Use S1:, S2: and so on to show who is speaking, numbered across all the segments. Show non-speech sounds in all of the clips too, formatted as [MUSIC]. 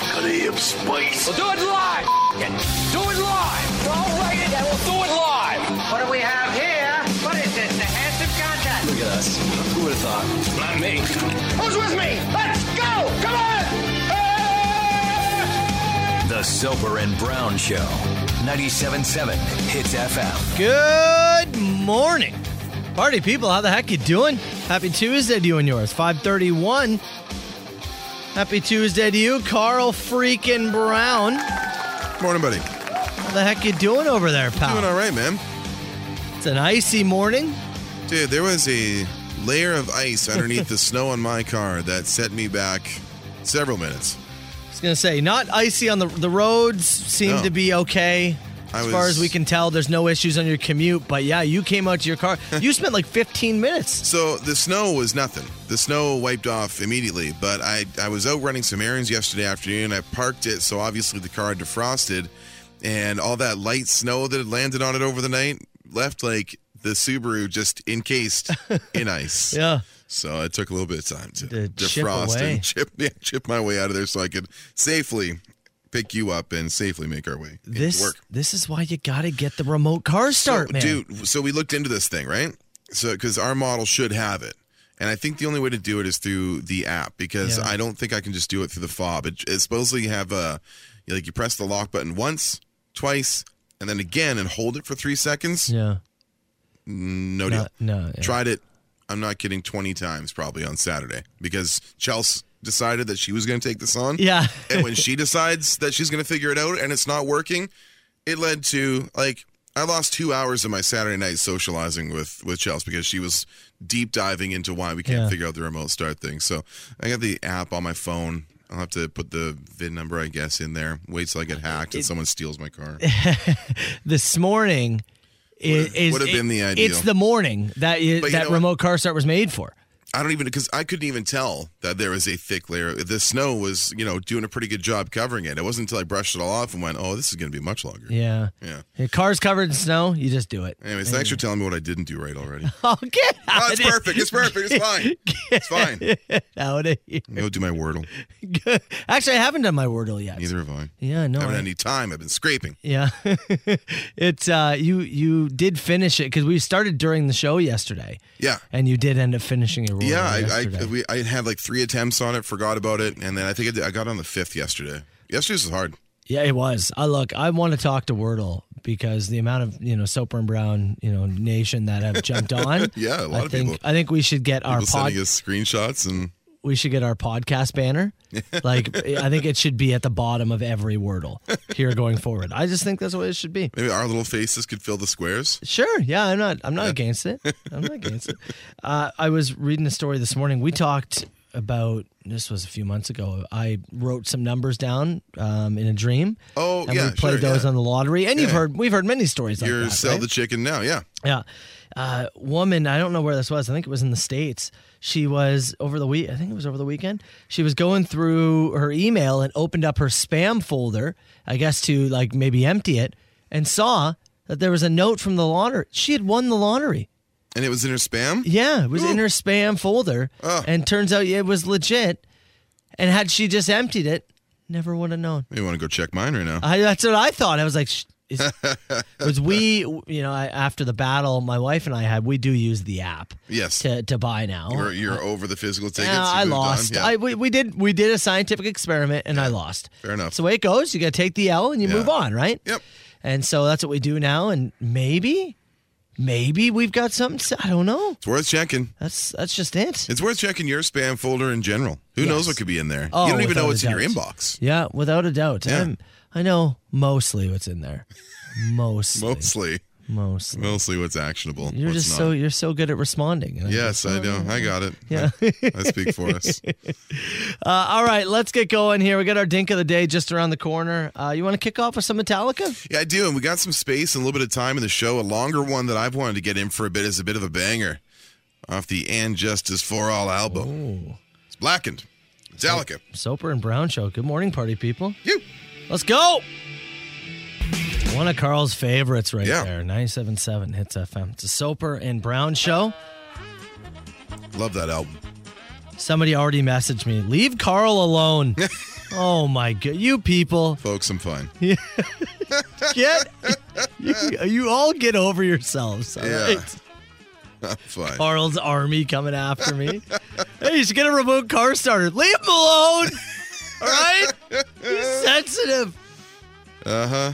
S1: Company of Spice.
S2: We'll do it live. F- it. Do it live. I'll write it and we'll do it live.
S3: What do we have here? What is this? The handsome contest.
S4: Look at us. Who would have thought?
S1: Not me.
S3: Who's with me? Let's go! Come on!
S5: The Silver and Brown Show, 97.7 Hits FM.
S6: Good morning. Party people, how the heck you doing? Happy Tuesday to you and yours. 531. Happy Tuesday to you, Carl freaking Brown.
S7: Morning, buddy.
S6: How the heck you doing over there, pal?
S7: Doing all right, man.
S6: It's an icy morning.
S7: Dude, there was a layer of ice underneath the snow on my car that set me back several minutes.
S6: I was gonna say, not icy on the the roads seem
S7: No.
S6: to be okay.
S7: I
S6: As far
S7: was-
S6: as we can tell, there's no issues on your commute. But yeah, you came out to your
S7: [LAUGHS]
S6: car. you spent like 15 minutes.
S7: So the snow was nothing. The snow wiped off immediately, but I, I was out running some errands yesterday afternoon. I parked it, so obviously the car had defrosted, and all that light snow that had landed on it over the night left like the Subaru just encased in ice.
S6: Yeah.
S7: So it took a little bit of time to,
S6: To chip
S7: defrost
S6: away.
S7: and chip, [LAUGHS] yeah, chip my way out of there so I could safely pick you up and safely make our way into
S6: This
S7: work.
S6: this is why you gotta get the remote car start,
S7: so,
S6: man.
S7: Dude, so we looked into this thing, right? So because our model should have it. And I think the only way to do it is through the app because
S6: Yeah.
S7: I don't think I can just do it through the fob. It, it's supposedly you have a like you press the lock button once, twice, and then again and hold it for three seconds.
S6: Yeah.
S7: No deal.
S6: No. no yeah.
S7: Tried it. I'm not kidding. Twenty times probably on Saturday because Chelsea decided that she was going to take this on.
S6: Yeah.
S7: and when she decides that she's going to figure it out and it's not working, it led to like I lost two hours of my Saturday night socializing with with Chelsea because she was deep diving into why we can't
S6: Yeah.
S7: figure out the remote start thing. So I got the app on my phone. I'll have to put the VIN number, I guess, in there. Wait till I
S6: Uh,
S7: get hacked and someone steals my car.
S6: this morning is, is
S7: would've been the ideal.
S6: It's the morning that i-
S7: But you know
S6: that
S7: what?
S6: remote car start was made for.
S7: I don't even because I couldn't even tell that there was a thick layer. The snow was, you know, doing a pretty good job covering it. It wasn't until I brushed it all off and went, "Oh, this is going to be much longer."
S6: Yeah.
S7: Yeah.
S6: Your car's covered in snow. You just do it. [LAUGHS]
S7: Anyways, thanks for telling me what I didn't do right already.
S6: Oh, get out!
S7: Oh, it's
S6: of here. [LAUGHS]
S7: perfect. It's perfect. It's fine. It's fine.
S6: Get out of here.
S7: I'll Go do my Wordle.
S6: Good. Actually, I haven't done my Wordle yet.
S7: Neither have I.
S6: Yeah, no.
S7: I haven't
S6: I-
S7: had any time. I've been scraping.
S6: yeah, [LAUGHS] it's uh, you. You did finish it because we started during the show yesterday,
S7: Yeah.
S6: and you did end up finishing your Wordle
S7: Yeah, I
S6: yesterday.
S7: I, we, I had like three attempts on it, forgot about it, and then I think I, did, I got on the fifth yesterday. Yesterday's was hard.
S6: Yeah, it was. I look, I want to talk to Wordle because the amount of you know Soper and Brown you know nation that have
S7: [LAUGHS]
S6: jumped on.
S7: Yeah, a lot
S6: I
S7: of
S6: think
S7: people-
S6: I think we should get our
S7: People
S6: pod,
S7: sending us screenshots and
S6: we should get our podcast
S7: [LAUGHS]
S6: banner. like I think it should be at the bottom of every Wordle here going forward. I just think that's what it should be.
S7: maybe our little faces could fill the squares.
S6: Sure. Yeah, I'm not. I'm not
S7: [LAUGHS]
S6: against it. I'm not against it. Uh, I was reading a story this morning. We talked about this was a few months ago. I wrote some numbers down um, in a dream.
S7: Oh,
S6: and
S7: yeah,
S6: we played
S7: sure,
S6: those
S7: yeah.
S6: on the lottery. And you've
S7: Yeah.
S6: heard we've heard many stories like
S7: You're
S6: that.
S7: sell
S6: right?
S7: the chicken now. Yeah.
S6: yeah. Uh, woman, I don't know where this was. I think it was in the states. She was over the week. I think it was over the weekend. She was going through her email and opened up her spam folder, I guess to like maybe empty it, and saw that there was a note from the lottery. She had won the lottery.
S7: And it was in her spam.
S6: Yeah, it was in her spam folder,
S7: Ugh.
S6: and turns out it was legit. And had she just emptied it, never would have known.
S7: Maybe want to go check mine right now.
S6: I, that's what I thought. I was like, Sh- is,
S7: [LAUGHS]
S6: was we, you know, I, after the battle, my wife and I had, we do use the app
S7: yes.
S6: to, to buy now.
S7: You're, you're over the physical
S6: Uh,
S7: tickets. you
S6: I
S7: moved on.
S6: lost.
S7: Yeah.
S6: I, we, we did we did a scientific experiment and I lost.
S7: Fair enough.
S6: That's the way it goes. You got to take the L and you
S7: Yeah.
S6: move on, right?
S7: Yep.
S6: And so that's what we do now. And maybe, maybe we've got something. s- I don't know.
S7: it's worth checking.
S6: That's that's just it.
S7: It's worth checking your spam folder in general. Who knows what could be in there?
S6: Oh,
S7: you don't even
S6: without
S7: know
S6: a
S7: what's in your
S6: doubt.
S7: inbox.
S6: Yeah, without a doubt.
S7: Yeah.
S6: I'm, I know mostly what's
S7: [LAUGHS]
S6: in there. Mostly.
S7: Mostly,
S6: mostly.
S7: mostly what's actionable.
S6: You're
S7: what's
S6: just
S7: not.
S6: so you're so good at responding. And I'm
S7: Yes, I know. I got it.
S6: Yeah. [LAUGHS]
S7: I, I speak for us.
S6: Uh, all right, let's get going here. We got our dink of the day just around the corner. Uh, you want to kick off with some Metallica?
S7: Yeah, I do. And we got some space and a little bit of time in the show. A longer one that I've wanted to get in for a bit is a bit of a banger off the And Justice for All album.
S6: Ooh.
S7: It's blackened. Metallica.
S6: Soper and Brown show. Good morning, party people.
S7: You.
S6: Let's go. One of Carl's favorites right
S7: Yeah.
S6: there. 97.7 hits FM. It's a Soper and Brown show.
S7: Love that album. [LAUGHS]
S6: Somebody already messaged me. Leave Carl alone. Oh my god, you people,
S7: Folks, I'm fine.
S6: get [LAUGHS] you, you all get over yourselves. all
S7: Yeah.
S6: right?
S7: I'm fine.
S6: Arnold's army coming after me. hey, you should get a remote car starter. Leave him alone. All right? He's sensitive. Uh-huh.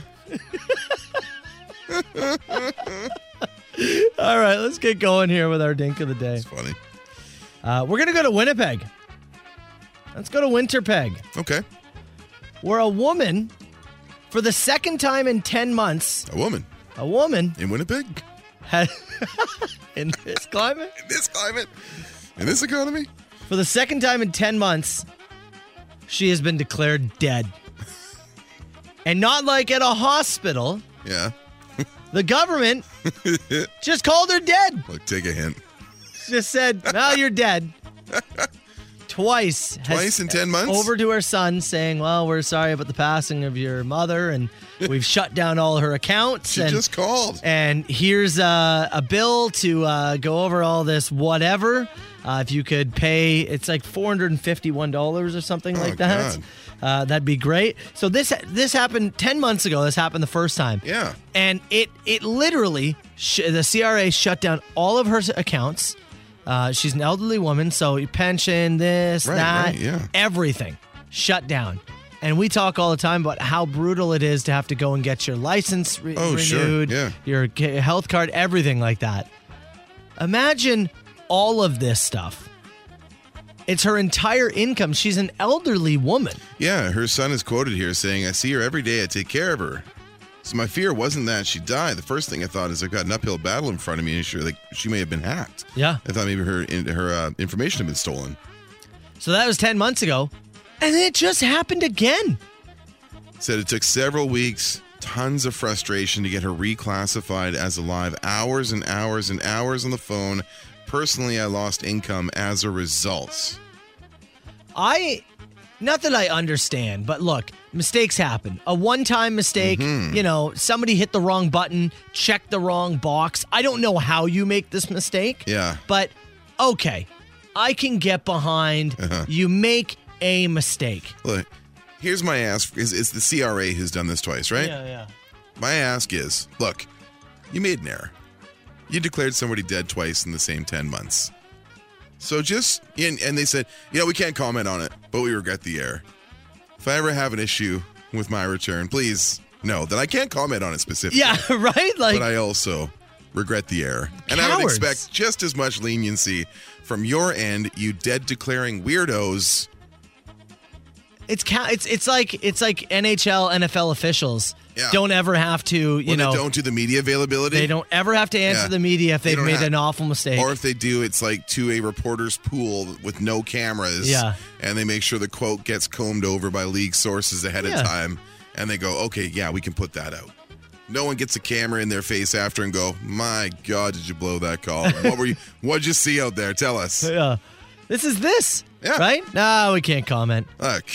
S7: Uh huh.
S6: [LAUGHS] All right, let's get going here with our dink of the day.
S7: It's funny.
S6: Uh, we're going to go to Winnipeg. Let's go to Winterpeg,
S7: Okay.
S6: where a woman, for the second time in 10 months,
S7: A woman
S6: a woman
S7: in Winnipeg.
S6: has, [LAUGHS] in this climate,
S7: In this climate, in this economy.
S6: for the second time in 10 months, she has been declared dead. And not like at a hospital.
S7: Yeah. [LAUGHS]
S6: The government just called her dead.
S7: Look, take a hint.
S6: Just said, "Well, you're dead." Twice. has- uh,
S7: Twice in 10 months?
S6: Over to her son, saying, "Well, we're sorry about the passing of your mother, and we've shut down all her accounts,
S7: She
S6: and
S7: just called.
S6: and here's a, a bill to uh, go over all this whatever. Uh, if you could pay, it's like four hundred and fifty-one dollars or something
S7: Oh,
S6: like that.
S7: God.
S6: Uh, that'd be great. So this this happened ten months ago. This happened the first time.
S7: Yeah.
S6: and it it literally sh- the CRA shut down all of her s- accounts. Uh, she's an elderly woman, so your pension, this,
S7: Right,
S6: that,
S7: right, yeah.
S6: everything shut down. And we talk all the time about how brutal it is to have to go and get your license re-
S7: Oh,
S6: renewed,
S7: sure, yeah.
S6: your ca- health card, everything like that. Imagine all of this stuff. It's her entire income. She's an elderly woman.
S7: Yeah, her son is quoted here saying, I see her every day. I take care of her. So my fear wasn't that she died. The first thing I thought is I've got an uphill battle in front of me, and sure, like she may have been hacked.
S6: Yeah.
S7: I thought maybe her in, her uh, information had been stolen.
S6: So that was 10 months ago. And then it just happened again.
S7: Said it took several weeks, tons of frustration to get her reclassified as alive. Hours and hours and hours on the phone. Personally, I lost income as a result.
S6: I not that I understand, but look, mistakes happen. A one-time mistake,
S7: Mm-hmm.
S6: you know, somebody hit the wrong button, checked the wrong box. I don't know how you make this mistake.
S7: Yeah.
S6: But okay, I can get behind
S7: Uh-huh.
S6: you make a mistake.
S7: Look, here's my ask: is it's the CRA who's done this twice, right?
S6: yeah.
S7: My ask is look, you made an error. You declared somebody dead twice in the same 10 months. So just, and, and they said, you know, we can't comment on it, but we regret the error. If I ever have an issue with my return, please know that I can't comment on it specifically.
S6: Yeah, [LAUGHS] right? Like
S7: But I also regret the error. And I would
S6: Cowards.
S7: expect just as much leniency from your end, you dead declaring weirdos.
S6: it's ca- it's it's like it's like NHL NFL officials
S7: Yeah.
S6: don't ever have to, you
S7: when
S6: know,
S7: they don't do the media availability.
S6: they don't ever have to answer
S7: Yeah.
S6: the media if
S7: They
S6: they've
S7: don't
S6: made
S7: have-
S6: an awful mistake.
S7: Or if they do, it's like to a reporter's pool with no cameras.
S6: Yeah.
S7: And they make sure the quote gets combed over by league sources ahead
S6: Yeah.
S7: of time. And they go, okay, yeah, we can put that out. No one gets a camera in their face after and go, my God, did you blow that
S6: [LAUGHS]
S7: call? what were you, what'd you see out there? Tell us.
S6: Yeah. This is this.
S7: Yeah.
S6: Right? No, we can't comment.
S7: Look,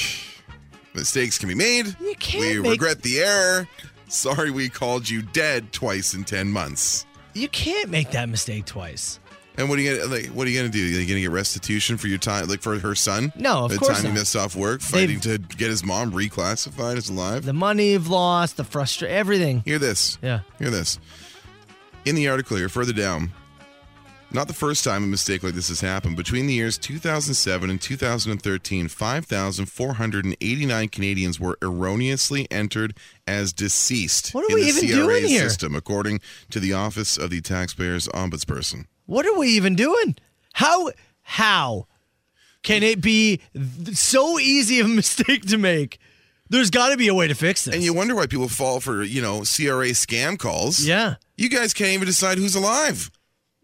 S7: mistakes can be made.
S6: You can't
S7: We
S6: make-
S7: regret the error. Sorry we called you dead twice in 10 months.
S6: You can't make that mistake twice.
S7: And what are you gonna like? What are you gonna do? Are you gonna get restitution for your time, like for her son?
S6: No, of
S7: the
S6: course
S7: time
S6: not.
S7: he missed off work,
S6: They've-
S7: fighting to get his mom reclassified as alive.
S6: The money you've lost, the frustration, everything.
S7: Hear this.
S6: Yeah.
S7: Hear this. In the article here, further down, not the first time a mistake like this has happened. Between the years 2007 and 2013, 5,489 Canadians were erroneously entered as deceased
S6: What are
S7: in
S6: we
S7: the
S6: even
S7: CRA
S6: doing here?
S7: system, according to the Office of the Taxpayer's Ombudsperson.
S6: What are we even doing? How how can it be th- so easy a [LAUGHS] mistake to make? There's got to be a way to fix this.
S7: And you wonder why people fall for, you know, CRA scam calls.
S6: yeah.
S7: You guys can't even decide who's alive.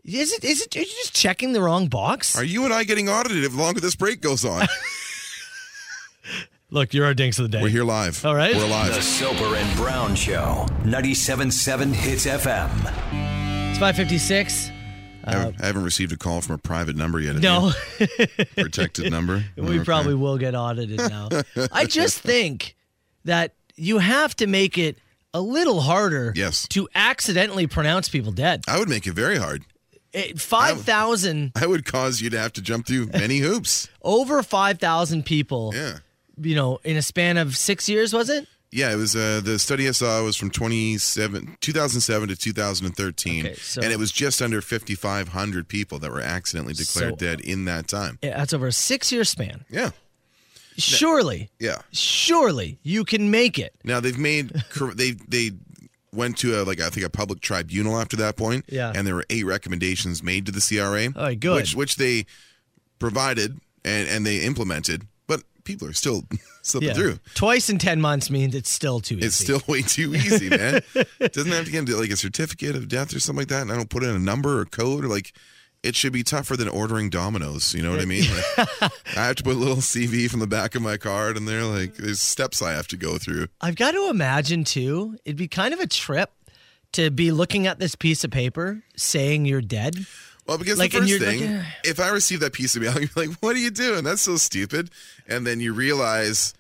S6: Is it is it are you just checking the wrong box?
S7: Are you and I getting audited if longer this break goes
S6: [LAUGHS]
S7: on?
S6: Look, you're our dinks of the day.
S7: We're here live.
S6: All right.
S7: We're
S5: The
S7: live.
S5: Soper and Brown Show, 97.7 Hits FM.
S6: It's 556.
S7: I haven't- I haven't received a call from a private number yet. have
S6: Uh, [LAUGHS] No.
S7: you?
S6: [LAUGHS]
S7: Protected number.
S6: We
S7: Okay.
S6: probably will get
S7: [LAUGHS]
S6: audited now. I just think that you have to make it a little harder
S7: Yes.
S6: to accidentally pronounce people dead. Eh,
S7: I would make it very hard.
S6: It- 5,000, [LAUGHS]
S7: I would cause you to have to jump through many hoops.
S6: over 5,000 people
S7: Yeah.
S6: you know, in a span of six years, was it?
S7: Yeah, it was uh, the study I saw was from 27, 2007 to 2013.
S6: Okay, so-
S7: and it was just under 5,500 people that were accidentally declared
S6: So-
S7: dead in that time.
S6: Yeah, that's over a six year span.
S7: Yeah.
S6: Surely,
S7: Yeah.
S6: surely you can make it.
S7: Now they've
S6: [LAUGHS]
S7: made cor- they they went to a, like I think a public tribunal after that point.
S6: Yeah.
S7: and there were eight recommendations made to the CRA.
S6: All right, good.
S7: Which which they provided and and they implemented, but people are still [LAUGHS] slipping
S6: Yeah.
S7: through.
S6: Twice in 10 months means it's still too easy.
S7: It's still way too easy,
S6: [LAUGHS]
S7: man. Doesn't have to get into like a certificate of death or something like that, and I don't put in a number or code or like. It should be tougher than ordering Domino's. You know what I mean?
S6: [LAUGHS]
S7: Like, I have to put a little CV from the back of my card, and they're like, there's steps I have to go through.
S6: I've got to imagine too, it'd be kind of a trip to be looking at this piece of paper saying you're dead.
S7: Well, because
S6: Like,
S7: the
S6: and
S7: first
S6: you're
S7: thing,
S6: like, "Ugh."
S7: if I receive that piece of mail, [LAUGHS] you're like, "What are you doing? That's so stupid." And then you realize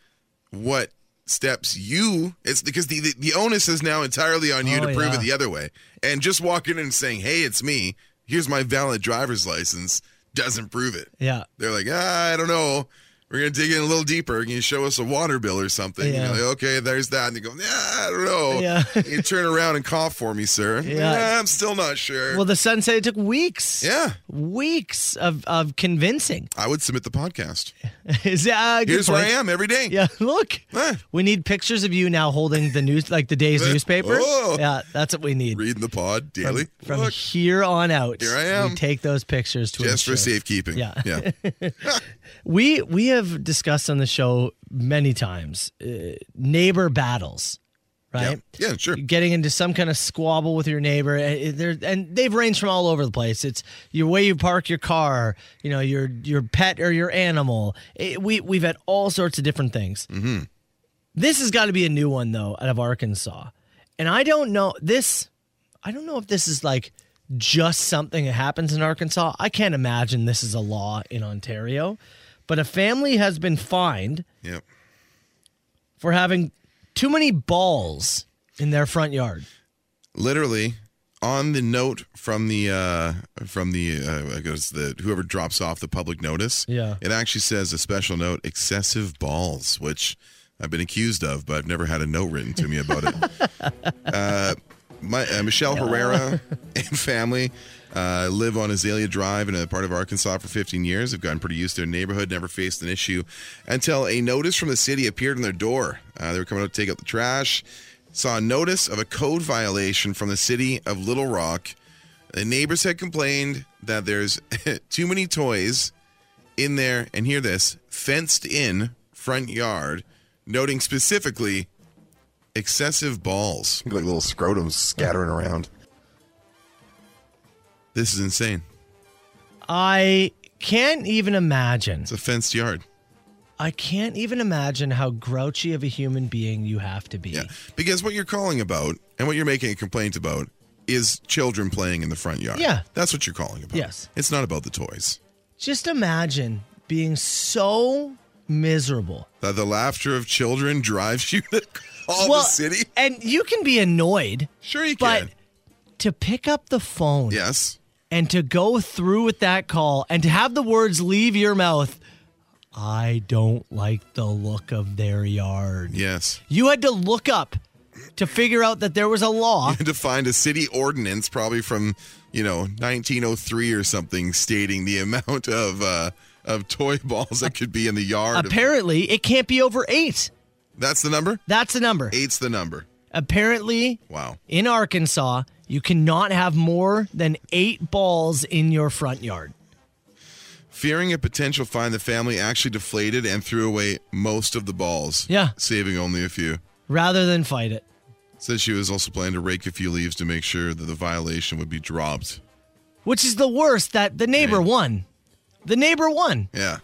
S7: what steps you. It's because the the, the onus is now entirely on you
S6: Oh,
S7: to prove
S6: yeah.
S7: it the other way. And just walking in and saying, "Hey, it's me. Here's my valid driver's license," doesn't prove it.
S6: Yeah.
S7: They're like, ah, I don't know. We're gonna dig in a little deeper. Can you show us a water bill or something? You're
S6: Yeah.
S7: like, okay, there's that. And they go, nah, I don't know.
S6: Yeah.
S7: you turn around and cough for me, sir.
S6: [LAUGHS] Yeah.
S7: "Nah, I'm still not sure.
S6: Well, the sun said it took weeks.
S7: yeah.
S6: Weeks of, of convincing. [LAUGHS]
S7: I would submit the podcast.
S6: Is that a good
S7: Here's where
S6: point?
S7: I am every day.
S6: Yeah, [LAUGHS] look.
S7: Huh.
S6: We need pictures of you now holding the news, like the day's newspaper.
S7: [LAUGHS] Oh.
S6: Yeah, that's what we need.
S7: Reading the pod
S6: From-
S7: daily.
S6: From
S7: Look,
S6: here on out,
S7: Here I am.
S6: We take those pictures to
S7: just for
S6: ensure-
S7: safekeeping.
S6: Yeah. [LAUGHS]
S7: Yeah.
S6: We we have discussed on the show many times uh, neighbor battles,
S7: yeah.
S6: right?
S7: Yeah, sure.
S6: Getting into some kind of squabble with your neighbor, and, there, and they've ranged from all over the place. It's your way you park your car, you know, your your pet or your animal. It- we we've had all sorts of different things. This has got to be a new one though, out of Arkansas, and I don't know this. I don't know if this is like just something that happens in Arkansas. I can't imagine this is a law in Ontario, but a family has been fined
S7: Yeah.
S6: for having too many balls in their front yard.
S7: Literally on the note from the uh from the uh I guess the whoever drops off the public notice.
S6: Yeah.
S7: It actually says a special note, excessive balls, which I've been accused of, but I've never had a note written to me about it. my, uh, Michelle Herrera and family uh, live on Azalea Drive in a part of Arkansas for 15 years. Have gotten pretty used to their neighborhood, never faced an issue until a notice from the city appeared on their door. Uh, they were coming out to take out the trash. Saw a notice of a code violation from the city of Little Rock. The neighbors had complained that there's [LAUGHS] too many toys in their, and hear this, fenced in front yard, noting specifically excessive balls.
S1: like little scrotums scattering around.
S7: This is insane.
S6: I can't even imagine.
S7: It's a fenced yard.
S6: I can't even imagine how grouchy of a human being you have to be.
S7: Yeah. Because what you're calling about and what you're making a complaint about is children playing in the front yard.
S6: Yeah.
S7: That's what you're calling about.
S6: Yes.
S7: It's not about the toys.
S6: Just imagine being so miserable.
S7: That the laughter of children [LAUGHS] drives you to all the city.
S6: And you can be annoyed,
S7: Sure you
S6: but
S7: can.
S6: to pick up the phone
S7: Yes.
S6: and to go through with that call and to have the words leave your mouth, I don't like the look of their yard.
S7: Yes.
S6: You had to look up to figure out that there was
S7: [LAUGHS]
S6: a law.
S7: to find a city ordinance probably from, you know, 1903 or something stating the [LAUGHS] amount of uh of toy balls that could be in the yard. of-
S6: Apparently, it can't be over eight.
S7: That's the number?
S6: That's the number.
S7: Eight's the number.
S6: Apparently,
S7: Wow.
S6: in Arkansas, you cannot have more than eight balls in your front yard.
S7: Fearing a potential fine, the family actually deflated and threw away most of the balls.
S6: Yeah.
S7: Saving only a few.
S6: rather than fight it.
S7: Says she was also planning to rake a few leaves to make sure that the violation would be dropped.
S6: Which is the worst that the neighbor
S7: Right.
S6: won. The neighbor won
S7: Yeah.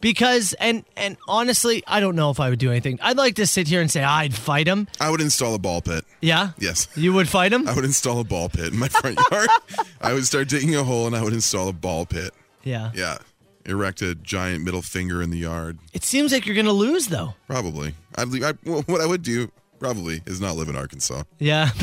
S6: because and and honestly, I don't know if I would do anything. I'd like to sit here and say I'd fight him.
S7: I would install a ball pit.
S6: Yeah.
S7: Yes. [LAUGHS]
S6: You would fight him?
S7: I would install a ball pit in my
S6: [LAUGHS]
S7: front yard. I would start digging a hole and I would install a ball pit.
S6: yeah.
S7: Yeah. Erect a giant middle finger in the yard.
S6: It seems like you're going to lose though.
S7: Probably. I'd leave, I, well, what I would do probably is not live in Arkansas.
S6: Yeah. [LAUGHS]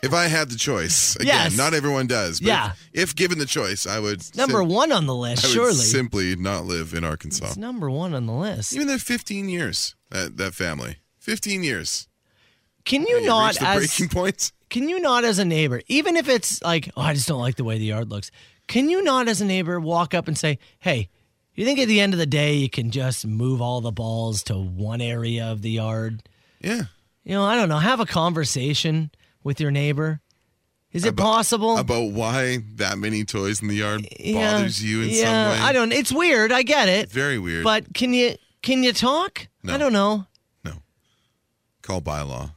S7: If I had the choice, again,
S6: Yes.
S7: not everyone does. But
S6: Yeah.
S7: If, if given the choice, I would sim-
S6: number one on the list,
S7: I would
S6: surely.
S7: simply not live in Arkansas.
S6: it's number one on the list.
S7: Even there, 15 years that that family, 15 years.
S6: Can you
S7: It
S6: not
S7: reached the
S6: as
S7: breaking point.
S6: can you not as a neighbor, even if it's like, oh, I just don't like the way the yard looks, can you not as a neighbor walk up and say, hey, you think at the end of the day you can just move all the balls to one area of the yard?
S7: Yeah.
S6: You know, I don't know. Have a conversation with your neighbor. Is it
S7: About-
S6: possible?
S7: About why that many toys in the yard
S6: Oh. Yeah.
S7: bothers you in
S6: yeah,
S7: some way.
S6: I don't. It's weird. I get it.
S7: Very weird.
S6: But can you can you talk?
S7: No.
S6: I don't know. [LAUGHS]
S7: no. Call bylaw.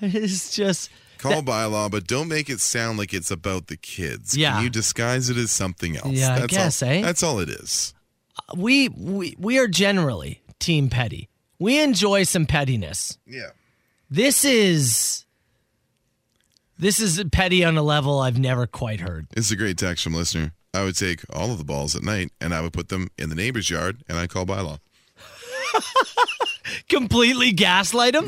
S6: It's just
S7: Call bylaw, but don't make it sound like it's about the kids.
S6: Yeah.
S7: Can you disguise it as something else?
S6: Yeah, I
S7: that's
S6: guess,
S7: all,
S6: eh?
S7: That's all it is.
S6: we we we are generally team petty. We enjoy some pettiness.
S7: Yeah.
S6: This is this is petty on a level I've never quite heard.
S7: This is a great text from a listener. I would take all of the balls at night and I would put them in the neighbor's yard and I call bylaw.
S6: Completely
S7: [LAUGHS]
S6: gaslight them.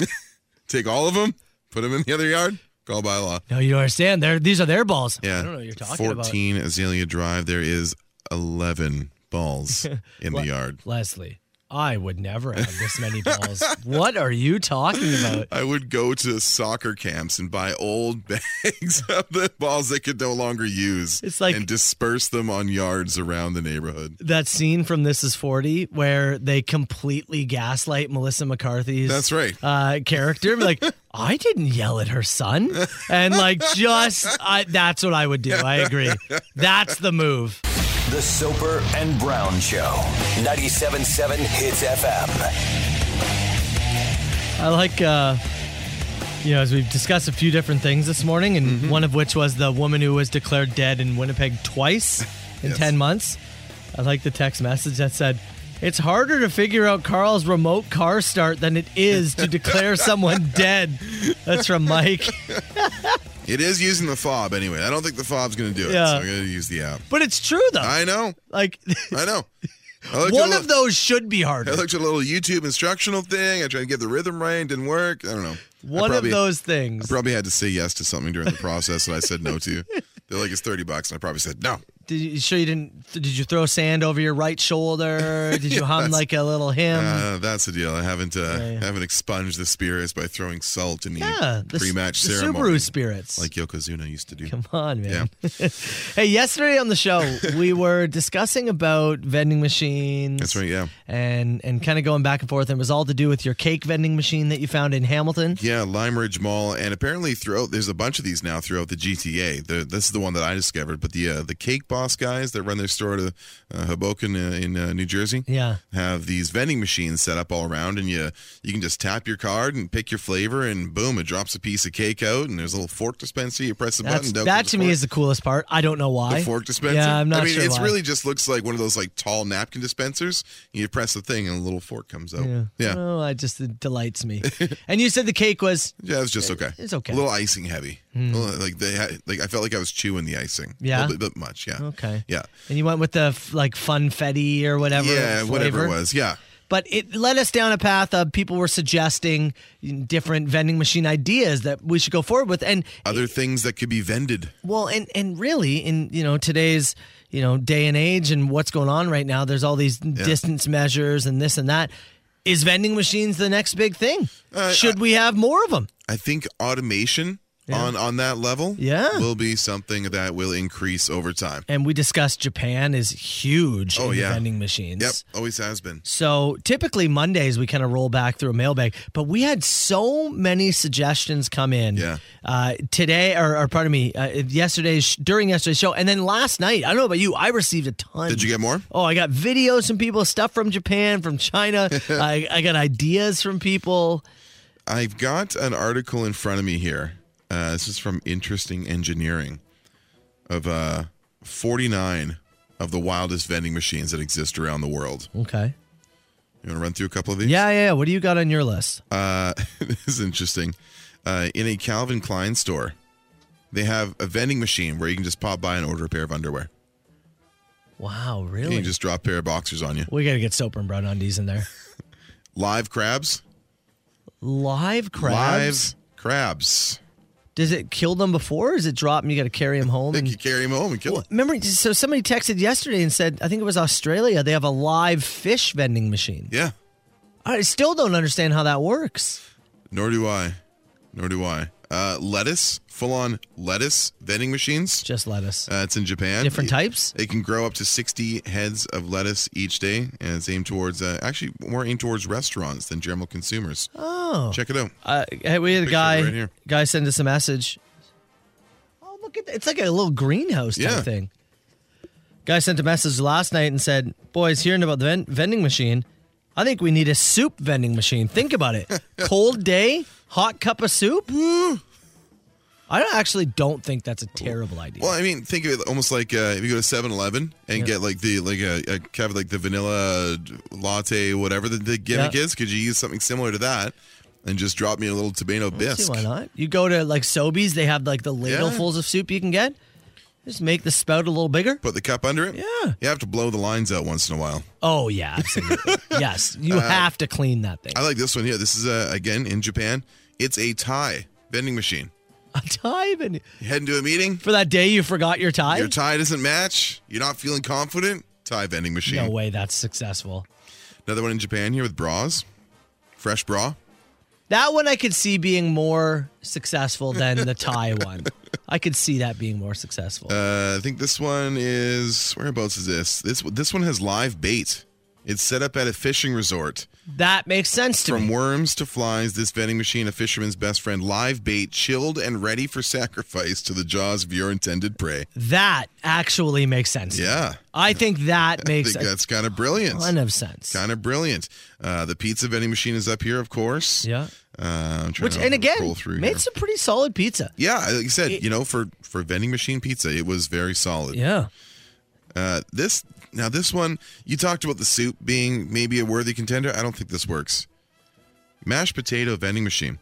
S7: Take all of them, put them in the other yard, call bylaw.
S6: no, you don't understand. They're, these are their balls.
S7: Yeah.
S6: I don't know what you're talking 14.
S7: 14 Azalea Drive. There is 11
S6: [LAUGHS]
S7: balls in the yard.
S6: about, Leslie. I would never have this
S7: [LAUGHS]
S6: many balls. what are you talking about?
S7: I would go to soccer camps and buy old [LAUGHS] bags of the balls they could no longer use.
S6: It's like-
S7: and disperse them on yards around the neighborhood.
S6: That scene from This Is 40 where they completely gaslight Melissa McCarthy's
S7: That's right.
S6: uh, character.
S7: [LAUGHS]
S6: Be Like, I didn't yell at her son. And like, just, I, that's what I would do. I agree. That's the move.
S5: The Soper and Brown Show. 97.7 Hits FM.
S6: I like, uh, you know, as we've discussed a few different things this morning, and
S7: Mm-hmm.
S6: one of which was the woman who was declared dead in
S7: [LAUGHS]
S6: Winnipeg twice in
S7: Yes.
S6: 10 months. I like the text message that said, it's harder to figure out Carl's remote car start than it is to
S7: [LAUGHS]
S6: declare someone dead. That's from Mike.
S7: It is using the fob anyway. I don't think the fob's going to do it.
S6: Yeah.
S7: So I'm going to use the app.
S6: But it's true, though.
S7: I know.
S6: like,
S7: [LAUGHS]
S6: [LAUGHS]
S7: I know. I looked at
S6: one
S7: a
S6: of
S7: little-
S6: those should be harder.
S7: I looked at a little YouTube instructional thing. I tried to get the rhythm right. Didn't work. I don't know. I
S6: One
S7: probably-
S6: of those things.
S7: Probably had to say yes to something during the process that I said no to. They're like, it's 30 bucks. And I probably said no.
S6: Did you sure you didn't? Did you throw sand over your right shoulder?
S7: [LAUGHS]
S6: Did you hum like a little hymn?
S7: Uh, that's the deal. I haven't uh,
S6: Mm-hmm. yeah.
S7: haven't expunged the spirits by throwing salt in the
S6: yeah, the,
S7: pre-match
S6: the
S7: ceremony,
S6: Subaru spirits.
S7: like Yokozuna used to do.
S6: [LAUGHS] Come on, man. [LAUGHS] hey, yesterday on the show, we were discussing about vending machines.
S7: That's right. Yeah,
S6: And and kind of going back and forth. And it was all to do with your cake vending machine that you found in Hamilton.
S7: yeah. Lime Ridge Mall, and apparently throughout there's a bunch of these now throughout the GTA. The, this is the one that I discovered, but the uh, the Cake Boss guys that run their store to uh, Hoboken uh, in uh, New Jersey.
S6: Yeah.
S7: Have these vending machines set up all around, and you you can just tap your card and pick your flavor, and boom, it drops a piece of cake out, and there's a little fork dispenser. You press the
S6: That's,
S7: button. down
S6: that
S7: comes
S6: to
S7: the
S6: me
S7: fork.
S6: is the coolest part. I don't know why.
S7: the fork dispenser.
S6: Yeah, I'm not
S7: I mean,
S6: sure
S7: it's
S6: why.
S7: really just looks like one of those like tall napkin dispensers. You press the thing and a little fork comes out.
S6: Yeah.
S7: Yeah, yeah,
S6: Oh, I just it delights
S7: [LAUGHS]
S6: me. and you said the cake was
S7: it's just okay.
S6: It's okay. Hmm.
S7: A little icing heavy. A little- Like they had, like I felt like I was chewing the icing. a
S6: Yeah?
S7: little bit, bit much. Yeah.
S6: Okay.
S7: Yeah.
S6: And you went with the f- like funfetti or whatever.
S7: yeah,
S6: flavor.
S7: whatever it was. Yeah.
S6: But it led us down a path of people were suggesting different vending machine ideas that we should go forward with. And
S7: Other things that could be vended.
S6: well, and and really in you know today's you know day and age and what's going on right now, there's all these distance measures and this and that. Is vending machines the next big thing?
S7: Uh,
S6: should we have more of them?
S7: I think automation on on that level.
S6: Yeah.
S7: Will be something that will increase over time.
S6: And we discussed Japan is huge
S7: Oh,
S6: in
S7: yeah.
S6: vending machines.
S7: Yep. Always has been.
S6: So typically Mondays we kind of roll back through a mailbag, but we had so many suggestions come in.
S7: Yeah.
S6: Uh, today, or, or pardon me, uh, yesterday's during yesterday's show, and then last night. I don't know about you, I received a ton.
S7: Did you get more?
S6: Oh, I got videos from people, stuff from Japan,
S7: [LAUGHS]
S6: from China. I, I got ideas from people.
S7: I've got an article in front of me here. Uh, this is from Interesting Engineering of uh, 49 of the wildest vending machines that exist around the world.
S6: Okay.
S7: You want to run through a couple of these?
S6: Yeah, yeah, yeah. What do you got on your list?
S7: Uh, [LAUGHS] this is interesting. Uh, in a Calvin Klein store, they have a vending machine where you can just pop by and order a pair of underwear.
S6: Wow,
S7: You
S6: really?
S7: can just drop a pair of boxers on you. [LAUGHS]
S6: we got to get soap and brown undies in there.
S7: Live crabs.
S6: Live crabs.
S7: Live crabs.
S6: Does it kill them before? Or is it drop and you got to carry them home?
S7: They
S6: and-
S7: could carry him home and kill him.
S6: Remember, so somebody texted yesterday and said, I think it was Australia. They have a live fish vending machine.
S7: Yeah.
S6: I still don't understand how that works.
S7: Nor do I. Nor do I. Uh, lettuce, full on lettuce vending machines.
S6: Just lettuce.
S7: Uh, it's in Japan.
S6: Different
S7: It-
S6: types?
S7: It can grow up to 60 heads of lettuce each day, and it's aimed towards, uh, actually, more aimed towards restaurants than general consumers.
S6: Oh.
S7: Check it out.
S6: Uh, hey, we had a
S7: Picture
S6: guy
S7: right here.
S6: guy send us a message. Oh, look at that. It's like a little greenhouse type
S7: Yeah.
S6: thing. Guy sent a message last night and said, Boys, hearing about the ven- vending machine, I think we need a soup vending machine. Think
S7: [LAUGHS]
S6: about it. Cold day, hot cup of soup.
S7: Mm.
S6: I don't, actually don't think that's a terrible idea.
S7: Well, I mean, think of it almost like uh, if you go to 7-Eleven and get like the like a, a kind of like the vanilla uh, latte, whatever the, the gimmick
S6: Yeah.
S7: is. Could you use something similar to that and just drop me a little tomato
S6: See
S7: bisque?
S6: why not? You go to like Sobeys, they have like the ladlefuls of soup you can get. Just make the spout a little bigger.
S7: Put the cup under it.
S6: Yeah.
S7: you have to blow the lines out once in a while.
S6: Oh yeah,
S7: [LAUGHS]
S6: absolutely. yes, you have to clean that [LAUGHS] thing.
S7: Uh, I like this one here. This is uh, again in Japan. It's a tie vending machine.
S6: A tie vending
S7: You heading to a meeting?
S6: for that day you forgot your tie.
S7: Your tie doesn't match. You're not feeling confident. Tie vending machine.
S6: no way, that's successful.
S7: Another one in Japan here with bras, fresh bra.
S6: That one I could see being more successful than
S7: [LAUGHS]
S6: the tie one. I could see that being more successful.
S7: Uh, I think this one is whereabouts is this? This this one has live bait. It's set up at a fishing resort.
S6: that makes sense to
S7: From
S6: me.
S7: worms to flies, this vending machine, a fisherman's best friend, live bait, chilled and ready for sacrifice to the jaws of your intended prey.
S6: That actually makes sense. to me.
S7: Yeah,
S6: I think that
S7: I
S6: makes
S7: think
S6: a
S7: that's kind of brilliant.
S6: ton of sense.
S7: Kind of brilliant. Uh, the pizza vending machine is up here, of course.
S6: Yeah.
S7: Uh, I'm trying
S6: Which
S7: to
S6: and again
S7: roll through
S6: made
S7: here.
S6: some pretty solid pizza.
S7: Yeah, like you said, you know, for for vending machine pizza, it was very solid.
S6: Yeah.
S7: Uh, this now this one you talked about the soup being maybe a worthy contender. I don't think this works. Mashed potato vending machine.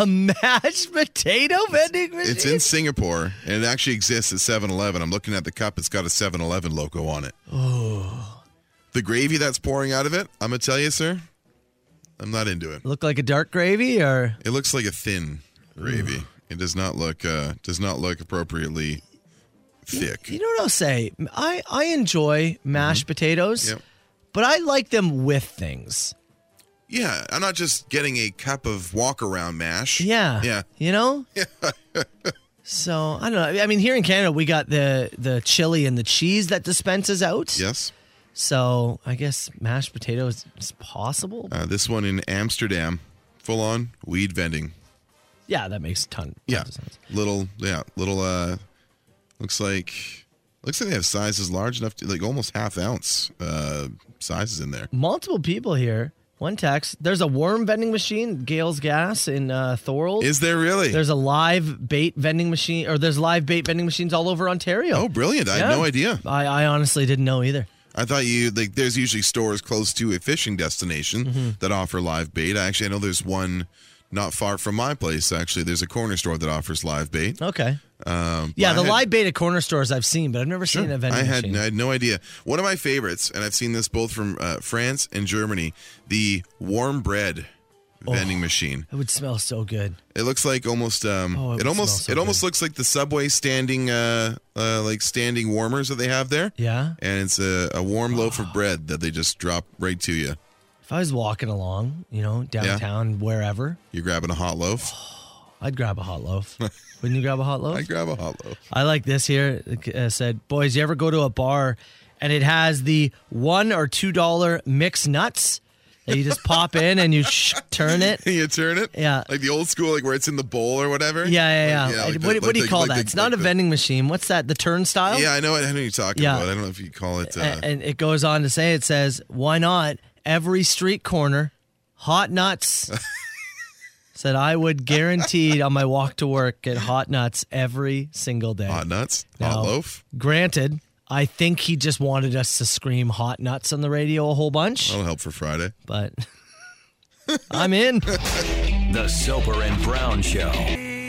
S6: A mashed potato vending machine.
S7: It's in Singapore and it actually exists at 7-Eleven. I'm looking at the cup. It's got a 7-Eleven logo on it. Oh. The gravy that's pouring out of it, I'm gonna tell you, sir, I'm not into it.
S6: Look like a dark gravy or
S7: It looks like a thin gravy. It does not look uh, does not look appropriately thick.
S6: you know what I'll say? I, I enjoy mashed potatoes,
S7: Yep.
S6: but I like them with things.
S7: Yeah, I'm not just getting a cup of walk around mash.
S6: Yeah.
S7: Yeah.
S6: You [LAUGHS] know? so I don't know. I mean here in Canada we got the the chili and the cheese that dispenses out.
S7: Yes.
S6: So I guess mashed potatoes is possible.
S7: Uh, this one in Amsterdam, full on weed vending.
S6: yeah, that makes a ton, tons
S7: Yeah.
S6: of sense.
S7: Little, yeah, little, uh, looks like, looks like they have sizes large enough to, like, almost half ounce, uh, sizes in there.
S6: Multiple people here. One text. There's a worm vending machine, Gales Gas in uh, Thorold.
S7: Is there really?
S6: There's a live bait vending machine, or there's live bait vending machines all over Ontario.
S7: oh, brilliant. I
S6: Yeah.
S7: had no idea.
S6: I, I honestly didn't know either.
S7: I thought you, like, there's usually stores close to a fishing destination
S6: Mm-hmm.
S7: that offer live bait. I actually, I know there's one not far from my place, actually. There's a corner store that offers live bait.
S6: Okay.
S7: Um,
S6: Yeah,
S7: I
S6: the
S7: had-
S6: live bait at corner stores I've seen, but I've never seen a vending
S7: I had,
S6: machine.
S7: I had no idea. One of my favorites, and I've seen this both from uh, France and Germany, the warm bread
S6: Oh.
S7: vending machine.
S6: It would smell so good.
S7: It looks like almost um
S6: Oh, it
S7: it,
S6: would
S7: almost
S6: smell so
S7: it almost looks like the subway standing uh, uh like standing warmers that they have there.
S6: Yeah.
S7: And it's a, a warm loaf of bread that they just drop right to you.
S6: If I was walking along, you know, downtown, wherever,
S7: You're grabbing a hot loaf.
S6: Oh. I'd grab a hot
S7: [LAUGHS]
S6: loaf. Wouldn't you grab a hot loaf?
S7: I grab a hot loaf. [LAUGHS]
S6: I like this here. It, Uh, said, boys, you ever go to a bar and it has the one or two dollar mixed nuts that you just pop in and you sh- turn it?
S7: you turn it.
S6: Yeah.
S7: Like the old school, like where it's in the bowl or whatever.
S6: Yeah, yeah,
S7: Like,
S6: yeah.
S7: like the-
S6: what, what
S7: like
S6: do you
S7: the-
S6: call
S7: like
S6: that?
S7: the-
S6: it's not
S7: like
S6: a
S7: the-
S6: vending machine. What's that? The turnstile?
S7: Yeah, I know. I know what you're talking
S6: Yeah.
S7: about. I don't know if you call it. Uh,
S6: A- and, it goes on to say, it says, why not every street corner,
S7: [LAUGHS]
S6: hot nuts? Said I would guaranteed on my walk to work get hot nuts every single day.
S7: Hot nuts,
S6: Now,
S7: hot loaf.
S6: Granted, I think he just wanted us to scream hot nuts on the radio a whole bunch,
S7: That'll help for Friday.
S6: but [LAUGHS] I'm in.
S7: [LAUGHS]
S5: The Soper and Brown Show.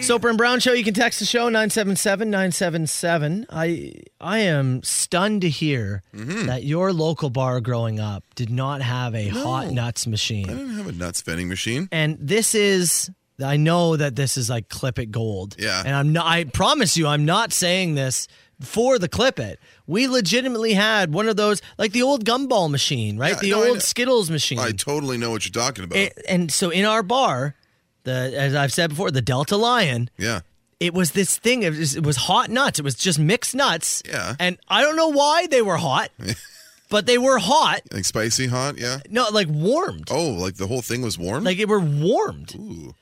S6: Soper and Brown Show. You can text the show 977 977. I I am stunned to hear
S7: Mm-hmm.
S6: that your local bar growing up did not have a hot nuts
S7: I
S6: machine.
S7: didn't have a nuts vending machine.
S6: And this is I know that this is like clip it gold.
S7: Yeah.
S6: And I'm not I promise you I'm not saying this for the clip it. We legitimately had one of those like the old gumball machine, right?
S7: Yeah,
S6: the
S7: no, I know.
S6: old Skittles machine.
S7: I totally know what you're talking about.
S6: Mm. It- and so in our bar, the as I've said before, the Delta Lion,
S7: yeah.
S6: it was this thing. It was, it was hot nuts. It was just mixed nuts.
S7: Yeah.
S6: And I don't know why they
S7: [LAUGHS]
S6: were hot, but they were hot.
S7: Like spicy hot, yeah.
S6: No, like warmed.
S7: Oh, like the whole thing was warm?
S6: Like it were warmed.
S7: Ooh.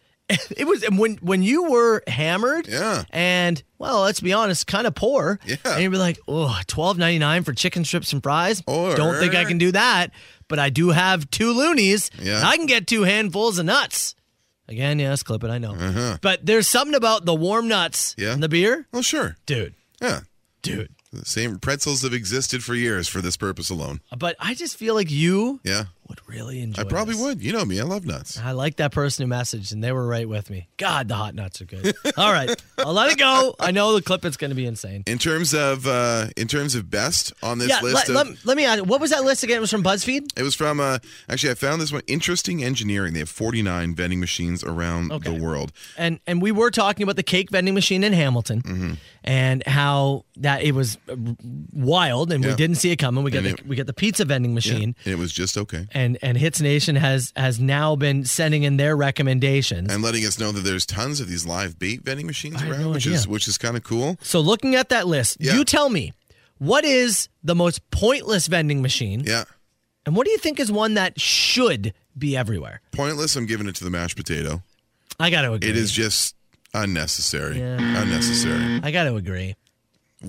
S6: It was and when when you were hammered.
S7: Yeah.
S6: And well, let's be honest, kind of poor.
S7: Yeah.
S6: And you'd be like, oh, twelve ninety nine for chicken strips and fries.
S7: Or-
S6: don't think I can do that. But I do have two loonies.
S7: Yeah.
S6: and I can get two handfuls of nuts. Again, yes, clip it. I know. But there's something about the warm nuts
S7: Uh-huh. Yeah.
S6: and the beer,
S7: Well, Oh, sure.
S6: dude.
S7: Yeah.
S6: Dude.
S7: The same pretzels have existed for years for this purpose alone.
S6: But I just feel like you
S7: Yeah.
S6: would really enjoy.
S7: I probably
S6: this.
S7: would. You know me. I love nuts.
S6: I like that person who messaged, and they were right with me. God, the hot nuts are good. All right, I'll let it go. I know the clip is going to be insane.
S7: In terms of uh in terms of best on this
S6: yeah,
S7: list
S6: let,
S7: of,
S6: let, let me ask. What was that list again? It was from BuzzFeed.
S7: It was from uh actually I found this one interesting engineering. They have 49 vending machines around
S6: Okay.
S7: the world.
S6: and and we were talking about the cake vending machine in Hamilton
S7: Mm-hmm.
S6: and how that it was uh, wild and we
S7: Yeah.
S6: didn't see it coming. We got
S7: And
S6: the,
S7: it-
S6: we got the pizza vending
S7: Yeah.
S6: machine.
S7: And it was just okay.
S6: And, and Hits Nation has has now been sending in their recommendations.
S7: And letting us know that there's tons of these live bait vending machines
S6: I had
S7: around,
S6: no
S7: which
S6: idea.
S7: is which is kind of cool.
S6: so looking at that list,
S7: Yeah.
S6: you tell me what is the most pointless vending machine,
S7: Yeah.
S6: and what do you think is one that should be everywhere?
S7: Pointless, I'm giving it to the mashed potato.
S6: I got to agree.
S7: It is just unnecessary.
S6: Yeah.
S7: Unnecessary.
S6: I got to agree.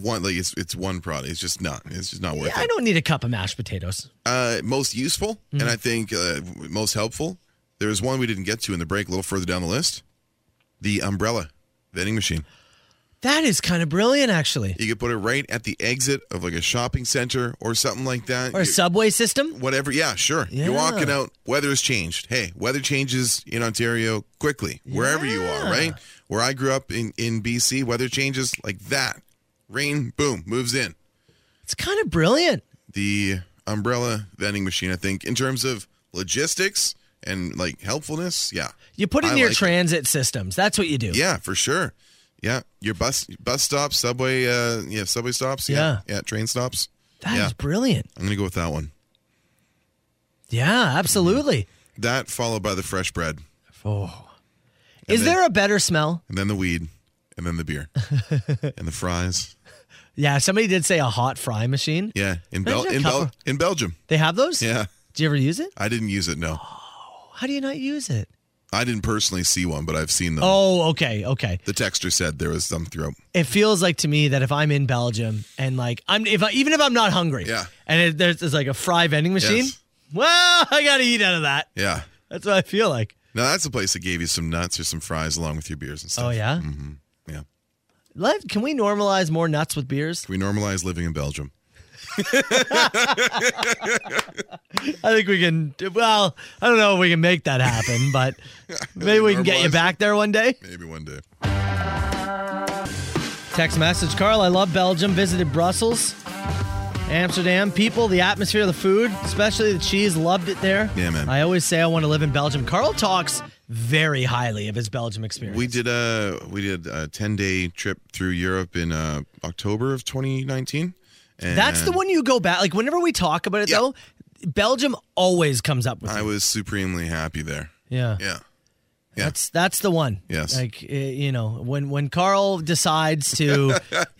S7: One like it's it's one product. It's just not. It's just not worth
S6: Yeah, I
S7: it.
S6: don't need a cup of mashed potatoes.
S7: Uh, most useful and
S6: Mm.
S7: I think uh, w- most helpful. There was one we didn't get to in the break, a little further down the list. The umbrella vending machine.
S6: That is kind of brilliant, actually.
S7: You could put it right at the exit of like a shopping center or something like that.
S6: Or a
S7: You-
S6: subway system.
S7: whatever. Yeah, sure. You're
S6: Yeah.
S7: walking out. Weather has changed. Hey, weather changes in Ontario quickly, wherever you are,
S6: Yeah.
S7: right? Where I grew up in, in BC, weather changes like that. Rain, boom, moves in.
S6: It's kind of brilliant.
S7: The umbrella vending machine, I think, in terms of logistics and like helpfulness, yeah.
S6: You put it in
S7: I
S6: your
S7: like it.
S6: transit systems. That's what you do.
S7: Yeah, for sure. Yeah, your bus bus stops, subway, uh, yeah, subway stops, yeah, train stops.
S6: That is
S7: yeah.
S6: brilliant.
S7: I'm gonna go with that one.
S6: Yeah, absolutely.
S7: That followed by the fresh bread,
S6: Oh. Is
S7: then-
S6: there a better smell?
S7: and then the weed, and then the beer, and the fries.
S6: Yeah, somebody did say a hot fry machine.
S7: Yeah, in Bel-
S6: Imagine a
S7: in, Bel-
S6: couple-
S7: in Belgium.
S6: They have those?
S7: Yeah,
S6: Do you ever use it?
S7: I didn't use it. No,
S6: How do you not use it?
S7: I didn't personally see one, but I've seen them.
S6: Oh, okay, okay.
S7: The texter said there was some throat.
S6: It feels like to me that if I'm in Belgium and like I'm if I, even if I'm not hungry,
S7: Yeah.
S6: and it, there's, there's like a fry vending machine,
S7: Yes.
S6: well, [LAUGHS] I gotta eat out of that.
S7: Yeah.
S6: That's what I feel like.
S7: Now that's the place that gave you some nuts or some fries along with your beers and stuff.
S6: Oh yeah.
S7: Mm-hmm. Yeah.
S6: Let can we normalize more nuts with beers?
S7: We normalize living in Belgium.
S6: I think we can. Well, I don't know if we can make that happen,
S7: [LAUGHS]
S6: but maybe we can get you
S7: Normalize.
S6: back there one day.
S7: Maybe one day.
S6: Text message, Carl. I love Belgium. Visited Brussels, Amsterdam. People, the atmosphere, the food, especially the cheese. Loved it there.
S7: Yeah, man.
S6: I always say I want to live in Belgium. Carl talks very highly of his Belgium experience.
S7: We did a we did a ten day trip through Europe in uh, October of 2019. And
S6: That's the one you go back. Like whenever we talk about it,
S7: Yeah.
S6: though, Belgium always comes up with.
S7: I
S6: it.
S7: was supremely happy there.
S6: yeah.
S7: Yeah.
S6: That's that's the one.
S7: Yes.
S6: Like uh, you know, when when Carl
S7: [LAUGHS]
S6: decides to,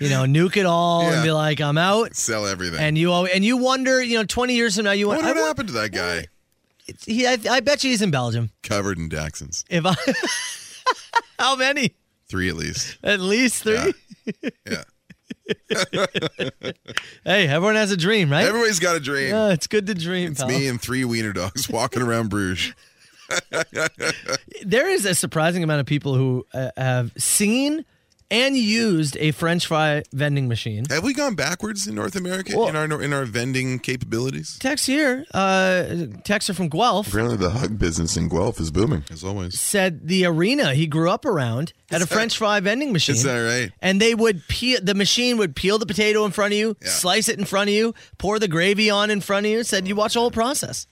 S6: you know, nuke it all and
S7: Yeah.
S6: be like, I'm out,
S7: Sell everything.
S6: and you always, and you wonder, you know, 20 years from now, you
S7: what
S6: wonder. I, wonder-
S7: happened to that guy?
S6: it's- he, I, I bet you he's in Belgium.
S7: Covered in Daxons.
S6: If I, [LAUGHS] how many?
S7: Three at
S6: [LAUGHS]
S7: least.
S6: At least three.
S7: Yeah.
S6: [LAUGHS]
S7: Yeah.
S6: Hey, everyone has a dream, right?
S7: Everybody's got a dream.
S6: Yeah, it's good to dream,
S7: It's
S6: pal.
S7: me and three wiener dogs walking around
S6: [LAUGHS]
S7: Bruges.
S6: There is a surprising amount of people who uh, have seen and used a French fry vending machine.
S7: Have we gone backwards in North America
S6: Well-
S7: in our in our vending capabilities?
S6: Text here, uh, texter from Guelph
S1: Apparently, the hug business in Guelph is booming.
S7: As always.
S6: said the arena he grew up around had a French fry vending machine.
S7: Is that right?
S6: And they would peel the machine would peel the potato in front of you,
S7: Yeah.
S6: slice it in front of you, pour the gravy on in front of you. Said you watch the whole process.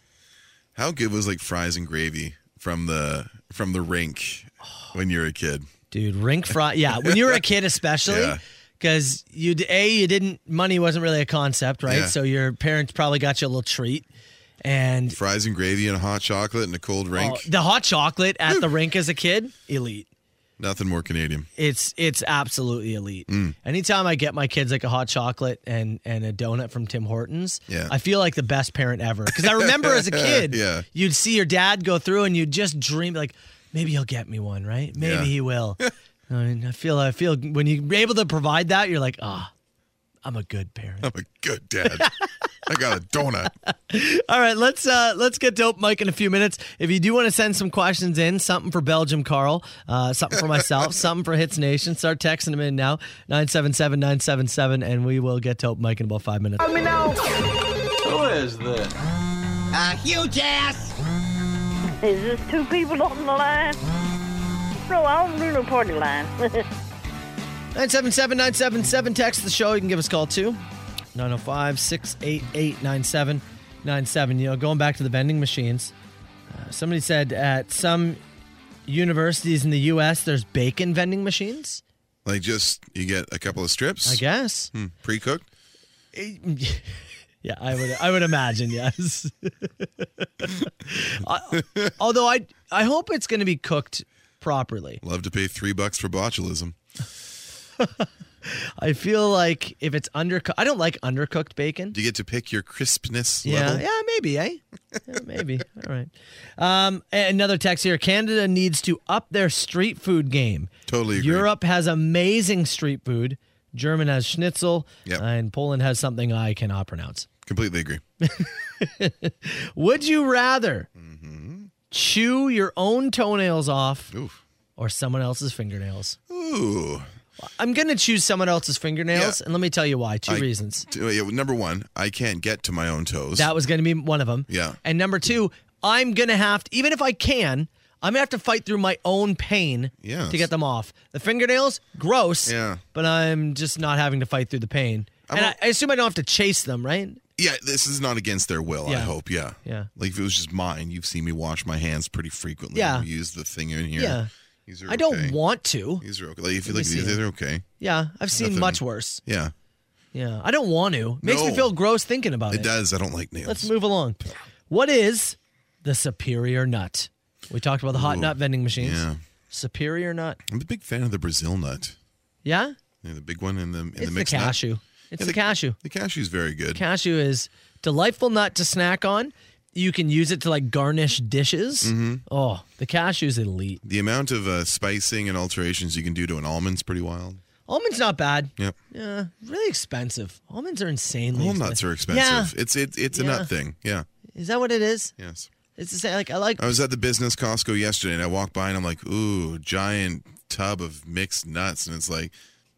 S7: How good was like fries and gravy from the from the rink when you were a kid?
S6: Dude, rink fry. Yeah, when you were a kid, especially.
S7: Yeah.
S6: Because you d- a you didn't money wasn't really a concept, right?
S7: Yeah.
S6: So your parents probably got you a little treat, and
S7: Fries and gravy and hot chocolate and a cold rink.
S6: oh, the hot chocolate at the rink as a kid, elite.
S7: Nothing more Canadian.
S6: It's it's absolutely elite.
S7: Mm.
S6: Anytime I get my kids like a hot chocolate and and a donut from Tim Hortons,
S7: Yeah.
S6: I feel like the best parent ever. Because I
S7: [LAUGHS]
S6: remember as a kid,
S7: Yeah.
S6: you'd see your dad go through and you'd just dream like, maybe he'll get me one, right? Maybe
S7: Yeah. [LAUGHS]
S6: he will. I mean, I feel I feel when you're able to provide that, you're like, ah, I'm a good parent.
S7: I'm a good
S6: [LAUGHS]
S7: dad. I got a donut.
S6: All right, let's uh, let's get dope, Mike, in a few minutes. If you do want to send some questions in, something for Belgium Carl, uh, something for myself, something for Hits Nation, start texting them in now 977-977, and we will get dope, Mike, in about five minutes.
S4: Is this two people on the line? No, I don't do no party line. [LAUGHS]
S6: 977-977, text the show. You can give us a call too. 905-688-9797. You know, going back to the vending machines, uh, somebody said at some universities in the U.S. there's bacon vending machines.
S7: Like just you get a couple of strips.
S6: I guess.
S7: Pre cooked.
S6: [LAUGHS] Yeah, I would. I would imagine yes. [LAUGHS] I- although I, I hope it's going to be cooked properly.
S7: Love to pay three bucks for botulism.
S6: I feel like if it's undercooked, I don't like undercooked bacon.
S7: Do you get to pick your crispness
S6: Yeah,
S7: level?
S6: yeah, maybe, eh? Yeah, maybe. [LAUGHS] All right. Um, a- another text here. Canada needs to up their street food game.
S7: Totally agree.
S6: Europe has amazing street food. German has schnitzel,
S7: Yep.
S6: and Poland has something I cannot pronounce.
S7: Completely agree.
S6: Would you rather
S7: Mm-hmm.
S6: chew your own toenails off
S7: Oof.
S6: or someone else's fingernails?
S7: Ooh.
S6: I'm going to choose someone else's fingernails,
S7: Yeah.
S6: and let me tell you why. Two
S7: I-
S6: reasons.
S7: T- yeah, well, Number one, I can't get to my own toes.
S6: That was going to be one of them.
S7: Yeah.
S6: And number two, I'm going to have to, even if I can, I'm going to have to fight through my own pain
S7: Yes.
S6: to get them off. The fingernails, gross.
S7: Yeah.
S6: But I'm just not having to fight through the pain.
S7: I'm
S6: and
S7: a-
S6: I, I assume I don't have to chase them, right?
S7: yeah, this is not against their will, I
S6: Yeah.
S7: hope. Yeah.
S6: Yeah.
S7: Like if it was just mine, you've seen me wash my hands pretty frequently.
S6: Yeah.
S7: We Use the thing in here.
S6: Yeah.
S7: These are
S6: I don't
S7: okay.
S6: want to.
S7: These are okay. Like, if you look at
S6: me see
S7: these, they're okay.
S6: Yeah. I've seen
S7: Nothing.
S6: much worse.
S7: Yeah.
S6: Yeah. I don't want to. Makes me
S7: No.
S6: feel gross thinking about
S7: It
S6: it.
S7: does. I don't like nails.
S6: Let's move along. What is the superior nut? We talked about the hot
S7: Ooh,
S6: nut vending machines.
S7: yeah.
S6: Superior nut.
S7: I'm a big fan of the Brazil nut.
S6: Yeah?
S7: You know, the big one in the in
S6: It's
S7: the
S6: the
S7: mixed nut.
S6: cashew. It's
S7: Yeah,
S6: the cashew.
S7: The cashew's very good.
S6: Cashew is delightful nut to snack on. You can use it to like garnish dishes.
S7: Mm-hmm.
S6: Oh, the cashew's elite.
S7: the amount of uh, spicing and alterations you can do to an almond's pretty wild.
S6: Almonds not bad.
S7: Yep.
S6: Yeah, really expensive. Almonds are insanely.
S7: Whole nuts are expensive.
S6: Yeah,
S7: It's it, it's a
S6: Yeah.
S7: nut thing. Yeah.
S6: is that what it is?
S7: Yes.
S6: It's the same. Like I like.
S7: I was at the business Costco yesterday and I walked by and I'm like, ooh, giant tub of mixed nuts. And it's like,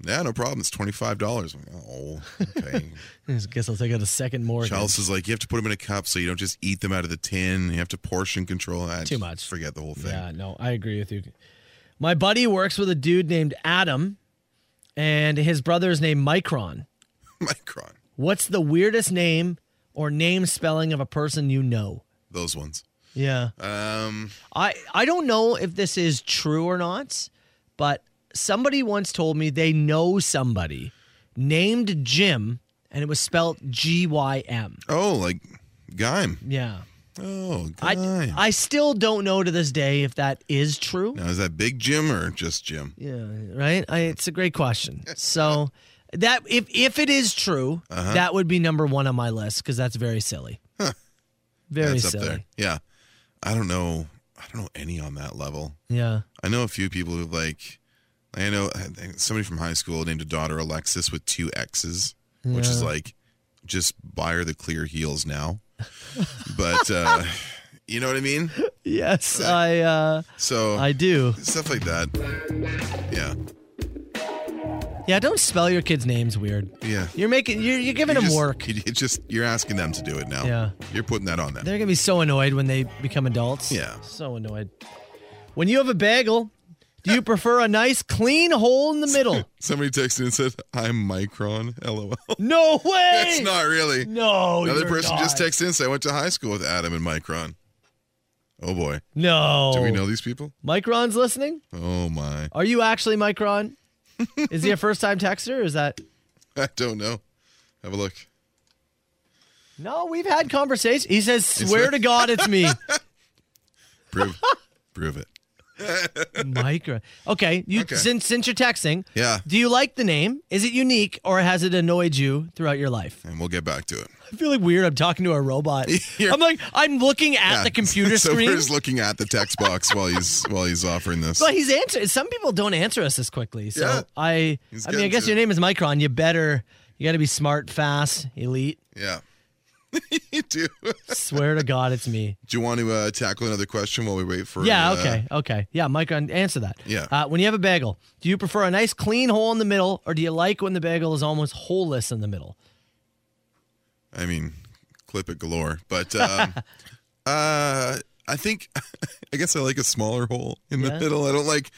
S7: nah, no problem. It's $25. I'm like, oh, okay.
S6: [LAUGHS] I guess I'll take out a second more. again.
S7: Chelsea's like, you have to put them in a cup so you don't just eat them out of the tin. You have to portion control. I just
S6: much.
S7: Forget the whole thing.
S6: Yeah, no, I agree with you. My buddy works with a dude named Adam, and his brother is named Micron.
S7: [LAUGHS] Micron.
S6: What's the weirdest name or name spelling of a person you know?
S7: Those ones.
S6: Yeah.
S7: Um,
S6: I I don't know if this is true or not, but somebody once told me they know somebody named Jim and it was spelled G Y M.
S7: oh, like Gime.
S6: Yeah.
S7: Oh,
S6: I
S7: Gime.
S6: I still don't know to this day if that is true.
S7: now, is that Big Jim or just Jim?
S6: Yeah, right? I, it's a
S7: [LAUGHS]
S6: great question. So that if if it is true,
S7: Uh-huh.
S6: that would be number 1 on my list cuz that's very silly. Very
S7: That's
S6: silly.
S7: up there. Yeah. I don't know. I don't know any on that level.
S6: Yeah.
S7: I know a few people who like. I know I think somebody from high school named a daughter Alexis with two X's, which is like, just buy her the clear heels now. [LAUGHS] but uh, you know what I mean.
S6: Yes, I uh
S7: So
S6: I do.
S7: stuff like that. Yeah.
S6: Yeah, don't spell your kids' names weird.
S7: Yeah.
S6: You're making you're, you're giving them
S7: just,
S6: work.
S7: you- you just you're asking them to do it now.
S6: Yeah.
S7: You're putting that on them.
S6: They're gonna be so annoyed when they become adults.
S7: Yeah.
S6: So annoyed. When you have a bagel, do you prefer a nice clean hole in the
S7: [LAUGHS]
S6: middle?
S7: Somebody texted and said, "I'm Micron." [LAUGHS] LOL.
S6: No way.
S7: That's not really.
S6: No.
S7: Another
S6: Oh, you're
S7: person just
S6: not.
S7: texted in. Said, I went to high school with Adam and Micron. Oh boy.
S6: No.
S7: Do we know these people?
S6: Micron's listening?
S7: Oh my. [LAUGHS]
S6: Are you actually Micron? Is he a first time texter? Or is that
S7: I don't know. Have a look.
S6: no? We've had conversations. He says, "Swear to God,
S7: [LAUGHS]
S6: it's me, [LAUGHS]
S7: Prove, prove it.
S6: Micron." Okay, you
S7: Okay.
S6: since since you're texting,
S7: Yeah.
S6: Do you like the name? Is it unique, or has it annoyed you throughout your life?
S7: And we'll get back to it.
S6: I feel like weird. I'm talking to a robot.
S7: [LAUGHS] You're-
S6: I'm like, I'm looking at
S7: Yeah.
S6: the computer
S7: [LAUGHS] so
S6: screen.
S7: we're just looking at the text box while
S6: [LAUGHS]
S7: he's while he's offering this.
S6: But he's answering. Some people don't answer us this quickly. So
S7: Yeah.
S6: I,
S7: He's
S6: I mean, I
S7: getting
S6: guess
S7: to
S6: your
S7: it.
S6: name is Micron. You better, you got to be smart, fast, elite.
S7: Yeah. [LAUGHS] you do. [LAUGHS] Do
S6: Swear to God, it's me.
S7: you want to uh, tackle another question while we wait for?
S6: Yeah,
S7: uh,
S6: okay, okay. Yeah, Mike, un- answer that.
S7: Yeah.
S6: Uh, when you have a bagel, do you prefer a nice clean hole in the middle, or do you like when the bagel is almost holeless in the middle?
S7: I mean, clip it galore. But
S6: [LAUGHS]
S7: um, uh, I think [LAUGHS] I guess I like a smaller hole in
S6: Yeah.
S7: the middle. I don't like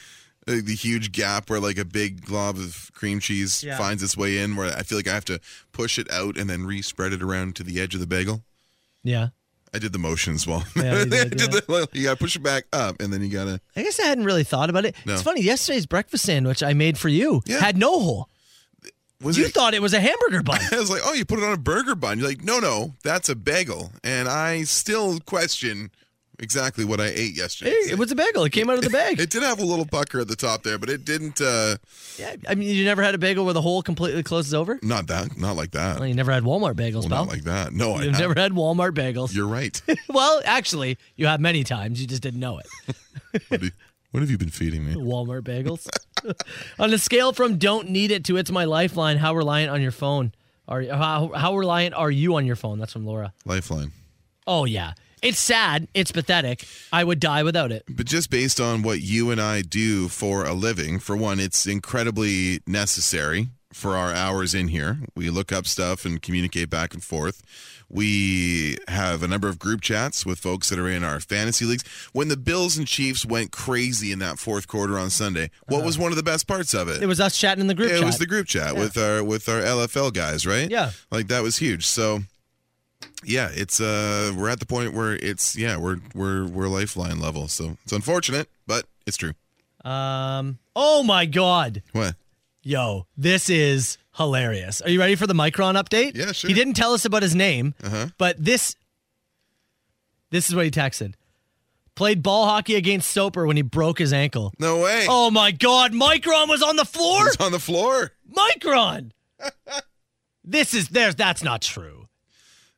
S7: uh, the huge gap where like a big glob of cream cheese
S6: Yeah.
S7: finds its way in. Where I feel like I have to push it out and then re-spread it around to the edge of the bagel.
S6: Yeah.
S7: I did the motions well.
S6: Yeah, you
S7: [LAUGHS]
S6: did,
S7: I did
S6: yeah.
S7: the, well, you gotta push it back up, and then you gotta.
S6: I guess I hadn't really thought about it.
S7: No.
S6: It's funny. Yesterday's breakfast sandwich I made for you
S7: Yeah.
S6: had no hole.
S7: Was
S6: You
S7: it? [LAUGHS]
S6: thought it was a hamburger bun.
S7: I was like, oh, you put it on a burger bun. You're like, no, no, that's a bagel, and I still question exactly what I ate yesterday.
S6: Hey, it was a bagel. It came out of the
S7: [LAUGHS]
S6: bag.
S7: It did have a little pucker at the top there, but it didn't. uh
S6: yeah, I mean, you never had a bagel where the hole completely closes over.
S7: Not that. Not like that.
S6: Well, you never had Walmart
S7: well,
S6: bagels, pal.
S7: not like that. No, I
S6: You've
S7: have.
S6: never had Walmart
S7: [LAUGHS]
S6: bagels.
S7: You're right.
S6: well, actually, you have many times. You just didn't know it.
S7: what, do- what have you been feeding me?
S6: Walmart bagels. [LAUGHS] on a scale from don't need it to it's my lifeline, how reliant on your phone are how, how reliant are you on your phone? That's from Laura.
S7: Lifeline.
S6: Oh yeah. It's sad. It's pathetic. I would die without it.
S7: But just based on what you and I do for a living, for one, it's incredibly necessary for our hours in here. We look up stuff and communicate back and forth. We have a number of group chats with folks that are in our fantasy leagues. When the Bills and Chiefs went crazy in that fourth quarter on Sunday, what
S6: Uh-huh.
S7: was one of the best parts of it?
S6: It was us chatting in the group
S7: Yeah,
S6: chat.
S7: It was the group chat with our with our LFL guys, right?
S6: Yeah.
S7: like that was huge. So, yeah, it's uh, we're at the point where it's yeah, we're we're we're lifeline level. So it's unfortunate, but it's true.
S6: um Oh my god.
S7: What?
S6: Yo, this is hilarious. Are you ready for the Micron update?
S7: Yeah, sure. Uh-huh.
S6: He didn't tell us about his name, but this this is what he texted. Played ball hockey against Soper when he broke his ankle.
S7: No way.
S6: Oh my God, Micron was on the floor.
S7: it's on the floor.
S6: Micron. this is there's that's not true.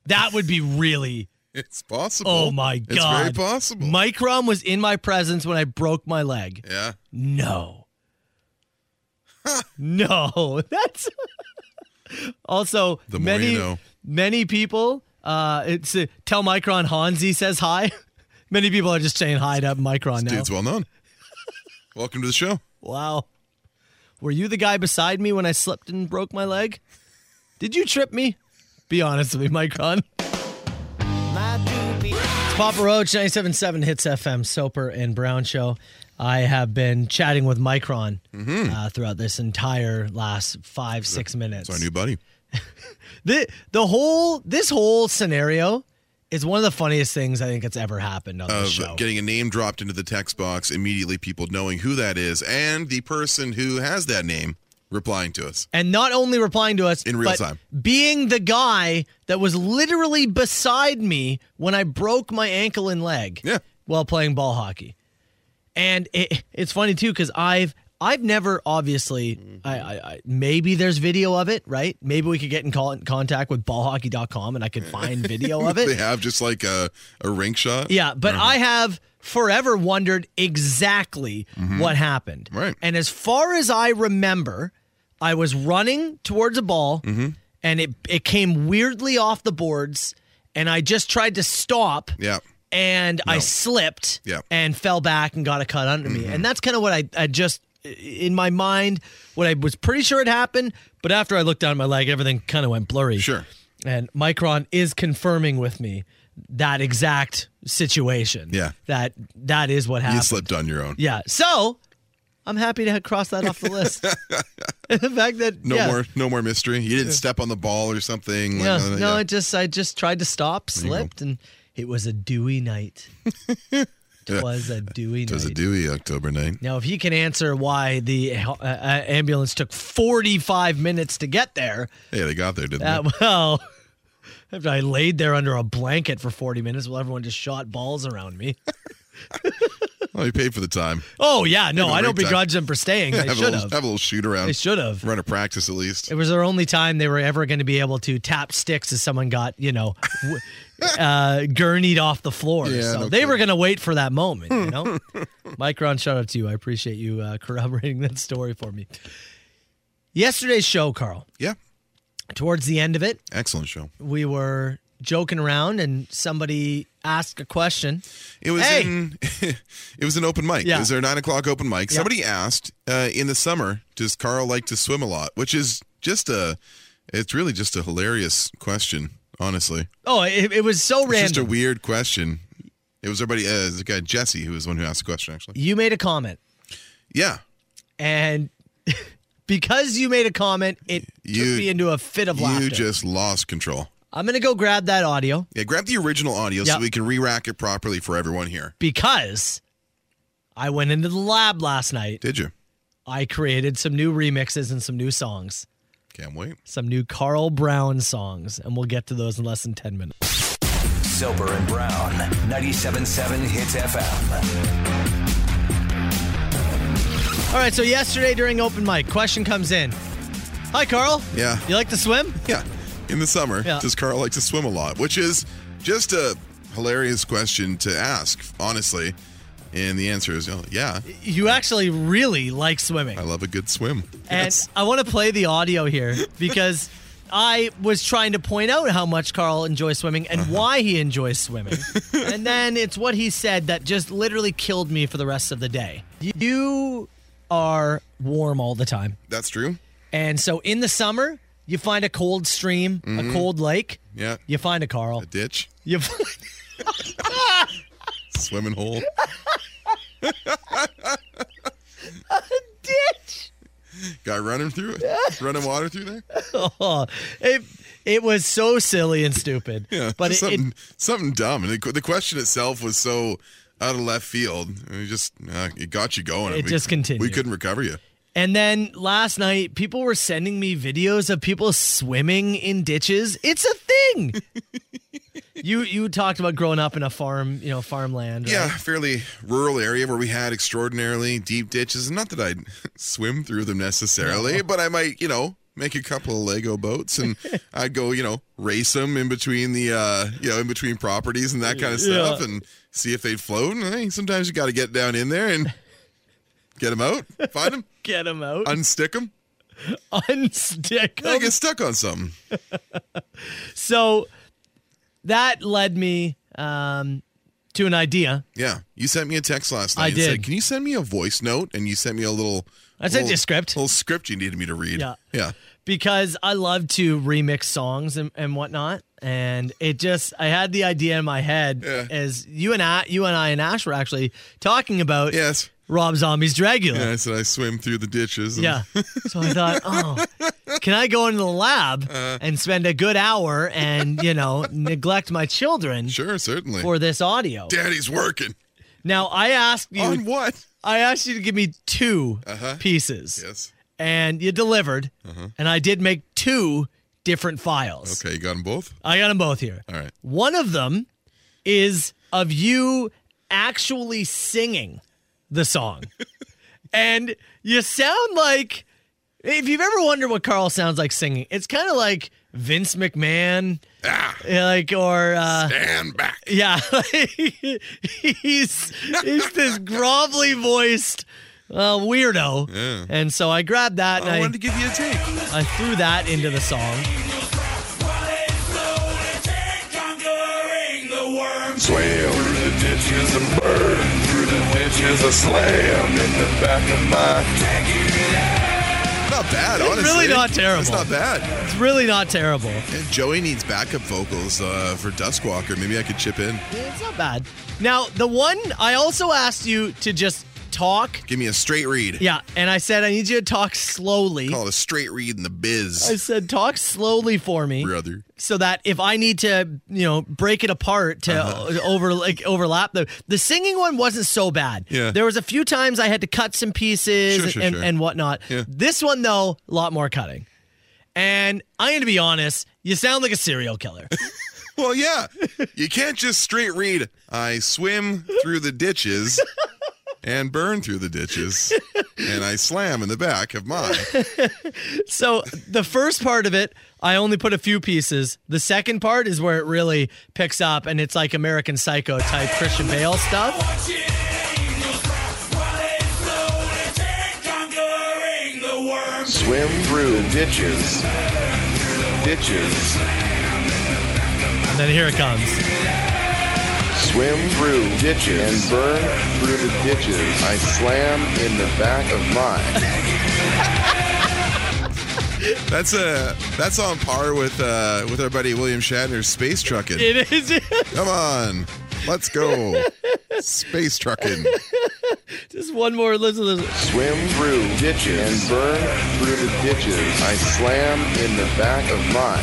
S6: That would be really.
S7: It's possible.
S6: Oh my
S7: It's
S6: God.
S7: very possible.
S6: Micron was in my presence when I broke my leg.
S7: yeah.
S6: No.
S7: [LAUGHS]
S6: no, [LAUGHS] that's also
S7: The more you
S6: many
S7: know.
S6: many people. Uh, it's uh, tell Micron Hansi says hi. [LAUGHS] many people are just saying hi to Micron now.
S7: Dude's well known. [LAUGHS] Welcome to the show.
S6: Wow. Were you the guy beside me when I slipped and broke my leg? Did you trip me? Be honest with me, Micron. It's Papa Roach, 97.7 Hits FM, Soper and Brown Show. I have been chatting with Micron
S7: Mm-hmm.
S6: uh, throughout this entire last five, six minutes.
S7: It's our new buddy.
S6: the, the whole, this whole scenario is one of the funniest things I think that's ever happened on
S7: Of
S6: this show.
S7: getting a name dropped into the text box, immediately people knowing who that is, and the person who has that name replying to us.
S6: and not only replying to us
S7: In real
S6: but
S7: time.
S6: being the guy that was literally beside me when I broke my ankle and leg
S7: Yeah.
S6: while playing ball hockey. And it, it's funny too because I've I've never obviously I, I, I maybe there's video of it right maybe we could get in, call, in contact with ballhockey.com and I could find video
S7: [LAUGHS]
S6: of [LAUGHS]
S7: They
S6: it
S7: have just like a, a rink shot.
S6: yeah but I have forever wondered exactly what happened
S7: Mm-hmm. Right.
S6: and as far as I remember I was running towards a ball
S7: Mm-hmm.
S6: and it it came weirdly off the boards and I just tried to stop
S7: Yeah.
S6: and I slipped
S7: Yeah. Mm-hmm.
S6: and fell back and got a cut under me. And that's kind of what I, I just in my mind what I was pretty sure had happened, but after I looked down at my leg, everything kind of went blurry.
S7: Sure.
S6: And Micron is confirming with me that exact situation.
S7: Yeah.
S6: That that is what
S7: You
S6: happened.
S7: slipped on your own.
S6: Yeah. So I'm happy to cross that off the
S7: [LAUGHS]
S6: list. [LAUGHS] And the fact that
S7: No
S6: yeah.
S7: more, no more mystery. You didn't step on the ball or something. like
S6: Yeah.
S7: none of that,
S6: no,
S7: yeah.
S6: I just I just tried to stop,
S7: you go.
S6: slipped, and it was a dewy
S7: [LAUGHS]
S6: night.
S7: Yeah.
S6: it was a dewy
S7: it was a
S6: night.
S7: dewy October night.
S6: now, if he can answer why the uh, uh, ambulance took 45 minutes to get there,
S7: Hey, they got there, didn't
S6: uh,
S7: they?
S6: well, [LAUGHS] after I laid there under a blanket for 40 minutes while everyone just shot balls around
S7: [LAUGHS]
S6: me.
S7: [LAUGHS] Well, you paid for the time.
S6: Oh, yeah, no,
S7: Had a
S6: I don't
S7: great time.
S6: begrudge them for
S7: [LAUGHS]
S6: staying. They
S7: have, a
S6: should
S7: little,
S6: have.
S7: have a little shoot around.
S6: They should have.
S7: Run a practice at least.
S6: It was their only time they were ever going to be able to tap sticks as someone got, you know, w- [LAUGHS] uh, gurneyed off the floor.
S7: Yeah,
S6: so
S7: no
S6: they were
S7: kidding.
S6: going to wait for that moment,
S7: [LAUGHS]
S6: you know? Micron, shout out to you. I appreciate you uh, [LAUGHS] corroborating that story for me. Yesterday's show, Carl,
S7: Yeah.
S6: towards the end of it,
S7: Excellent show.
S6: we were joking around and somebody asked a question.
S7: It was
S6: Hey!
S7: in, [LAUGHS] it was an open mic.
S6: Yeah.
S7: It was their nine o'clock open mic. Somebody asked uh, in the summer, does Carl like to swim a lot? Which is just a, it's really just a hilarious question. Honestly,
S6: Oh, it, it was so
S7: it's just a
S6: random.
S7: weird question. It was everybody. Uh, it was the guy Jesse who was the one who asked the question actually.
S6: you made a comment,
S7: Yeah,
S6: and [LAUGHS] because you made a comment, it
S7: You-
S6: took me into a fit of laughter.
S7: you just lost control.
S6: I'm going to go grab that audio.
S7: Yeah, grab the original audio
S6: Yeah.
S7: so we can re-rack it properly for everyone here.
S6: because I went into the lab last night.
S7: Did you?
S6: I created some new remixes and some new songs,
S7: Can't wait.
S6: some new Carl Brown songs, and we'll get to those in less than 10 minutes.
S5: Soper and Brown, 97.7 Hits FM.
S6: All right, so yesterday during open mic, question comes in. Hi, Carl.
S7: Yeah.
S6: You like to swim?
S7: Yeah. In the summer,
S6: Yeah.
S7: does Carl like to swim a lot? Which is just a hilarious question to ask, honestly. And the answer is, oh, yeah,
S6: You actually really like swimming.
S7: I love a good swim.
S6: And
S7: Yes.
S6: I want to play the audio here because I was trying to point out how much Carl enjoys swimming
S7: Uh-huh.
S6: and why he
S7: [LAUGHS]
S6: enjoys swimming. and then it's what he said that just literally killed me for the rest of the day. You are warm all the time.
S7: That's true.
S6: And so in the summer, you find a cold stream, a cold lake.
S7: Mm-hmm. Yeah.
S6: You find a Carl.
S7: A ditch,
S6: You [LAUGHS] find,
S7: swimming
S6: [LAUGHS]
S7: hole.
S6: ditch.
S7: Guy running through
S6: [LAUGHS]
S7: it, running water through there.
S6: Oh, it, it was so silly and stupid.
S7: Yeah,
S6: but
S7: just
S6: it, it
S7: something, something dumb. And the, the question itself was so out of left field. And it just uh, it got you going.
S6: It just continued.
S7: We couldn't recover you.
S6: And then last night, people were sending me videos of people swimming in ditches. It's a
S7: [LAUGHS]
S6: thing. you you talked about growing up in a farm, you know, farmland. Right?
S7: Yeah, fairly rural area where we had extraordinarily deep ditches. Not that I'd [LAUGHS] swim through them necessarily, but I might, you know, make a couple of Lego boats
S6: [LAUGHS]
S7: and I'd go, you know, race them in between the, uh, you know, in between properties and that kind of stuff and see if they'd float. And hey, sometimes you got to get down in there and [LAUGHS] get them out, find
S6: [LAUGHS]
S7: them,
S6: Get them out.
S7: unstick them.
S6: Unstick 'em.
S7: I get stuck on something.
S6: So that led me um, to an idea.
S7: Yeah, you sent me a text last night.
S6: I
S7: and
S6: did.
S7: Said, Can you send me a voice note? And you sent me a little.
S6: I sent you a
S7: little-
S6: script.
S7: Little script you needed me to read.
S6: Yeah.
S7: Yeah.
S6: because I love to remix songs and, and whatnot. And it just, I had the idea in my head
S7: Yeah.
S6: as you and I, you and I and Ash were actually talking about
S7: Yes.
S6: Rob Zombie's
S7: [LAUGHS]
S6: Dragula.
S7: Yeah, I said I swim through the ditches. and-
S6: Yeah. So
S7: [LAUGHS]
S6: I thought, oh, can I go into the lab
S7: Uh.
S6: and spend a good hour and, you know, neglect my children
S7: Sure, certainly.
S6: for this audio?
S7: Daddy's working.
S6: Now, I asked you,
S7: On Uh-huh. what?
S6: I asked you to give me 2 pieces
S7: Yes.
S6: and you delivered.
S7: Uh-huh.
S6: And I did make two different files.
S7: Okay, you got them both?
S6: I got them both here.
S7: All right.
S6: One of them is of you actually singing the
S7: [LAUGHS]
S6: song. and you sound like if you've ever wondered what Carl sounds like singing, it's kind of like Vince McMahon,
S7: Ah,
S6: eh, like or
S7: [LAUGHS]
S6: uh
S7: and back.
S6: yeah, [LAUGHS] he's he's this grovelly voiced uh, weirdo,
S7: Yeah. Oh,
S6: and so I grabbed that and
S7: I
S6: I,
S7: wanted to give you a take.
S6: I threw that into the song.
S8: Swim through the ditches and burn through the Bitches a slam in the back of my.
S7: Not bad,
S6: It's
S7: honestly.
S6: really not terrible.
S7: It's not bad.
S6: It's really not terrible.
S7: And Joey needs backup vocals uh, for Duskwalker. Maybe I could chip in.
S6: It's not bad. Now, the one I also asked you to just talk.
S7: Give me a straight read.
S6: Yeah, and I said I need you to talk slowly.
S7: Call it a straight read in the
S6: I
S7: biz,
S6: said talk slowly for me.
S7: brother.
S6: so that if I need to, you know, break it apart to
S7: Uh-huh.
S6: over like overlap the the singing one wasn't so bad.
S7: Yeah.
S6: There was a few times I had to cut some pieces
S7: Sure,
S6: and,
S7: sure,
S6: and,
S7: sure.
S6: and whatnot.
S7: Yeah.
S6: This one though, a lot more cutting. And I'm gonna be honest, you sound like a serial killer.
S7: Well, yeah. You can't just straight read. I swim through the ditches and burn through the ditches, and I slam in the back of mine.
S6: so the first part of it, I only put a few pieces. The second part is where it really picks up and it's like American Psycho type Christian Bale stuff.
S8: Swim through ditches. Ditches.
S6: And then here it comes.
S8: Swim through ditches. And burn through the ditches. I slam in the back of my.
S7: That's a that's on par with uh, with our buddy William Shatner's space trucking.
S6: It is [LAUGHS]
S7: Come on, let's go. Space trucking.
S6: just one more listen to this.
S8: Swim through ditches. And burn through the ditches. I slam in the back of my.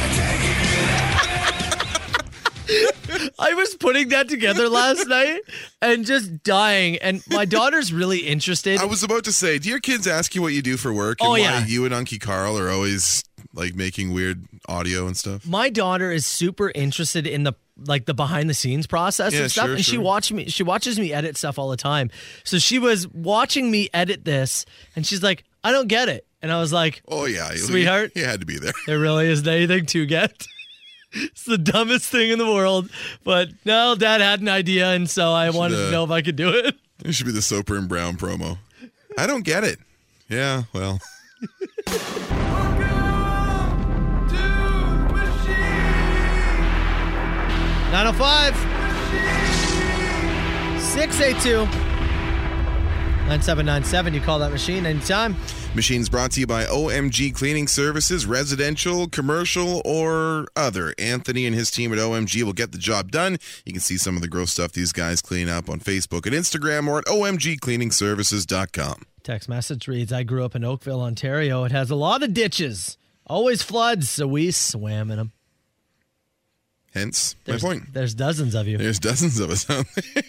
S6: I was putting that together
S7: [LAUGHS]
S6: last night and just dying. And my daughter's really interested.
S7: I was about to say, do your kids ask you what you do for work? And
S6: Oh,
S7: why
S6: yeah.
S7: You and Unky Carl are always like making weird audio and stuff.
S6: my daughter is super interested in the like the behind the scenes process
S7: Yeah,
S6: and stuff
S7: sure,
S6: and she
S7: sure.
S6: watched me she watches me edit stuff all the time so she was watching me edit this and she's like i don't get it and i was like
S7: Oh yeah, you-
S6: Sweetheart.
S7: you had to be there.
S6: there really isn't anything to get [LAUGHS] it's the dumbest thing in the world but no dad had an idea and so i wanted
S7: uh,
S6: to know if i could do it
S7: It should be the Soper and Brown promo. I don't get it. Yeah, well,
S2: Welcome to Machine.
S6: 905 682 9797. You call that machine anytime.
S7: machines brought to you by OMG Cleaning Services, residential, commercial, or other. Anthony and his team at OMG will get the job done. You can see some of the gross stuff these guys clean up on Facebook and Instagram or at omgcleaningservices.com.
S6: Text message reads I grew up in Oakville, Ontario. It has a lot of ditches, always floods, so we swam in them.
S7: Hence
S6: There's,
S7: my point.
S6: There's dozens of you.
S7: There's dozens of us out there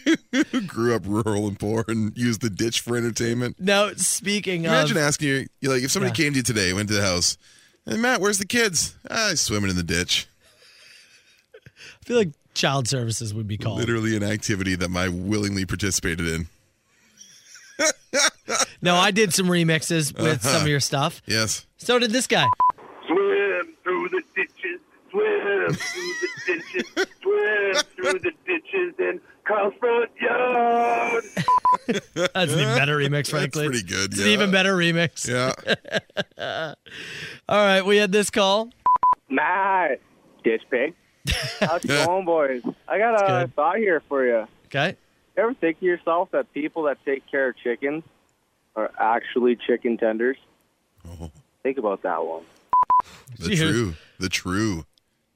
S7: [LAUGHS] who grew up rural and poor and used the ditch for entertainment.
S6: Now, speaking
S7: Imagine
S6: of.
S7: asking you, you like, if somebody
S6: Yeah.
S7: came to you today, went to the house, and Matt, where's the kids? Ah, swimming in the ditch.
S6: I feel like child services would be called.
S7: Literally an activity that I willingly participated in.
S6: No, I did some remixes with some of your stuff.
S7: Yes.
S6: So did this guy.
S8: Swim through the ditches. Swim through the
S6: [LAUGHS]
S8: ditches. Swim through the ditches and confront yard.
S6: [LAUGHS] That's an even better remix, frankly.
S7: pretty good,
S6: It's an
S7: yeah.
S6: even better remix. [LAUGHS]
S7: Yeah.
S6: All right, we had this call.
S9: Nah, ditch pig. How's it
S7: Yeah.
S9: going, boys? I got a
S6: good.
S9: thought here for you.
S6: Okay.
S9: Ever think to yourself that people that take care of chickens are actually chicken tenders? Think about that one.
S7: The
S6: Dude.
S7: true, the true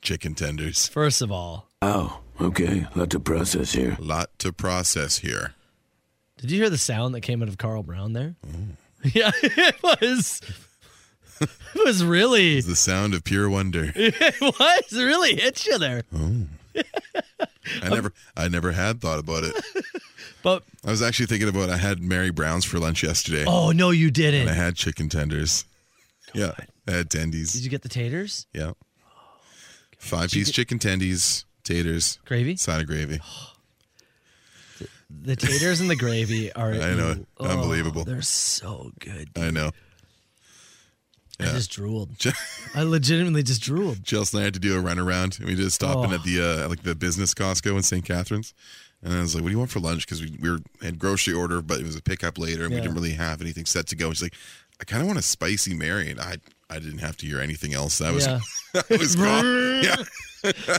S7: chicken tenders.
S6: First of all,
S10: Oh, okay. Lot to process here.
S7: A lot to process here.
S6: Did you hear the sound that came out of Carl Brown there? [LAUGHS] Yeah, it was. It was really.
S7: It's the sound of pure wonder.
S6: [LAUGHS] It was it really hit you there.
S7: I never, I never had thought about it.
S6: But
S7: I was actually thinking about I had Mary Brown's for lunch yesterday.
S6: oh no, you
S7: And I
S6: didn't.
S7: had chicken tenders. Yeah. I had tendies.
S6: Did you Oh, get the taters?
S7: Yeah. Five piece chicken tendies, taters,
S6: Gravy.
S7: side of gravy.
S6: The taters and the gravy
S7: [LAUGHS]
S6: are.
S7: I know.
S6: oh,
S7: Unbelievable.
S6: They're so good.
S7: I know. [LAUGHS]
S6: I
S7: Yeah.
S6: just drooled. I legitimately just drooled.
S7: Chelsea and I had to do a runaround. And we did stopping
S6: Oh.
S7: at the uh, like the business Costco in St. Catharines. And I was like, "What do you want for lunch?" Because we, we were had grocery order, but it was a pickup later, and we
S6: Yeah.
S7: didn't really have anything set to go. And she's like, "I kind of want a spicy Mary," and I I didn't have to hear anything else. That was [LAUGHS]
S6: Yeah.
S7: that was
S6: [LAUGHS]
S7: gone. Yeah,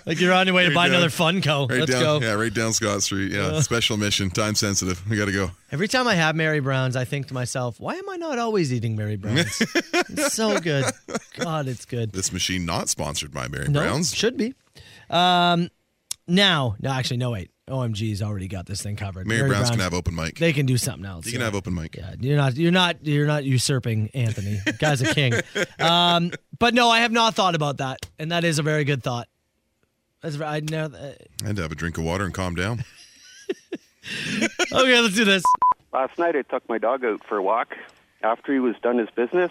S6: Like you're on your way to
S7: Right
S6: buy
S7: down.
S6: another Funko.
S7: right
S6: Let's
S7: down.
S6: go.
S7: Yeah, right down Scott Street. Yeah, special mission, time sensitive. We got to go.
S6: Every time I have Mary Browns, I think to myself, why am I not always eating
S7: [LAUGHS]
S6: Mary Browns? it's so good. God, it's good.
S7: This machine not sponsored by Mary
S6: No,
S7: Browns.
S6: should be. Um, now, no, actually, no, wait. OMG's already got this thing covered.
S7: Mary, Browns, can have open mic.
S6: They can do something else.
S7: you can
S6: yeah.
S7: have open mic.
S6: Yeah, you're not you're not you're not usurping Anthony. Guy's
S7: [LAUGHS]
S6: a king. Um, but no, I have not thought about that, and that is a very good thought. That's right. I know. Uh,
S7: I had to have a drink of water and calm down.
S6: okay, let's do this.
S9: Last night I took my dog out for a walk. After he was done his business,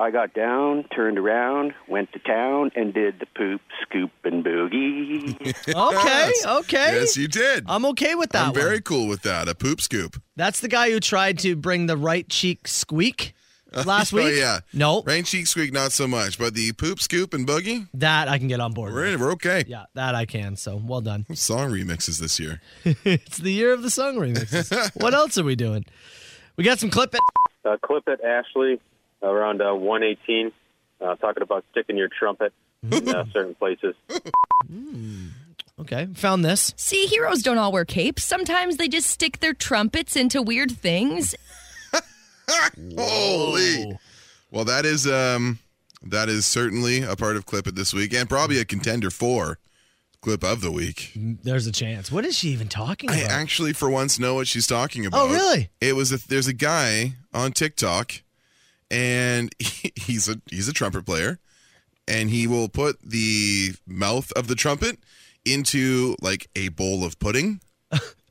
S9: I got down, turned around, went to town, and did the poop, scoop, and boogie.
S6: Okay, okay.
S7: [LAUGHS] Yes, you did.
S6: I'm okay with that.
S7: I'm very
S6: one.
S7: cool with that. A poop scoop. [LAUGHS]
S6: That's the guy who tried to bring the right cheek squeak
S7: [LAUGHS]
S6: last
S7: Oh
S6: week.
S7: yeah.
S6: No,
S7: Rain cheek squeak not so much, but the poop scoop and boogie,
S6: that I can get on board.
S7: we're
S6: with.
S7: in, we're okay.
S6: Yeah, that I can. So well done. [LAUGHS]
S7: Song remixes this year.
S6: it's the year of the song
S7: [LAUGHS]
S6: remixes. what else are we doing? We got some clip. It.
S9: uh, clip at Ashley around uh, 118, uh, talking about sticking your trumpet in uh, certain places.
S6: Okay, found this.
S11: See, heroes don't all wear capes. Sometimes they just stick their trumpets into weird things.
S7: Holy. Well, that is um that is certainly a part of clip it this week and probably a contender for clip of the week.
S6: There's a chance. What is she even talking
S7: I
S6: about? Oh,
S7: actually for once know what she's talking about.
S6: really?
S7: It was a, there's a guy on TikTok and [LAUGHS] he- he's a he's a trumpet player and he will put the mouth of the trumpet into like a bowl of
S6: [LAUGHS]
S7: pudding,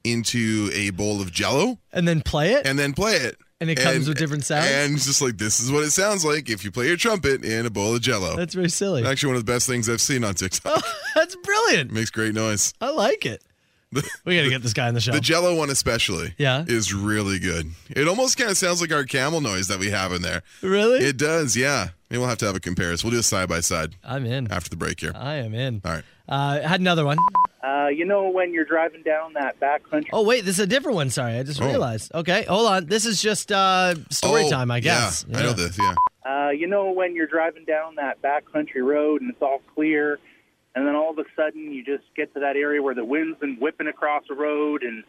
S7: into a bowl of jello
S6: and then play it.
S7: and then play it.
S6: And it comes with different sounds?
S7: And it's just like this is what it sounds like if you play your trumpet in a bowl of jello.
S6: That's very silly.
S7: Actually, one of the best things I've seen on TikTok.
S6: [LAUGHS] That's brilliant.
S7: Makes great noise.
S6: I
S7: [LAUGHS]
S6: like it. We gotta get this guy on the show.
S7: The Jello one, especially,
S6: Yeah.
S7: is really good. It almost kind of sounds like our camel noise that we have in there.
S6: really?
S7: It does, yeah. Maybe we'll have to have a comparison. We'll do a side by side
S6: I'm in.
S7: after the break here.
S6: I am in.
S7: All right.
S6: Uh, I had another one.
S9: Uh, you know when you're driving down that backcountry.
S6: Oh wait, this is a different one. Sorry, I just
S7: Oh.
S6: realized. Okay, hold on. This is just uh, story
S7: Oh,
S6: time, I guess.
S7: Yeah, I know
S6: Yeah.
S7: this. Yeah.
S9: Uh, you know when you're driving down that backcountry road and it's all clear, and then all of a sudden you just get to that area where the wind's been whipping across the road and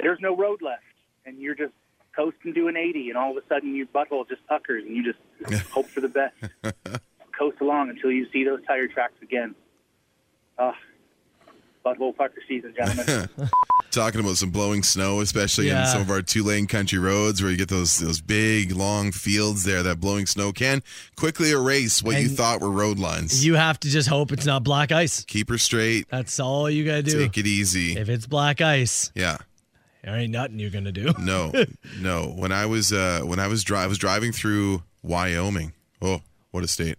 S9: there's no road left, and you're just coasting doing 80, and all of a sudden your butthole just puckers and you just hope for the best, coast along until you see those tire tracks again. Ah, butthole pucker season, gentlemen.
S7: Talking about some blowing snow, especially in
S6: Yeah.
S7: some of our two lane country roads where you get those those big long fields there that blowing snow can quickly erase what you
S6: And
S7: thought were road lines.
S6: You have to just hope it's not black ice.
S7: Keep her straight.
S6: That's all you gotta do.
S7: Take it easy.
S6: If it's black ice,
S7: Yeah.
S6: there ain't nothing you're gonna do.
S7: No, no. When I was uh, when I was dri- I was driving through Wyoming. Oh, what a state!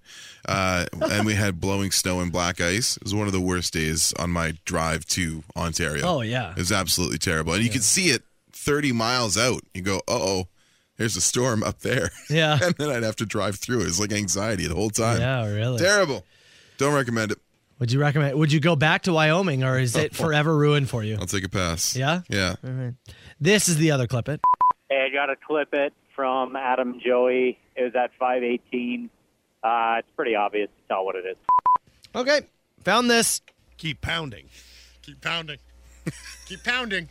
S7: Uh, and we had blowing snow and black ice. It was one of the worst days on my drive to Ontario.
S6: [LAUGHS] Oh, yeah.
S7: it was absolutely terrible, and you could see it thirty miles out. You go, uh oh, there's a storm up there, [LAUGHS]
S6: Yeah.
S7: and then I'd have to drive through. It was like anxiety the whole time.
S6: yeah, really.
S7: terrible. Don't recommend it.
S6: Would you recommend? Would you go back to Wyoming, or
S7: [LAUGHS]
S6: is it forever ruined for you?
S7: I'll take a pass.
S6: Yeah?
S7: yeah.
S6: This is the other clip. It.
S9: Hey, I got a clip it from Adam Joey. It was at 518. Uh, it's pretty obvious to tell what it is.
S6: Okay, found this.
S12: Keep pounding. Keep pounding. Keep pounding.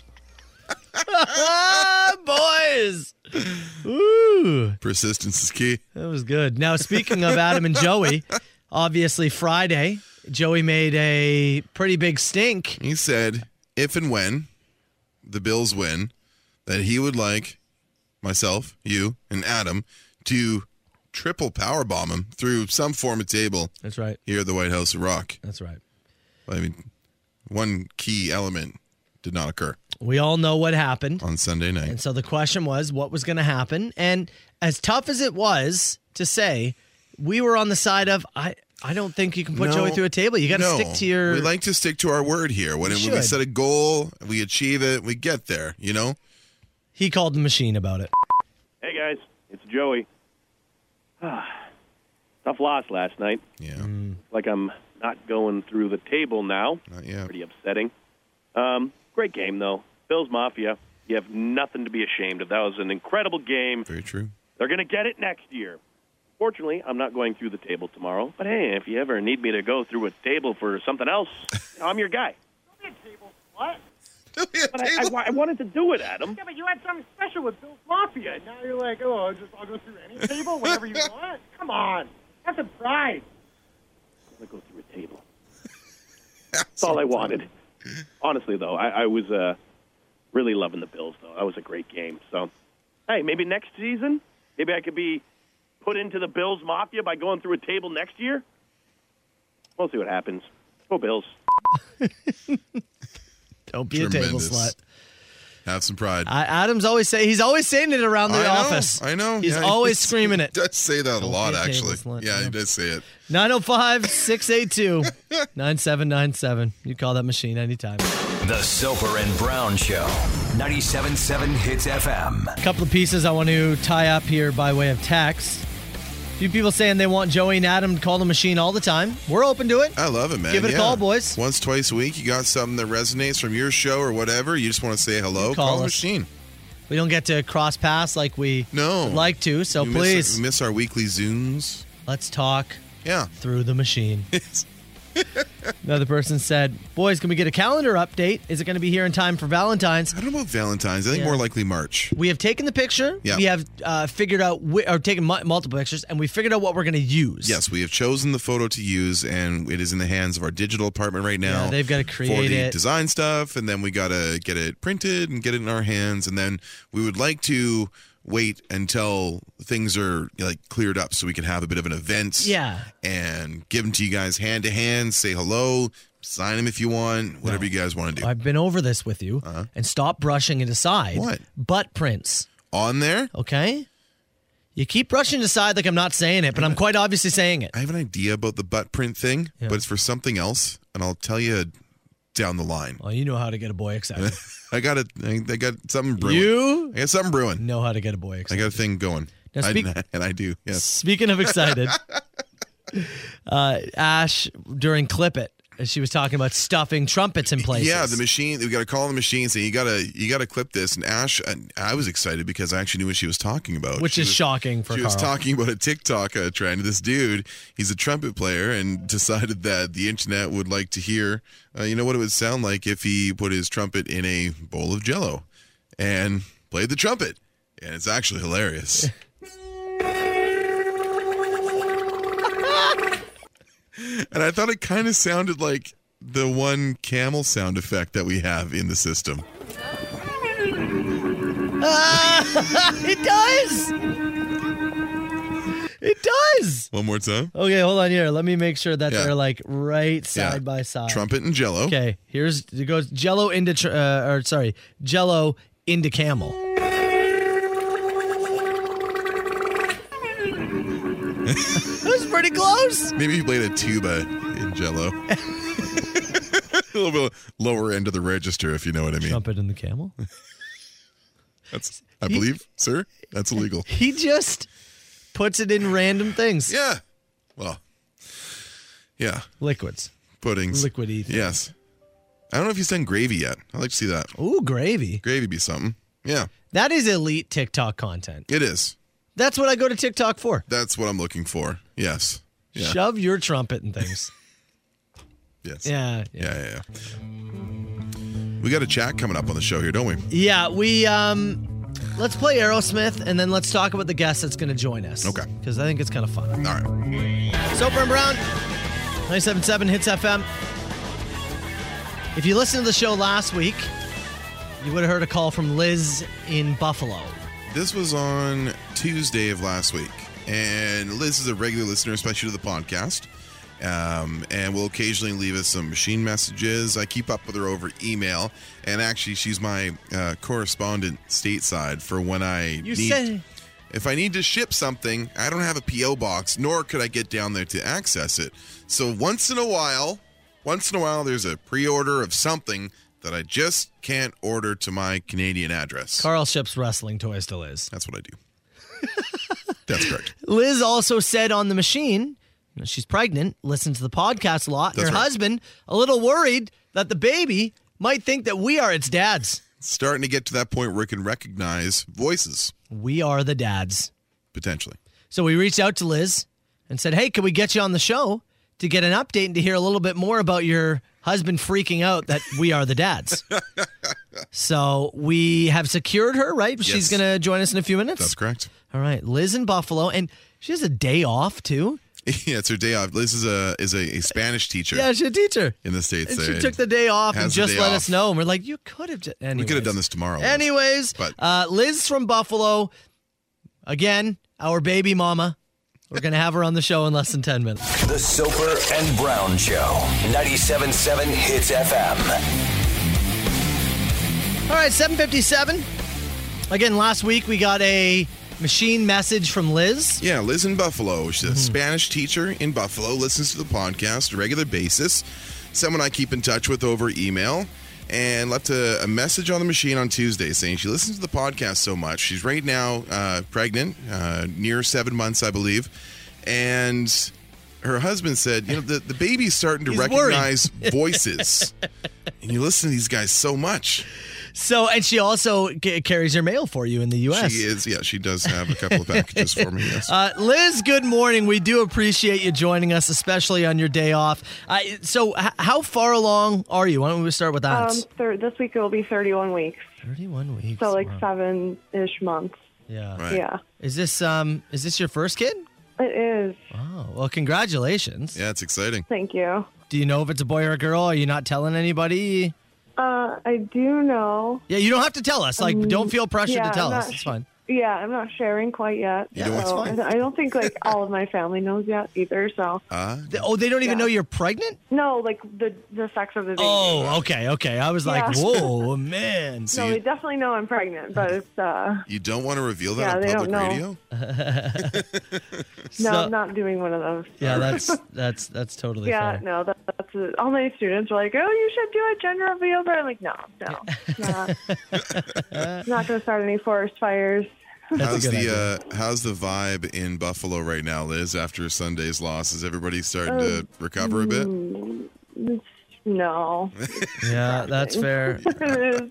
S6: Ah, boys. Ooh,
S7: Persistence is key.
S6: that was good. Now, speaking of Adam and Joey, obviously Friday, Joey made a pretty big stink.
S7: He said, if and when the Bills win, that he would like myself, you, and Adam to triple power bomb him through some form of table
S6: That's right.
S7: here at the White House of Rock.
S6: That's right.
S7: I mean, one key element did not occur
S6: We all know what happened.
S7: on Sunday
S6: And
S7: night.
S6: so the question was, what was going to happen? And as tough as it was to say, we were on the side of, I, I don't think you can put
S7: No.
S6: Joey through a table. You got to
S7: No,
S6: stick to your.
S7: We like to stick to our word here. When, when
S6: We
S7: we
S6: should.
S7: set a goal, we achieve it, we get there, you know?
S6: he called the machine about it.
S9: Hey guys, it's Joey. Tough loss last night.
S7: Yeah.
S6: Mm.
S9: Like I'm not going through the table now.
S7: Not yet.
S9: Pretty upsetting. Um, great game though. Bills Mafia. You have nothing to be ashamed of. That was an incredible game.
S7: Very true.
S9: They're going to get it next year.
S13: Fortunately, I'm not going through the table tomorrow. But hey, if you ever need me to go through a table for something else, I'm your guy.
S14: What?
S13: [LAUGHS] But I,
S7: [LAUGHS]
S13: I, wa- I wanted to do it, Adam.
S14: Yeah, but you had something special with Bill's Mafia. and Now you're like, oh, I'll just I'll go through any table, whatever
S13: [LAUGHS]
S14: you want. Come on, that's a pride.
S13: I'm gonna go through a table. That's all I wanted. Honestly, though, I, I was uh, really loving the Bills. Though that was a great game. So, hey, maybe next season, maybe I could be put into the Bills Mafia by going through a table next year. We'll see what happens. Go Bills.
S6: Don't be a table
S7: Tremendous.
S6: slut.
S7: Have some pride.
S6: I, Adam's always say he's always saying it around the
S7: I know,
S6: office.
S7: I know.
S6: He's
S7: Yeah, he
S6: always
S7: [LAUGHS] does-
S6: screaming
S7: he
S6: it.
S7: does say that a lot,
S6: be a table
S7: actually. yeah, he does say it.
S6: 905 682 9797. You call that machine anytime.
S5: The Soper and Brown Show. 97.7 Hits FM.
S6: A couple of pieces I want to tie up here by way of text. A few people saying they want Joey and Adam to call the machine all the time. We're open to it.
S7: I love it, man.
S6: Give it a
S7: Yeah.
S6: call, boys.
S7: Once, twice a week, you got something that resonates from your show or whatever. You just want to say hello.
S6: Call
S7: Call, the
S6: us.
S7: machine.
S6: We don't get to cross pass like we
S7: no.
S6: would like to, so
S7: We miss
S6: please.
S7: our- we miss our weekly Zooms.
S6: Let's talk.
S7: Yeah.
S6: Through
S7: [LAUGHS]
S6: the machine. Another person said, Boys, can we get a calendar update? Is it going to be here in time for Valentine's? I
S7: don't know about Valentine's. I think
S6: Yeah.
S7: more likely March.
S6: We have taken the picture.
S7: Yeah.
S6: We have uh, figured out, whi- or taken mu- multiple pictures, and we figured out what we're going to use.
S7: Yes, we have chosen the photo to use, and it is in the hands of our digital department right now.
S6: Yeah, they've gotta
S7: for
S6: create
S7: the
S6: it.
S7: design stuff, and then we got to get it printed and get it in our hands, and then we would like to wait until things are like cleared up, so we can have a bit of an event.
S6: Yeah.
S7: and give them to you guys hand to hand. Say hello, sign them if you want, whatever you guys want to do.
S6: I've been over this with you, and stop brushing it aside.
S7: Uh-huh. What?
S6: Butt prints.
S7: On there?
S6: Okay. You keep brushing it aside like I'm not saying it, but I'm quite obviously saying it.
S7: I have an idea about the butt print thing, but it's for something else, and I'll tell you down the line.
S6: Well, you know how to get a boy
S7: [LAUGHS]
S6: excited.
S7: I got it. I I got something brewing.
S6: You
S7: I got something brewing.
S6: Know how to get a boy excited.
S7: I got a thing going.
S6: Now
S7: I-
S6: speak-
S7: [LAUGHS] and I do. Yes.
S6: Speaking
S7: [LAUGHS]
S6: of excited, uh, Ash during Clip It, she was talking about stuffing trumpets in places.
S7: Yeah, the machine. We got to call the machine. Say you gotta you gotta clip this. And Ash, I, I was excited because I actually knew what she was talking about,
S6: which
S7: She
S6: is
S7: was-
S6: shocking for
S7: she
S6: Carl.
S7: was talking about a TikTok uh, trend. This dude, he's a trumpet player, and [LAUGHS] decided that the internet would like to hear, uh, you know, what it would sound like if he put his trumpet in a bowl of Jello, and played the trumpet, and it's actually
S6: [LAUGHS]
S7: hilarious. and I thought it kind of sounded like the one camel sound effect that we have in the system.
S6: Ah, it does. It does.
S7: One more time.
S6: Okay, hold on here. Let me make sure that
S7: Yeah.
S6: they're like right side
S7: Yeah.
S6: by side.
S7: Trumpet and Jello.
S6: Okay, here's it goes Jello into tr- uh, or sorry, Jello
S7: [LAUGHS]
S6: into camel.
S7: that
S6: was pretty close.
S7: Maybe you played a tuba in Jello. [LAUGHS] a little bit lower end of the register, if you know what I mean.
S6: Trumpet in the camel.
S7: That's, I believe, sir, that's illegal.
S6: He just puts it in random things.
S7: Yeah. Well, yeah.
S6: Liquids.
S7: Puddings.
S6: Liquidy.
S7: Yes. I don't know if he's done gravy yet. I'd like to see that.
S6: Ooh, gravy.
S7: Gravy be something. Yeah,
S6: That is elite TikTok content.
S7: it is.
S6: That's what I go to TikTok for.
S7: That's what I'm looking for. Yes. Yeah.
S6: Shove your trumpet and [LAUGHS] things.
S7: Yes.
S6: Yeah.
S7: Yeah, yeah, yeah. We got a chat coming up on the show here, don't we?
S6: Yeah, we um let's play Aerosmith and then let's talk about the guest that's going to join us. Okay. Cuz I think it's kind of fun.
S7: All right.
S6: Soper and Brown 977 Hits FM. If you listened to the show last week, you would have heard a call from Liz in Buffalo.
S7: This was on Tuesday of last week, and Liz is a regular listener, especially to the podcast, um, and will occasionally leave us some machine messages. I keep up with her over email, and actually, she's my uh, correspondent stateside for when I
S6: You
S7: need.
S6: said-
S7: if I need to ship something, I don't have a PO box, nor could I get down there to access it. So once in a while, once in a while, there's a pre-order of something that I just can't order to my Canadian address.
S6: Carl ships wrestling toys to Liz.
S7: That's what I do. [LAUGHS] That's correct.
S6: Liz also said on the machine, you know, she's pregnant, listens to the podcast a lot. and
S7: That's
S6: her
S7: right.
S6: husband, a little worried that the baby might think that we are its dads.
S7: Starting to get to that point where it can recognize voices,
S6: We are the dads.
S7: potentially.
S6: So we reached out to Liz and said, "Hey, can we get you on the show to get an update and to hear a little bit more about your husband freaking out that we are
S7: [LAUGHS]
S6: the dads?" so we have secured her, right?
S7: Yes.
S6: She's going to join us in a few minutes.
S7: That's correct. [LAUGHS]
S6: All right, Liz in Buffalo, and she has a day off too.
S7: yeah, it's her day off. Liz is a is a, a Spanish teacher
S6: Yeah, she's a teacher.
S7: in the states.
S6: And she
S7: They-
S6: took the day off and
S7: has the
S6: just
S7: day
S6: let
S7: off.
S6: us know. And we're like, you could have. Just,
S7: We could have done this tomorrow. Liz.
S6: Anyways,
S7: But-
S6: uh, Liz from Buffalo, again, our baby mama. We're going to have her on the show in less than 10 minutes.
S5: The Soper and Brown Show. 97.7 Hits FM.
S6: All right, 757. Again, last week we got a machine message from Liz.
S7: Yeah, Liz in Buffalo. She's a
S6: Mm-hmm.
S7: Spanish teacher in Buffalo, listens to the podcast on a regular basis. Someone I keep in touch with over email and left a, a message on the machine on Tuesday saying she listens to the podcast so much. She's right now uh, pregnant, uh, near seven months, I believe. And her husband said, You know, the, the baby's starting to
S6: He's worried. [LAUGHS]
S7: recognize voices. and you listen to these guys so much.
S6: So, and she also ca- carries her mail for you in the U.S.
S7: She is, yeah, she does have a couple of packages for me. Yes.
S6: Uh, Liz, good morning. We do appreciate you joining us, especially on your day off. Uh, so, h- how far along are you? Why don't we start with that?
S15: Um, thir- this week it will be 31 weeks.
S6: 31 weeks.
S15: So like
S6: wow.
S15: seven ish months.
S6: Yeah.
S15: Right. Yeah.
S6: Is this um is this your first kid?
S15: It is.
S6: Oh, well, congratulations.
S7: Yeah, it's exciting.
S15: Thank you.
S6: Do you know if it's a boy or a girl? Are you not telling anybody?
S15: Uh, I do know.
S6: Yeah, you don't have to tell us. Like,
S15: Um,
S6: don't feel pressure
S15: yeah,
S6: to tell
S15: I'm
S6: us.
S15: not
S6: It's
S15: sure.
S6: fine.
S15: Yeah, I'm not sharing quite yet.
S6: You know, it's
S15: so
S6: fine.
S15: I I don't
S6: [LAUGHS]
S15: think like all of my family knows yet either. So
S7: Uh,
S6: oh, they don't even know you're
S15: [LAUGHS]
S6: pregnant?
S15: no, like the the sex of the baby.
S6: Oh, okay, okay. I was like,
S15: Yeah.
S6: whoa, man.
S15: [LAUGHS] no, they definitely know I'm pregnant, but it's uh,
S7: You don't want to reveal that
S15: Yeah,
S7: on
S15: they don't
S7: public
S15: know.
S7: radio?
S15: no,
S6: So-
S15: I'm not doing one of those.
S6: yeah, that's that's that's totally
S15: yeah,
S6: fair.
S15: no, that, that's it. all my students are like, oh, you should do a gender reveal, but I'm like, no, no, not, not going to start any forest fires.
S7: how's the uh, how's the vibe in Buffalo right now, Liz? After Sunday's loss, is everybody starting to
S15: Um,
S7: recover a bit?
S15: Mm, No, [LAUGHS]
S6: Yeah, that's fair.
S15: It is-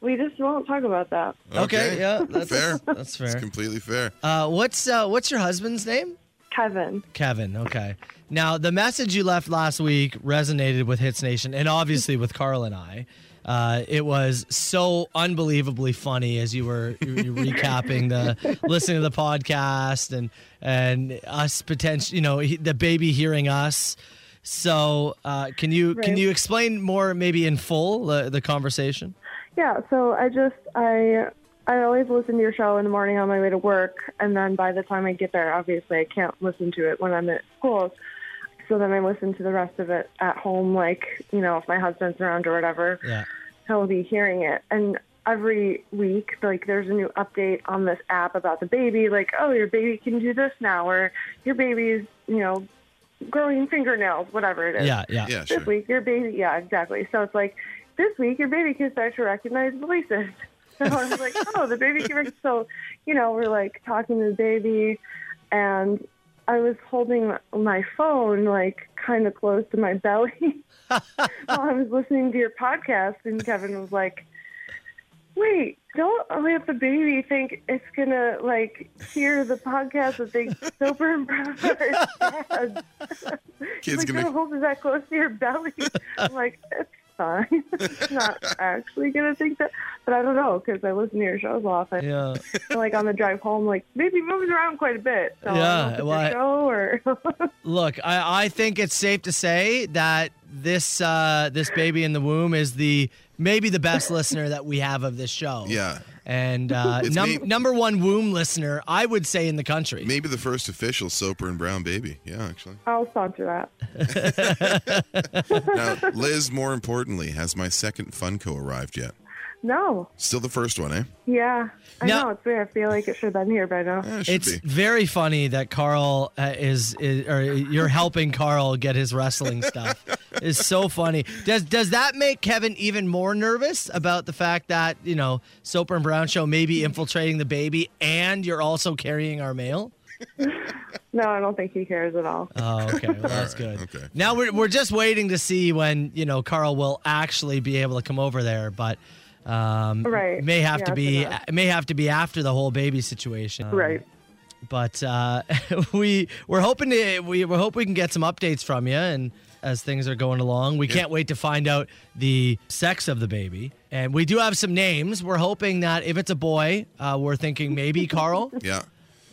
S15: we just won't talk about that.
S6: Okay, yeah, that's
S7: fair.
S6: That's fair.
S7: It's completely fair.
S6: Uh, what's uh, what's your husband's name?
S15: Kevin.
S6: Kevin. Okay. Now the message you left last week resonated with Hits Nation and obviously with Carl and I. Uh, it was so unbelievably funny as you were you, you recapping
S15: [LAUGHS]
S6: the listening to the podcast and and us potential you know he, the baby hearing us. So uh, can you can
S15: Right.
S6: you explain more maybe in full uh, the, the conversation?
S15: Yeah, so I just I I always listen to your show in the morning on my way to work, and then by the time I get there, obviously I can't listen to it when I'm at school. So then I listen to the rest of it at home, like you know, if my husband's around or whatever.
S6: Yeah.
S15: he'll be hearing it. And every week, like, there's a new update on this app about the baby, like, oh, your baby can do this now, or your baby's, you know, growing fingernails, whatever it is.
S6: Yeah, yeah. Yeah,
S15: This
S6: sure.
S15: week, your baby, yeah, exactly. So it's like, this week, your baby can start to recognize voices. [LAUGHS] So I was
S6: [LAUGHS]
S15: like, oh, the baby can. rec- So, you know, we're like talking to the baby, and I was holding my phone, like, kind of close to my belly. [LAUGHS] while I was listening to your podcast, and Kevin was like, "Wait, don't let the baby think it's gonna like hear the podcast and think sober and proud." are dead."
S7: Kid's
S15: like,
S7: gonna-
S15: don't hold it that close to your belly. I'm like, it's fine. [LAUGHS] it's not actually gonna think that, but I don't know because I listen to your shows often.
S6: Yeah.
S15: And, like on the drive home, like maybe moving around quite a bit. So I don't
S6: Yeah,
S15: know if it's
S6: well, I-
S15: your show or
S6: Look, I, I think it's safe to say that this uh, this baby in the womb is the maybe the best listener that we have of this show.
S7: Yeah.
S6: And uh,
S7: It's
S6: num-
S7: me.
S6: number one womb listener, I would say in the country.
S7: Maybe the first official Soper and Brown baby. Yeah,
S15: [LAUGHS]
S7: actually.
S15: I'll sponsor that.
S7: Now, Liz, more importantly, has my second Funko arrived yet?
S15: No.
S7: Still the first one, eh?
S15: Yeah, I
S6: Now-
S15: know it's weird. I feel like it should have been here by now.
S6: It's very funny that Carl uh, is, is or you're helping Carl get his wrestling stuff. It's so funny. Does does that make Kevin even more nervous about the fact that you know Soper and Brown show may be infiltrating the baby and you're also carrying our mail?
S15: no, I don't think he cares at all.
S6: Oh, okay. Well, that's good. Okay. Now we're, we're just waiting to see when, you know, Carl will actually be able to come over there, but um
S15: Right.
S6: may have
S15: Yeah,
S6: to
S15: it's
S6: be
S15: enough.
S6: may have to be after the whole baby situation. Um,
S15: right.
S6: But uh, [LAUGHS] we we're hoping to we, we hope we can get some updates from you and as things are going along. We can't wait to find out the sex of the baby. And we do have some names. We're hoping that if it's a boy, uh, we're thinking maybe
S15: [LAUGHS]
S6: Carl.
S7: Yeah.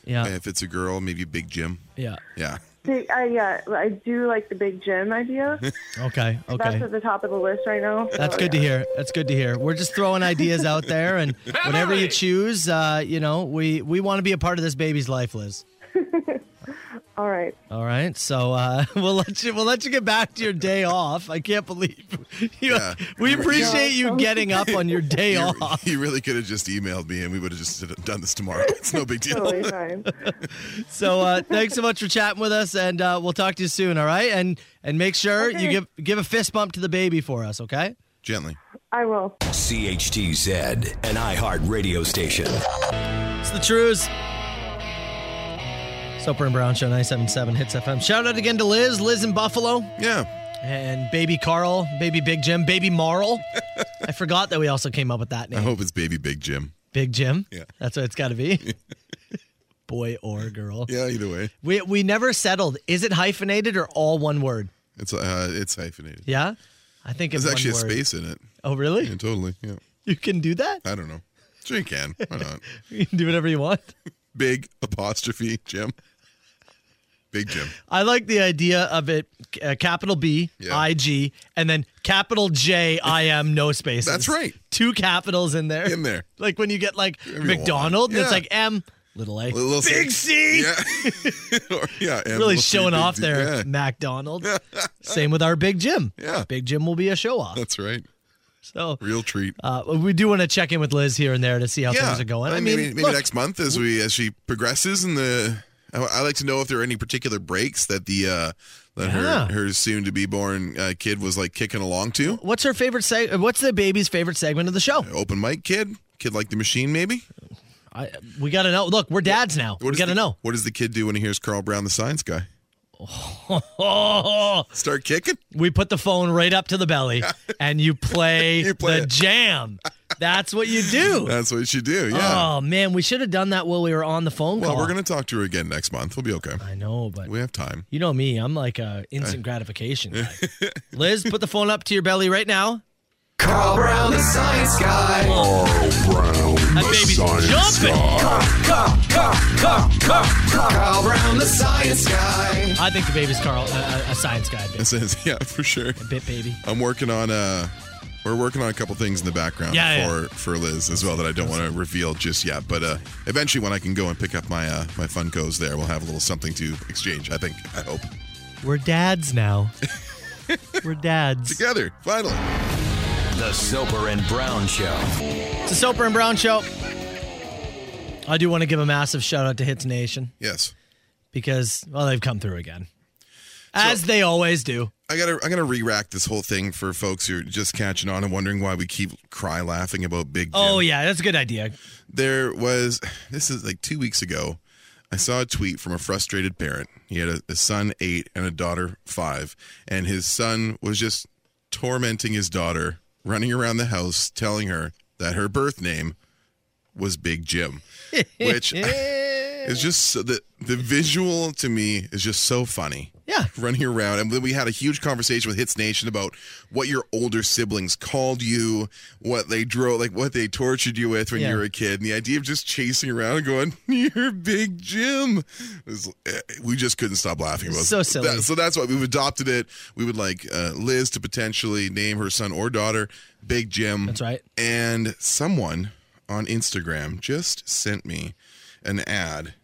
S6: Yeah.
S7: If it's a girl, maybe Big Jim.
S6: Yeah. [LAUGHS]
S7: Yeah.
S15: Big, I, yeah, I do like the big gym idea.
S6: Okay. Okay.
S15: That's at the top of the list right now.
S6: [LAUGHS] That's
S15: So,
S6: good to hear. That's good to hear. We're just throwing ideas out there,
S15: [LAUGHS]
S6: and whatever you choose, uh, you know, we we want to be a part of this baby's life, Liz.
S15: yeah. [LAUGHS] All right.
S6: All right, so uh, [LAUGHS] we'll let you we'll let you get back to your day off. I can't believe [LAUGHS] you. We appreciate you getting up on your day
S7: You-
S6: off.
S7: You really could have just emailed me and we would have just done this tomorrow. It's no big deal.
S15: Totally fine.
S6: So uh, thanks so much for chatting with us, and uh, we'll talk to you soon. All right, and and make sure you
S15: Okay.
S6: give give a fist bump to the baby for us. Okay,
S7: [LAUGHS] gently.
S15: I will.
S5: CHTZ, an iHeart radio station.
S6: It's the truth. Soper and Brown Show 977 Hits FM. Shout out again to Liz, Liz in Buffalo.
S7: Yeah.
S6: And baby Carl, baby Big Jim, baby
S7: [LAUGHS]
S6: Marl. I forgot that we also came up with that
S7: I
S6: name.
S7: hope it's baby Big Jim.
S6: Big Jim.
S7: Oh. Yeah.
S6: That's what it's got to be. [LAUGHS] Boy or girl.
S7: Yeah, either way.
S6: We, we never settled. Is it hyphenated or all one word?
S7: It's uh, it's hyphenated.
S6: Yeah. I think it's
S7: There's actually
S6: one
S7: a
S6: word.
S7: space in it.
S6: Oh, really?
S7: Yeah, totally. Yeah.
S6: You can do that?
S7: I don't know. Sure you can. Why
S6: [LAUGHS]
S7: not?
S6: You can do whatever you want.
S7: Big apostrophe Jim. Big Jim.
S6: I like the idea of it uh, capital B
S7: Yeah.
S6: I G and then capital J I M no spaces.
S7: [LAUGHS] That's right.
S6: Two capitals in there.
S7: In there.
S6: Like when you get like
S7: you want.
S6: McDonald's, it's
S7: Yeah.
S6: like M little A.
S7: Little
S6: Big C.
S7: Yeah. [LAUGHS] Or- yeah. and
S6: really
S7: little C,
S6: showing
S7: big
S6: off
S7: D.
S6: there,
S7: Yeah. [LAUGHS]
S6: McDonald's. Same with our Big Jim.
S7: Yeah.
S6: Big Jim will be a show off.
S7: That's right.
S6: So
S7: Real treat.
S6: uh, we do want to check in with Liz here and there to see how things are going. I mean,
S7: maybe, maybe
S6: look,
S7: next month as we as she progresses in the. I, I like to know if there are any particular breaks that the uh, that
S6: Yeah.
S7: her her soon to be born uh, kid was like kicking along to.
S6: what's her favorite seg- What's the baby's favorite segment of the show?
S7: Open mic kid, kid like the machine maybe.
S6: I, we got to know. Look, we're dads now. we
S7: does
S6: got to
S7: the- [LAUGHS]
S6: know.
S7: What does the kid do when he hears Carl Brown the Science Guy?
S6: Oh,
S7: Start kicking.
S6: we put the phone right up to
S7: [LAUGHS]
S6: the belly and you play,
S7: You play
S6: the
S7: it.
S6: jam. That's what you do.
S7: That's what she do. [LAUGHS] Yeah.
S6: Oh man, we should have done that while we were on the phone
S7: well,
S6: call.
S7: we're gonna talk to her again next month. We'll be okay.
S6: I know, but
S7: We have time. [LAUGHS]
S6: you know me, I'm like a instant gratification guy. Liz, put the phone up to your belly right now.
S2: Carl Brown, the science guy. Carl Brown,
S6: That baby's jumping.
S2: Carl Brown, the science guy.
S6: I think the baby's Carl, a, a- a science guy,
S7: It says yeah for sure.
S6: a bit baby.
S7: I'm working on uh we're working on a couple things in the background
S6: Yeah,
S7: for for Liz as well that I don't want to reveal just yet. But uh eventually when I can go and pick up my uh my Funkos there, we'll have a little something to exchange, I think. I hope.
S6: We're
S7: [LAUGHS]
S6: dads now. we're dads.
S7: Together, finally.
S5: The Soper and Brown Show.
S6: It's the Soper and Brown show. I do want to give a massive shout out to Hits Nation
S7: Yes.
S6: because well, they've come through again, as they always do.
S7: I gotta I gotta re-rack this whole thing for folks who are just catching on and wondering why we keep cry laughing about Big Jim.
S6: Oh yeah, that's a good idea.
S7: there was [SIGHS] this is like two weeks ago i saw a tweet from a frustrated parent he had a, a son eight and a daughter five and his son was just tormenting his daughter running around the house telling her that her birth name was big
S6: [LAUGHS]
S7: jim which [LAUGHS] is just so, the, the visual to me is just so funny
S6: Yeah.
S7: [LAUGHS] running around. And then we had a huge conversation with Hits Nation about what your older siblings called you, what they drove, like what they tortured you with when
S6: Yeah.
S7: you were a kid. And the idea of just chasing around and going, [LAUGHS] You're Big Jim. Was, eh, we just couldn't stop laughing. about it.
S6: So silly.
S7: That- so that's why we've adopted it. We would like uh, Liz to potentially name her son or daughter Big Jim.
S6: That's right.
S7: And someone on Instagram just sent me an ad.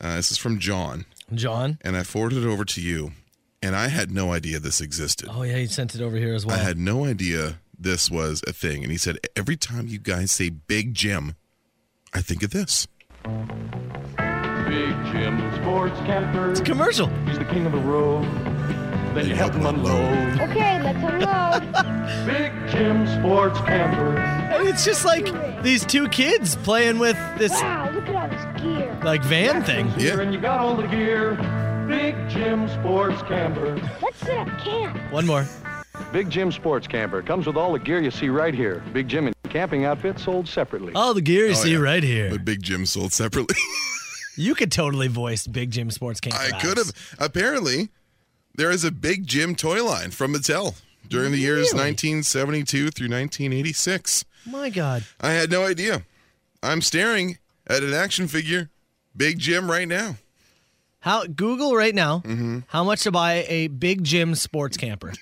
S7: Uh, this is from John
S6: John.
S7: and I forwarded it over to you, and I had no idea this existed.
S6: Oh yeah, he sent it over here as well.
S7: I had no idea this was a thing. And he said, Every time you guys say Big Jim, I think of this.
S16: Big Jim, sports camper.
S6: it's a commercial.
S16: He's the king of the road. Then you help him unload.
S17: Okay, let's unload.
S16: Big Jim, sports camper.
S6: And it's just like these two kids playing with this
S17: wow, look at all this gear.
S6: like van thing.
S16: Here, and you got all the gear. Big Jim, sports camper.
S17: Let's set up camp.
S6: One more.
S16: Big Jim, sports camper comes with all the gear you see right here. Big Jim and camping outfit sold separately.
S6: All the gear you
S7: Oh,
S6: see
S7: yeah.
S6: right here.
S7: But Big Jim sold separately. [LAUGHS]
S6: You could totally voice Big Jim Sports King.
S7: I
S6: Krause.
S7: could have. Apparently, there is a big Jim toy line from Mattel during the years 1972 through 1986.
S6: My God.
S7: I had no idea. I'm staring at an action figure, Big Jim, right now.
S6: How Google right now
S7: Mm-hmm.
S6: how much to buy a big Jim
S7: [LAUGHS]
S6: sports camper.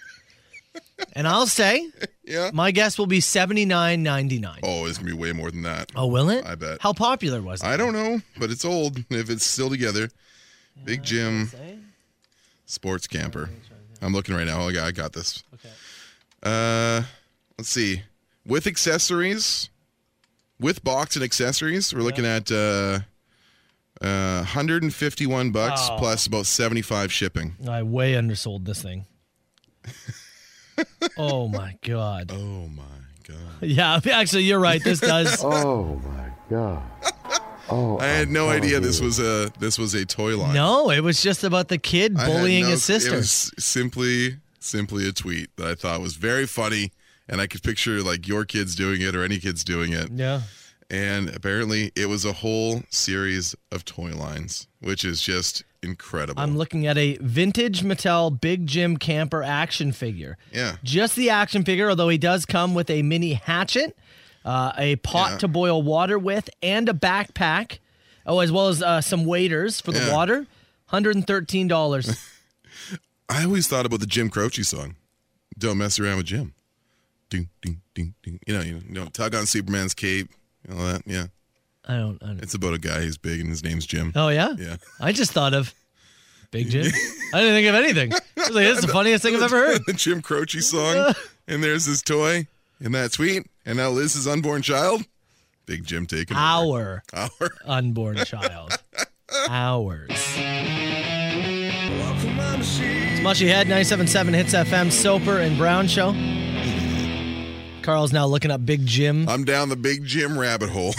S6: and I'll say
S7: yeah.
S6: my guess will be seventy nine ninety nine.
S7: Oh, it's gonna be way more than that.
S6: Oh, will it?
S7: I bet.
S6: How popular was it?
S7: I don't know, but it's old. [LAUGHS] If it's still together, Big Jim, sports camper. I'm looking right now. Oh, I got, I got this. Okay. Uh, let's see. With accessories, with box and accessories, we're looking at uh, uh, 151 bucks
S6: Oh.
S7: plus about 75 shipping.
S6: I way undersold this
S7: [LAUGHS]
S6: thing. oh my god.
S7: Oh my god.
S6: Yeah, [LAUGHS] actually you're right. This does.
S7: [LAUGHS] Oh my god. Oh, I had no idea this was a this was a toy line.
S6: No, it was just about the kid
S7: I had
S6: bullying
S7: no-
S6: his sister.
S7: It was simply, simply a tweet that I thought was very funny, and I could picture like your kids doing it or any kids doing it.
S6: yeah.
S7: And apparently, it was a whole series of toy lines, which is just incredible.
S6: I'm looking at a vintage Mattel Big Jim camper action figure.
S7: Yeah.
S6: Just the action figure, although he does come with a mini hatchet, uh, a pot
S7: Yeah.
S6: to boil water with, and a backpack. Oh, as well as uh, some waders for the
S7: Yeah.
S6: water. $113.
S7: I always thought about the Jim Croce song, "Don't mess around with Jim." Ding, ding, ding, ding. You know, you know, don't tug on Superman's cape, and all that. Yeah,
S6: I don't. I don't.
S7: it's about a guy who's big and his name's Jim.
S6: Oh, yeah?
S7: Yeah.
S6: I just thought of Big Jim. I didn't think of anything. I was like, this is the funniest thing I've ever heard.
S7: the [LAUGHS] Jim Croce song, and there's his toy, and that tweet, and now Liz's unborn child. Big Jim taking
S6: Our
S7: Our
S6: unborn child. Ours. It's Mushy Head, 97.7 Hits FM, Soper and Brown Show. Carl's now looking up Big Jim.
S7: I'm down the Big Jim rabbit hole.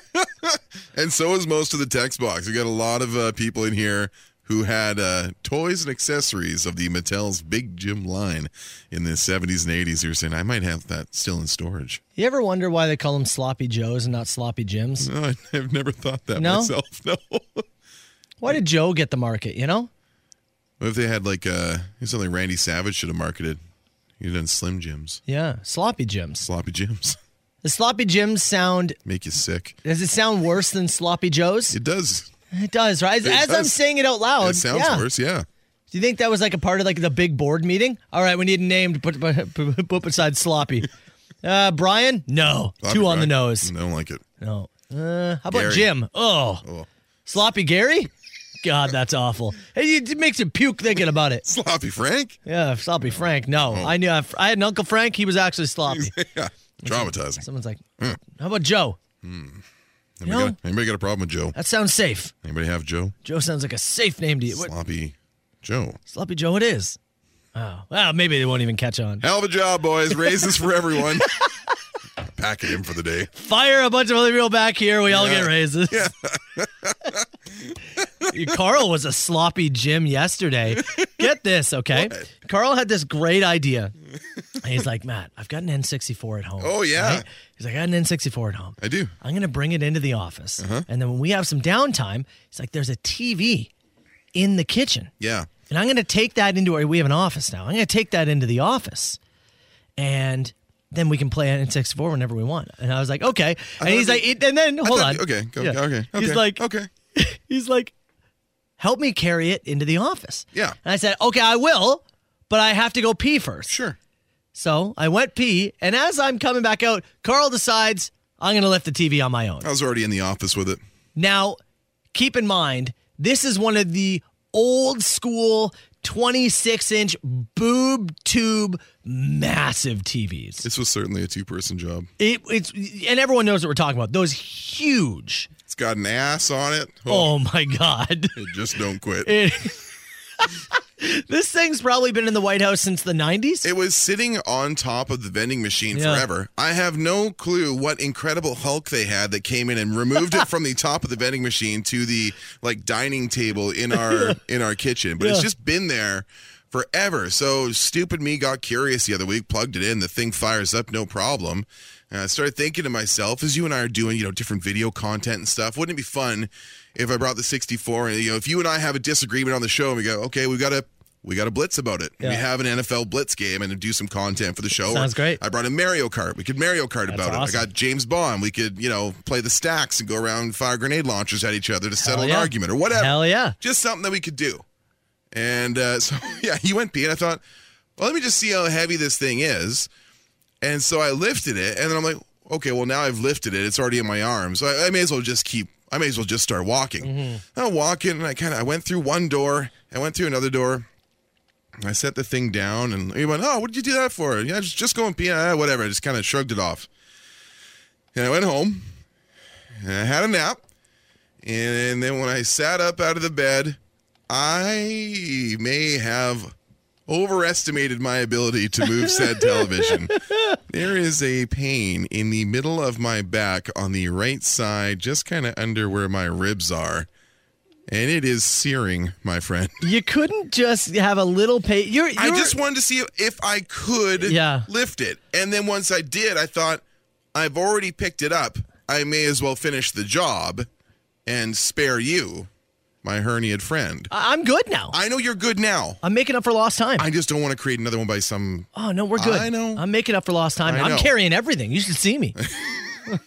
S7: [LAUGHS] and so is most of the text box. We got a lot of uh, people in here who had uh, toys and accessories of the Mattel's Big Jim line in the 70s and 80s. You're saying I might have that still in storage. [LAUGHS]
S6: You ever wonder why they call them Sloppy Joes and not Sloppy Jims?
S7: No, I- I've never thought that
S6: No?
S7: myself. [LAUGHS] No.
S6: Why did Joe get the market, you know?
S7: What if they had like uh, something Randy Savage should have marketed? You'd done Slim Jims,
S6: Yeah, Sloppy Jims.
S7: Sloppy Jims.
S6: The Sloppy Jims sound,
S7: [LAUGHS] Make you sick.
S6: does it sound worse than Sloppy Joes?
S7: It does.
S6: It does, right? As,
S7: It
S6: as I'm
S7: does.
S6: saying it out loud.
S7: It sounds
S6: Oh, yeah.
S7: worse, yeah.
S6: Do you think that was like a part of like the big board meeting? All right, we need a name to put, put, put
S7: [LAUGHS]
S6: beside Sloppy. Uh, Brian? No.
S7: Sloppy
S6: Two on the
S7: Brian.
S6: nose.
S7: I don't like it.
S6: No. Uh, how about
S7: Gary.
S6: Jim? Oh. Sloppy Gary? God, that's awful. It, it makes you puke thinking about it.
S7: Sloppy Frank?
S6: Yeah, Sloppy Frank. No,
S7: Oh.
S6: I knew. I, I had an Uncle Frank. He was
S7: [LAUGHS]
S6: actually sloppy.
S7: yeah, traumatizing.
S6: Someone's like,
S7: Hmm.
S6: how about Joe?
S7: Anybody,
S6: No.
S7: got, anybody got a problem with Joe?
S6: That sounds safe.
S7: Anybody have Joe?
S6: Joe sounds like a safe name to you. What,
S7: Sloppy Joe.
S6: sloppy Joe it is. Oh, well, maybe they won't even catch on.
S7: Hell of a job, boys. Raises for
S6: [LAUGHS]
S7: everyone. Packing him for the day.
S6: Fire a bunch of other people back here. We all get raises. [LAUGHS] Carl was a sloppy Jim yesterday. Get
S7: [LAUGHS]
S6: this, okay? Carl had this great idea. And he's like, Matt, I've got an N64 at home.
S7: Oh, yeah.
S6: right? He's like, I got an N64 at home.
S7: I Uh-huh. do.
S6: I'm going to bring it into the office. And then when we have some downtime, it's like, there's a TV in the kitchen.
S7: Yeah.
S6: And I'm going to take that into our, we have an office now. I'm going to take that into the office. And then we can play it in 64 whenever we want. And I was like, okay. And he's like, it, and then,
S7: I
S6: hold
S7: thought-
S6: on.
S7: Okay. Go,
S6: Yeah.
S7: Okay. Okay.
S6: He's like,
S7: okay.
S6: he's like, help me carry it into the office.
S7: Yeah.
S6: And I said, okay, I will, but I have to go pee first.
S7: Sure.
S6: So I went pee. And as I'm coming back out, Carl decides I'm going to lift the TV on my own.
S7: I was already in the office with it.
S6: Now, keep in mind, this is one of the old school 26 inch boob tube massive TVs.
S7: This was certainly a two person job.
S6: It, it's and everyone knows what we're talking about. Those huge.
S7: It's got an ass on it.
S6: Oh, my god! [LAUGHS]
S7: It just don't quit.
S6: It- this thing's probably been in the White House since the '90s.
S7: It was sitting on top of the vending machine
S6: Yeah.
S7: forever. I have no clue what incredible Hulk they had that came in and removed
S6: [LAUGHS]
S7: it from the top of the vending machine to the like dining table in
S6: [LAUGHS]
S7: our in our kitchen. But it's
S6: Yeah.
S7: just been there forever. So stupid me got curious the other week, plugged it in, the thing fires up no problem. And I started thinking to myself, as you and I are doing, you know, different video content and stuff, wouldn't it be fun if I brought the 64 and you know, if you and I have a disagreement on the show and we go, okay, we gotta we got to blitz about it. We
S6: Yeah.
S7: have an NFL blitz game and do some content for the show.
S6: Sounds great.
S7: I brought a Mario Kart. We could Mario Kart
S6: That's
S7: about
S6: awesome.
S7: it. I got James Bond. We could, you know, play the stacks and go around and fire grenade launchers at each other to settle
S6: yeah.
S7: an argument or whatever.
S6: Hell yeah.
S7: Just something that we could do. And uh, so, [LAUGHS] yeah, he went pee, and I thought, well, let me just see how heavy this thing is. And so I lifted it, and then I'm like, okay, well now I've lifted it. It's already in my arm, so I, I may as well just keep. I may as well just start walking. I'm walking, and I kind of I went through one door, I went through another door. I set the thing down, and he went, "Oh, what did you do that for?" Yeah, just just go and pee. Ah, whatever. I just kind of shrugged it off. And I went home, and I had a nap, and then when I sat up out of the bed, I may have overestimated my ability to move said television. There is a pain in the middle of my back on the right side, just kind of under where my ribs are. And it is searing, my friend.
S6: You couldn't just have a little pay. You're,
S7: I
S6: you're-
S7: just wanted to see if I could
S6: Yeah.
S7: lift it. And then once I did, I thought, I've already picked it up. I may as well finish the job and spare you, my herniated friend.
S6: I- I'm good now.
S7: I know you're good now.
S6: I'm making up for lost time.
S7: I just don't want to create another one by some. [LAUGHS]
S6: oh no, we're good.
S7: I know.
S6: I'm making up for lost time.
S7: I
S6: I'm
S7: know.
S6: carrying everything. You should see me.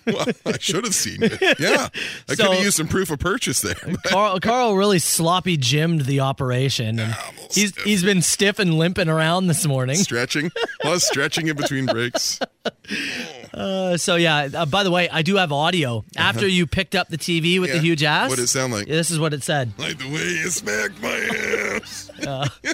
S7: Well, I should have seen
S6: [LAUGHS]
S7: it. Yeah. I
S6: So-
S7: could have used some proof of purchase there. [LAUGHS]
S6: Carl, Carl really sloppy gymmed the operation, and he's he's been stiff and limping around this morning.
S7: stretching. I was stretching in between breaks.
S6: Uh, so yeah. Uh, by the way, I do have audio after you picked up the TV with
S7: Uh-huh.
S6: the
S7: Yeah.
S6: huge ass.
S7: What'd it sound like?
S6: This is what
S7: [LAUGHS]
S6: it said.
S7: Like the way you smacked my ass.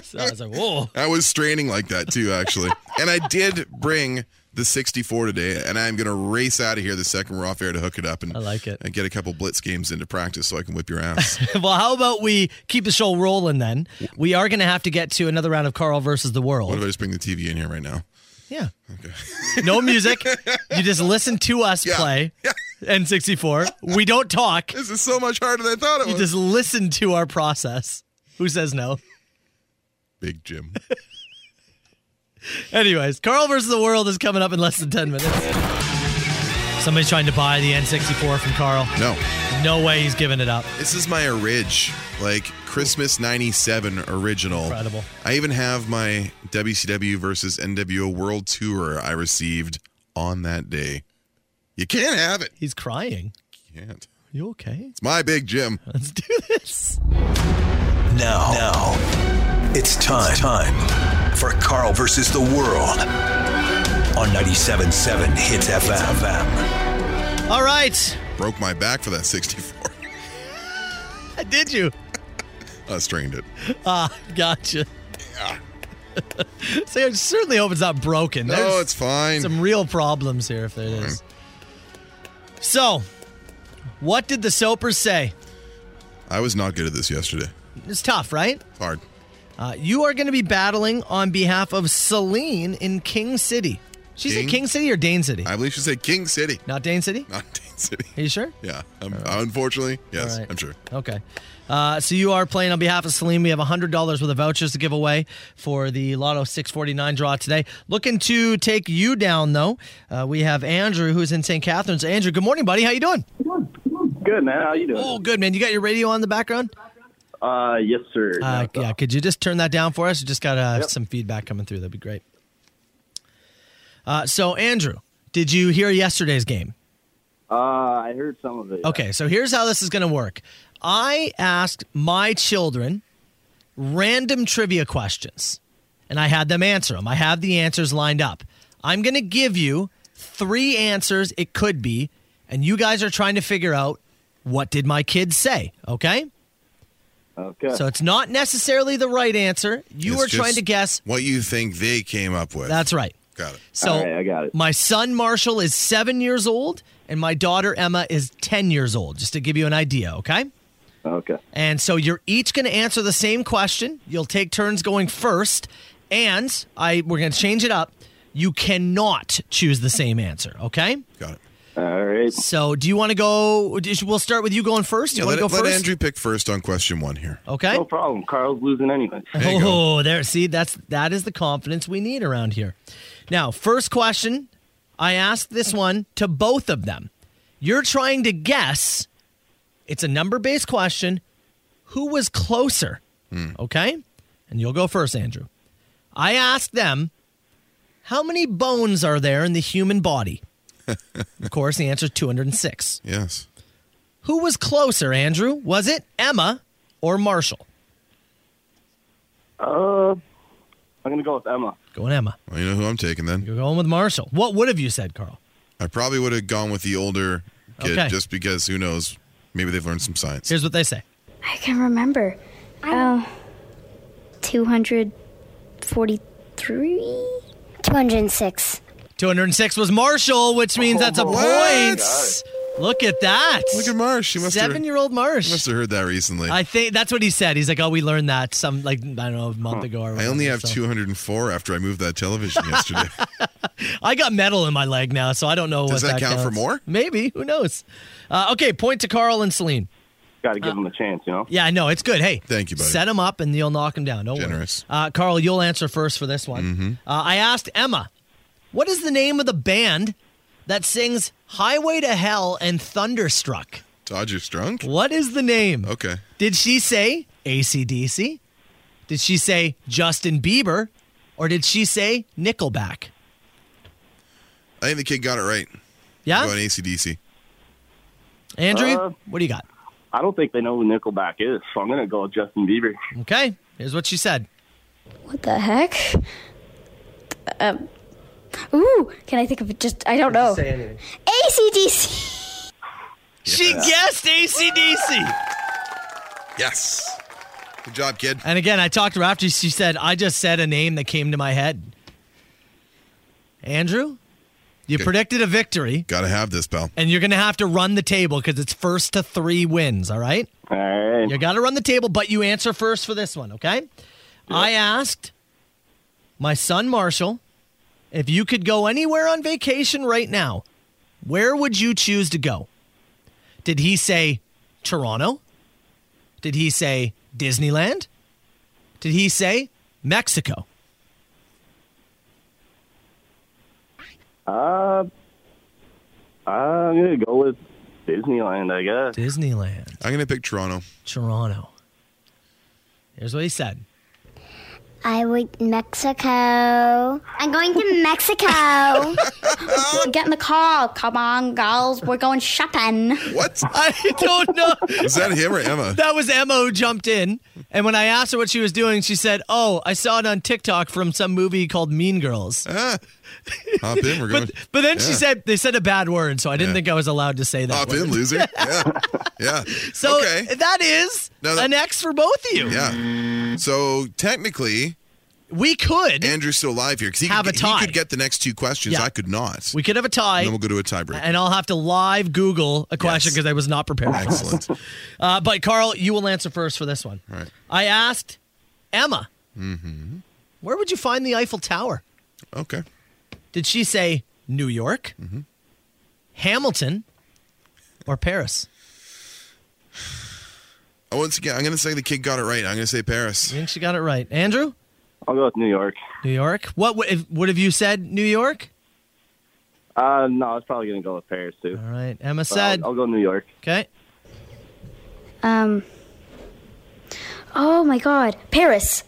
S6: so I was like, whoa.
S7: I was straining like that too,
S6: [LAUGHS]
S7: actually. and I did bring the 64 today, and I'm going to race out of here the second we're off air to hook it up and,
S6: I
S7: [LAUGHS]
S6: like it.
S7: and get a couple blitz games into practice so I can whip your
S6: [LAUGHS]
S7: ass.
S6: well, how about we keep the show rolling then? We are going to have to get to another round of Carl versus the
S7: what
S6: world.
S7: if I just bring the TV in here right now?
S6: Yeah. No music. You just listen to us play N64. We don't talk.
S7: [LAUGHS] This is so much harder than I thought it [LAUGHS]
S6: You
S7: was.
S6: just listen to our process. Who says no?
S7: Big Jim.
S6: Anyways, Carl versus the world is coming up in less than 10 minutes. Somebody's trying to buy the N64 from Carl.
S7: No.
S6: No way he's giving it up.
S7: This is my Orig, like Christmas 97 original.
S6: Incredible.
S7: I even have my WCW versus NWO World Tour I received on that day. You can't have it.
S6: He's crying.
S7: Can't.
S6: You okay?
S7: It's my big Jim.
S6: Let's do this.
S5: Now, now, it's time, time for Carl versus the world on 97.7 Hits FM.
S6: All right.
S7: Broke my back for that [LAUGHS] 64.
S6: Did you?
S7: I strained it.
S6: Ah, gotcha. [LAUGHS] so I certainly hope it's not broken.
S7: No,
S6: There's
S7: it's fine.
S6: Some real problems here if there is. So, what did the Soapers say?
S7: I was not good at this yesterday.
S6: It's tough, right?
S7: It's hard.
S6: Uh, you are going to be battling on behalf of Celine in King City. She said
S7: King?
S6: King City or Dane City?
S7: I believe she said King City, [LAUGHS]
S6: Not Dane City?
S7: not Dane City.
S6: Are you sure?
S7: Yeah. Um, Unfortunately, yes,
S6: All right.
S7: I'm sure.
S6: Okay. Uh, so you are playing on behalf of Celine. We have $100 worth of vouchers to give away for the Lotto 649 draw today. Looking to take you down, though. Uh, we have Andrew, who's in St. Catharines. Andrew, good morning, buddy. How you doing?
S18: Good man, how you doing?
S6: Oh, good, man. You got your radio on in the background?
S18: Uh, yes, sir.
S6: Uh, yeah, could you just turn that down for us? We just got uh, some feedback coming through. That'd be great. Uh, so, Andrew, did you hear yesterday's game?
S18: Uh, I heard some of it.
S6: Okay, so here's how this is going to work. I asked my children random trivia questions, and I had them answer them. I have the answers lined up. I'm going to give you three answers, it could be, and you guys are trying to figure out what did my kids say, okay?
S18: Okay.
S6: So it's not necessarily the right answer. You
S7: It's
S6: are trying
S7: just
S6: to guess.
S7: what you think they came up with.
S6: That's right.
S7: Got it.
S6: So my son Marshall is seven years old, and my daughter Emma is 10 years old, just to give you an idea, okay?
S18: Okay.
S6: And so you're each going to answer the same question. You'll take turns going first, and I we're going to change it up. You cannot choose the same answer, okay?
S7: Got it.
S18: All right.
S6: So do you want to go? do you- We'll start with you going first. Do
S7: Yeah,
S6: you want
S7: let,
S6: to go
S7: let
S6: first? Oh.
S7: Andrew pick first on question one here.
S6: okay.
S18: No problem. Carl's losing anyway.
S6: oh, there. See, that's that is the confidence we need around here. Now, first question I asked this one to both of them. You're trying to guess. It's a number based question. Who was closer? Okay? And you'll go first, Andrew. I asked them, how many bones are there in the human body? of course, the answer is 206.
S7: Yes.
S6: Who was closer, Andrew? Was it Emma or Marshall?
S18: Uh, I'm going to go with Emma.
S6: Going Emma.
S7: Well, you know who I'm taking then?
S6: You're going with Marshall. What would have you said, Carl?
S7: I probably would have gone with the older kid
S6: Okay.
S7: just because who knows? Maybe they've learned some science.
S6: Here's what they say.
S17: I can remember. Uh, 243? 206.
S6: 206 was Marshall, which means that's a
S17: What?
S6: point. Look at that.
S7: Look at Marsh. She must have-
S6: Seven year old Marsh.
S7: Must have heard that recently.
S6: I think that's what he said. He's like, oh, we learned that some, like, I don't know, a month ago or
S7: I
S6: whatever.
S7: only have
S6: so.
S7: 204 after I moved that
S6: [LAUGHS]
S7: television yesterday.
S6: I got metal in my leg now, so I don't know
S7: Does
S6: what
S7: that
S6: that
S7: count for
S6: counts.
S7: more?
S6: Maybe. Who knows? Uh, okay, point to Carl and Celine. Uh,
S18: Got to give them a chance, you know?
S6: Yeah, I know. It's good. Hey,
S7: Thank you, buddy.
S6: set him up and you'll knock him down. Don't
S7: Generous. Mm-hmm.
S6: worry. Uh, Carl, you'll answer first for this one. Uh, I asked Emma, what is the name of the band that sings Highway to Hell and Thunderstruck?
S7: Dodger Strunk?
S6: What is the name?
S7: Okay.
S6: Did she say ACDC? Did she say Justin Bieber? Or did she say Nickelback?
S7: I think the kid got it right.
S6: Yeah?
S7: Going ACDC.
S6: Andrew,
S18: Uh,
S6: what do you got?
S18: I don't think they know who Nickelback is, so I'm going to go with Justin Bieber.
S6: Okay, here's what she said.
S17: What the heck? Um, ooh, can I think of it? Just, I don't know.
S6: Say anything.
S17: ACDC.
S6: She guessed ACDC.
S7: Yes. Good job, kid.
S6: And again, I talked to her after she said, I just said a name that came to my head. Andrew, you
S7: Okay.
S6: predicted a victory,
S7: Got to have this, pal.
S6: and you're going to have to run the table because it's first to three wins, all right?
S18: All right.
S6: You got to run the table, but you answer first for this one, okay? I asked my son Marshall if you could go anywhere on vacation right now, where would you choose to go? Did he say Toronto? Did he say Disneyland? Did he say Mexico?
S18: Uh, I'm going to go with Disneyland, I guess.
S6: Disneyland,
S7: I'm going to pick Toronto.
S6: Toronto. Here's what he said. [LAUGHS]
S17: I went Mexico. I'm going to [LAUGHS] Mexico. Get in the car. Come on, girls. We're going shopping.
S7: What?
S6: I don't know.
S7: Is that him or
S6: [LAUGHS]
S7: Emma?
S6: That was Emma who jumped in. And when I asked her what she was doing, she said, Oh, I saw it on TikTok from some movie called
S7: [LAUGHS]
S6: Mean Girls.
S7: Ah. Hop in. We're going.
S6: But, but then she
S7: Yeah.
S6: said, They said a bad word, so I didn't
S7: Yeah.
S6: think I was allowed to say that.
S7: Hop
S6: word. [LAUGHS]
S7: in, loser. Yeah. Yeah.
S6: So uh,
S7: okay.
S6: that is
S7: No, that-
S6: an X for both of you.
S7: Yeah. So technically,
S6: We could.
S7: Andrew's still alive here because he,
S6: Have
S7: could-
S6: a tie.
S7: he could get the next two questions.
S6: Yeah.
S7: I could not.
S6: we could have a
S7: and
S6: tie.
S7: then we'll go to a tiebreaker.
S6: [LAUGHS] And I'll have to live Google a question
S7: Yes.
S6: because I was not prepared. for this.
S7: Excellent.
S6: Uh, but Carl, you will answer first for this one.
S7: All right.
S6: I asked Emma, where would you find the Eiffel Tower?
S7: Okay.
S6: Did she say New York, Hamilton, or Paris?
S7: Oh, Once again, I'm going to say the kid got it right. I'm going to say Paris.
S6: I think she got it right. Andrew,
S18: I'll go with New York.
S6: New York. What would if- would have you said? New York.
S18: Uh, no, I was probably going to go with Paris, too.
S6: All right. Emma
S18: But I'll-
S6: said.
S18: I'll, go New York.
S6: Okay.
S17: Um. Oh my God, Paris.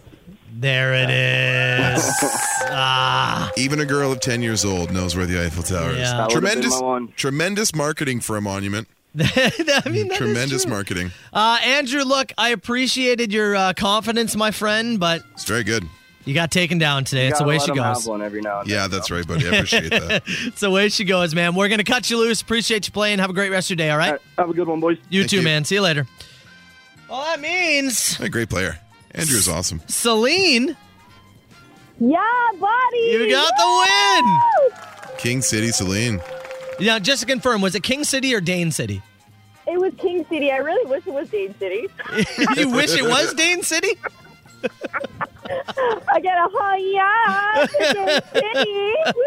S6: There it is. [LAUGHS] ah.
S7: Even a girl of 10 years old knows where the Eiffel Tower
S6: Yeah.
S7: is.
S6: That would've
S18: been
S7: Tremendous,
S18: my one.
S7: tremendous marketing for a monument.
S6: I mean, that is
S7: Tremendous
S6: true.
S7: marketing.
S6: Uh, Andrew, look, I appreciated your uh, confidence, my friend, but
S7: It's very good.
S6: you got taken down today. It's the
S18: Gotta
S6: way
S18: let
S6: she
S18: 'em have
S6: goes.
S18: one eh? every now and
S7: Yeah,
S18: then,
S7: that's
S18: so.
S7: right, buddy. I appreciate that.
S6: It's the way she goes, man. We're gonna cut you loose. Appreciate you playing. Have a great rest of your day. All right.
S18: All right, have a good one, boys.
S6: You
S7: Thank
S6: too,
S7: you.
S6: man. See you later. Well, that means
S7: A great player. Andrew's awesome.
S6: Celine,
S4: Yeah, buddy.
S6: you got the win.
S7: King City Celine.
S6: Now, just to confirm, was it King City or Dane City? [LAUGHS]
S4: It was King City. I really wish it was Dane City.
S6: you wish it was Dane City?
S4: I get a high yeah. it's a city.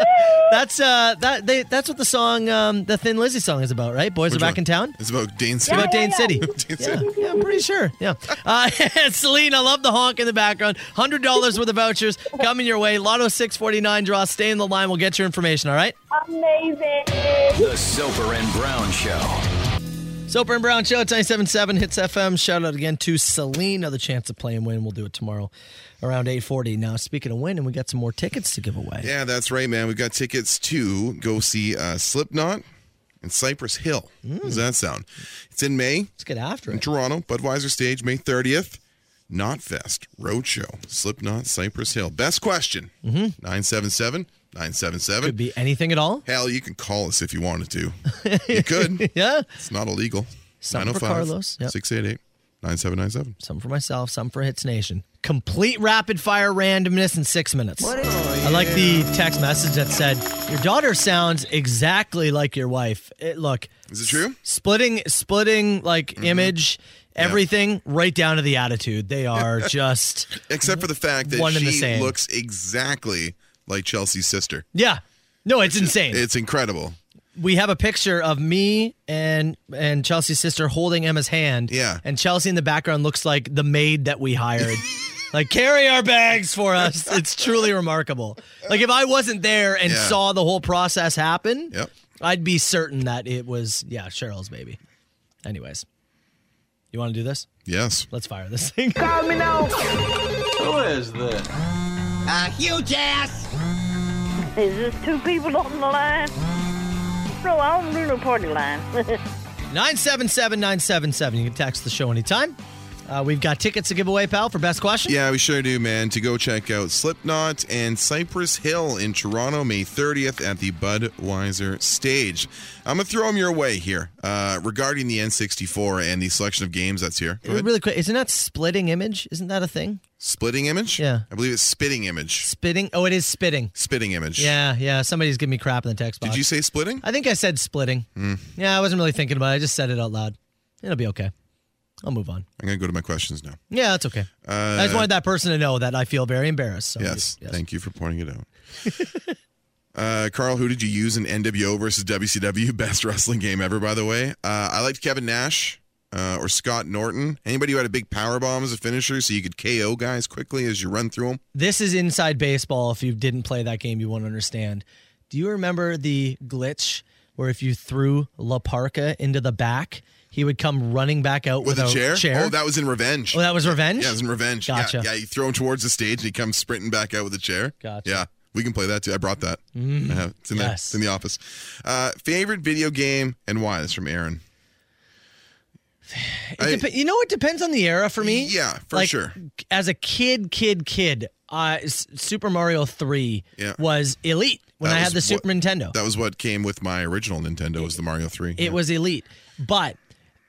S6: That's uh that they that's what the song um the Thin Lizzy song is about, right? Boys are back in town.
S7: It's about Dane
S6: It's
S7: City.
S6: about Dane
S7: [LAUGHS]
S6: City. yeah. [LAUGHS] yeah, I'm pretty sure. Yeah. Uh, [LAUGHS] Celine, I love the honk in the background. Hundred dollars worth of vouchers coming your way. Lotto six forty nine draw. Stay in the line. We'll get your information. All right.
S4: Amazing.
S5: The Soper and Brown Show.
S6: Soper and Brown Show, it's 977 Hits FM. Shout out again to Celine. Another chance to play and win. We'll do it tomorrow around 840. Now, speaking of winning, we got some more tickets to give away.
S7: Yeah, that's right, man. We got tickets to go see uh, Slipknot and Cypress Hill. How
S6: Mm.
S7: does that sound? It's in May. Let's
S6: get after
S7: in
S6: it.
S7: Toronto, Budweiser Stage, May 30th. Knotfest Roadshow, Slipknot, Cypress Hill. Best question. Mm-hmm. 977 977. Could
S6: be anything at all.
S7: Hell, you can call us if you wanted to. you
S6: [LAUGHS]
S7: could.
S6: yeah.
S7: It's not illegal. oh
S6: Something for Carlos. Yep.
S7: 688 9797.
S6: Some for myself, some for Hits Nation. Complete rapid fire randomness in six minutes. I like the text message that said, Your daughter sounds exactly like your wife. It, look.
S7: Is it true? Mm-hmm.
S6: Splitting, splitting, like image, everything, right down to the attitude.
S7: [LAUGHS]
S6: They are just.
S7: Except for the fact that
S6: One and the
S7: she
S6: same.
S7: looks exactly like Chelsea's sister.
S6: Yeah. No, it's insane.
S7: It's incredible.
S6: we have a picture of me and and Chelsea's sister holding Emma's hand. Yeah. And Chelsea in the background looks like the maid that
S7: [LAUGHS]
S6: we hired. like carry our bags for us. It's truly remarkable. Like if I wasn't there and
S7: Yeah.
S6: saw the whole process happen,
S7: Yep.
S6: I'd be certain that it was yeah, Cheryl's baby. Anyways. You want to do this?
S7: Yes.
S6: Let's fire this thing.
S2: Call me now.
S6: Who is this?
S2: A huge ass.
S4: Is this two people on the line? No, I don't do no party line. [LAUGHS]
S6: 977977. You can text the show anytime. Uh, we've got tickets to give away, pal, for best question.
S7: Yeah, we sure do, man. To go check out Slipknot and Cypress Hill in Toronto, May 30th at the Budweiser stage. I'm going to throw them your way here uh, regarding the N64 and the selection of games that's here. Go ahead.
S6: Really quick, isn't that splitting image? Isn't that a thing?
S7: Splitting image? Yeah. I believe it's spitting image.
S6: Spitting? Oh, it is spitting.
S7: Spitting image.
S6: Yeah, yeah. Somebody's giving me crap in the text box.
S7: Did you say splitting?
S6: I think I said splitting.
S7: Hmm.
S6: Yeah, I wasn't really thinking about it. I just said it out loud. It'll be okay. I'll move on.
S7: I'm going to go to my questions now.
S6: Yeah, that's okay.
S7: Uh,
S6: I just wanted that person to know that I feel very embarrassed. So
S7: Yes, Thank you for pointing it out. [LAUGHS] uh, Carl, who did you use in NWO versus WCW [LAUGHS] best wrestling game ever? By the way, uh, I liked Kevin Nash uh, or Scott Norton. Anybody who had a big power bomb as a finisher, so you could KO guys quickly as you run through them.
S6: This is inside baseball. If you didn't play that game, you won't understand. Do you remember the glitch where if you threw La Parca into the back, he would come running back out
S7: With,
S6: with,
S7: a chair? Oh, that was in Revenge.
S6: Oh, that was Revenge?
S7: Yeah, it was in Revenge.
S6: Gotcha.
S7: Yeah, yeah, you throw him towards the stage and he comes sprinting back out with a chair.
S6: Gotcha.
S7: Yeah, we can play that too. I brought that.
S6: Mm.
S7: I have- It's in, there.
S6: Yes.
S7: It's in the office. Uh, favorite video game and why? That's from Aaron.
S6: It depe- you know, it depends on the era for me.
S7: Yeah, for
S6: Like,
S7: sure.
S6: As a kid, kid, kid, uh, S- Super Mario Three was elite when
S7: That
S6: I had
S7: was
S6: the Super
S7: what-
S6: Nintendo.
S7: That was what came with my original Nintendo was the Mario 3.
S6: it was elite, but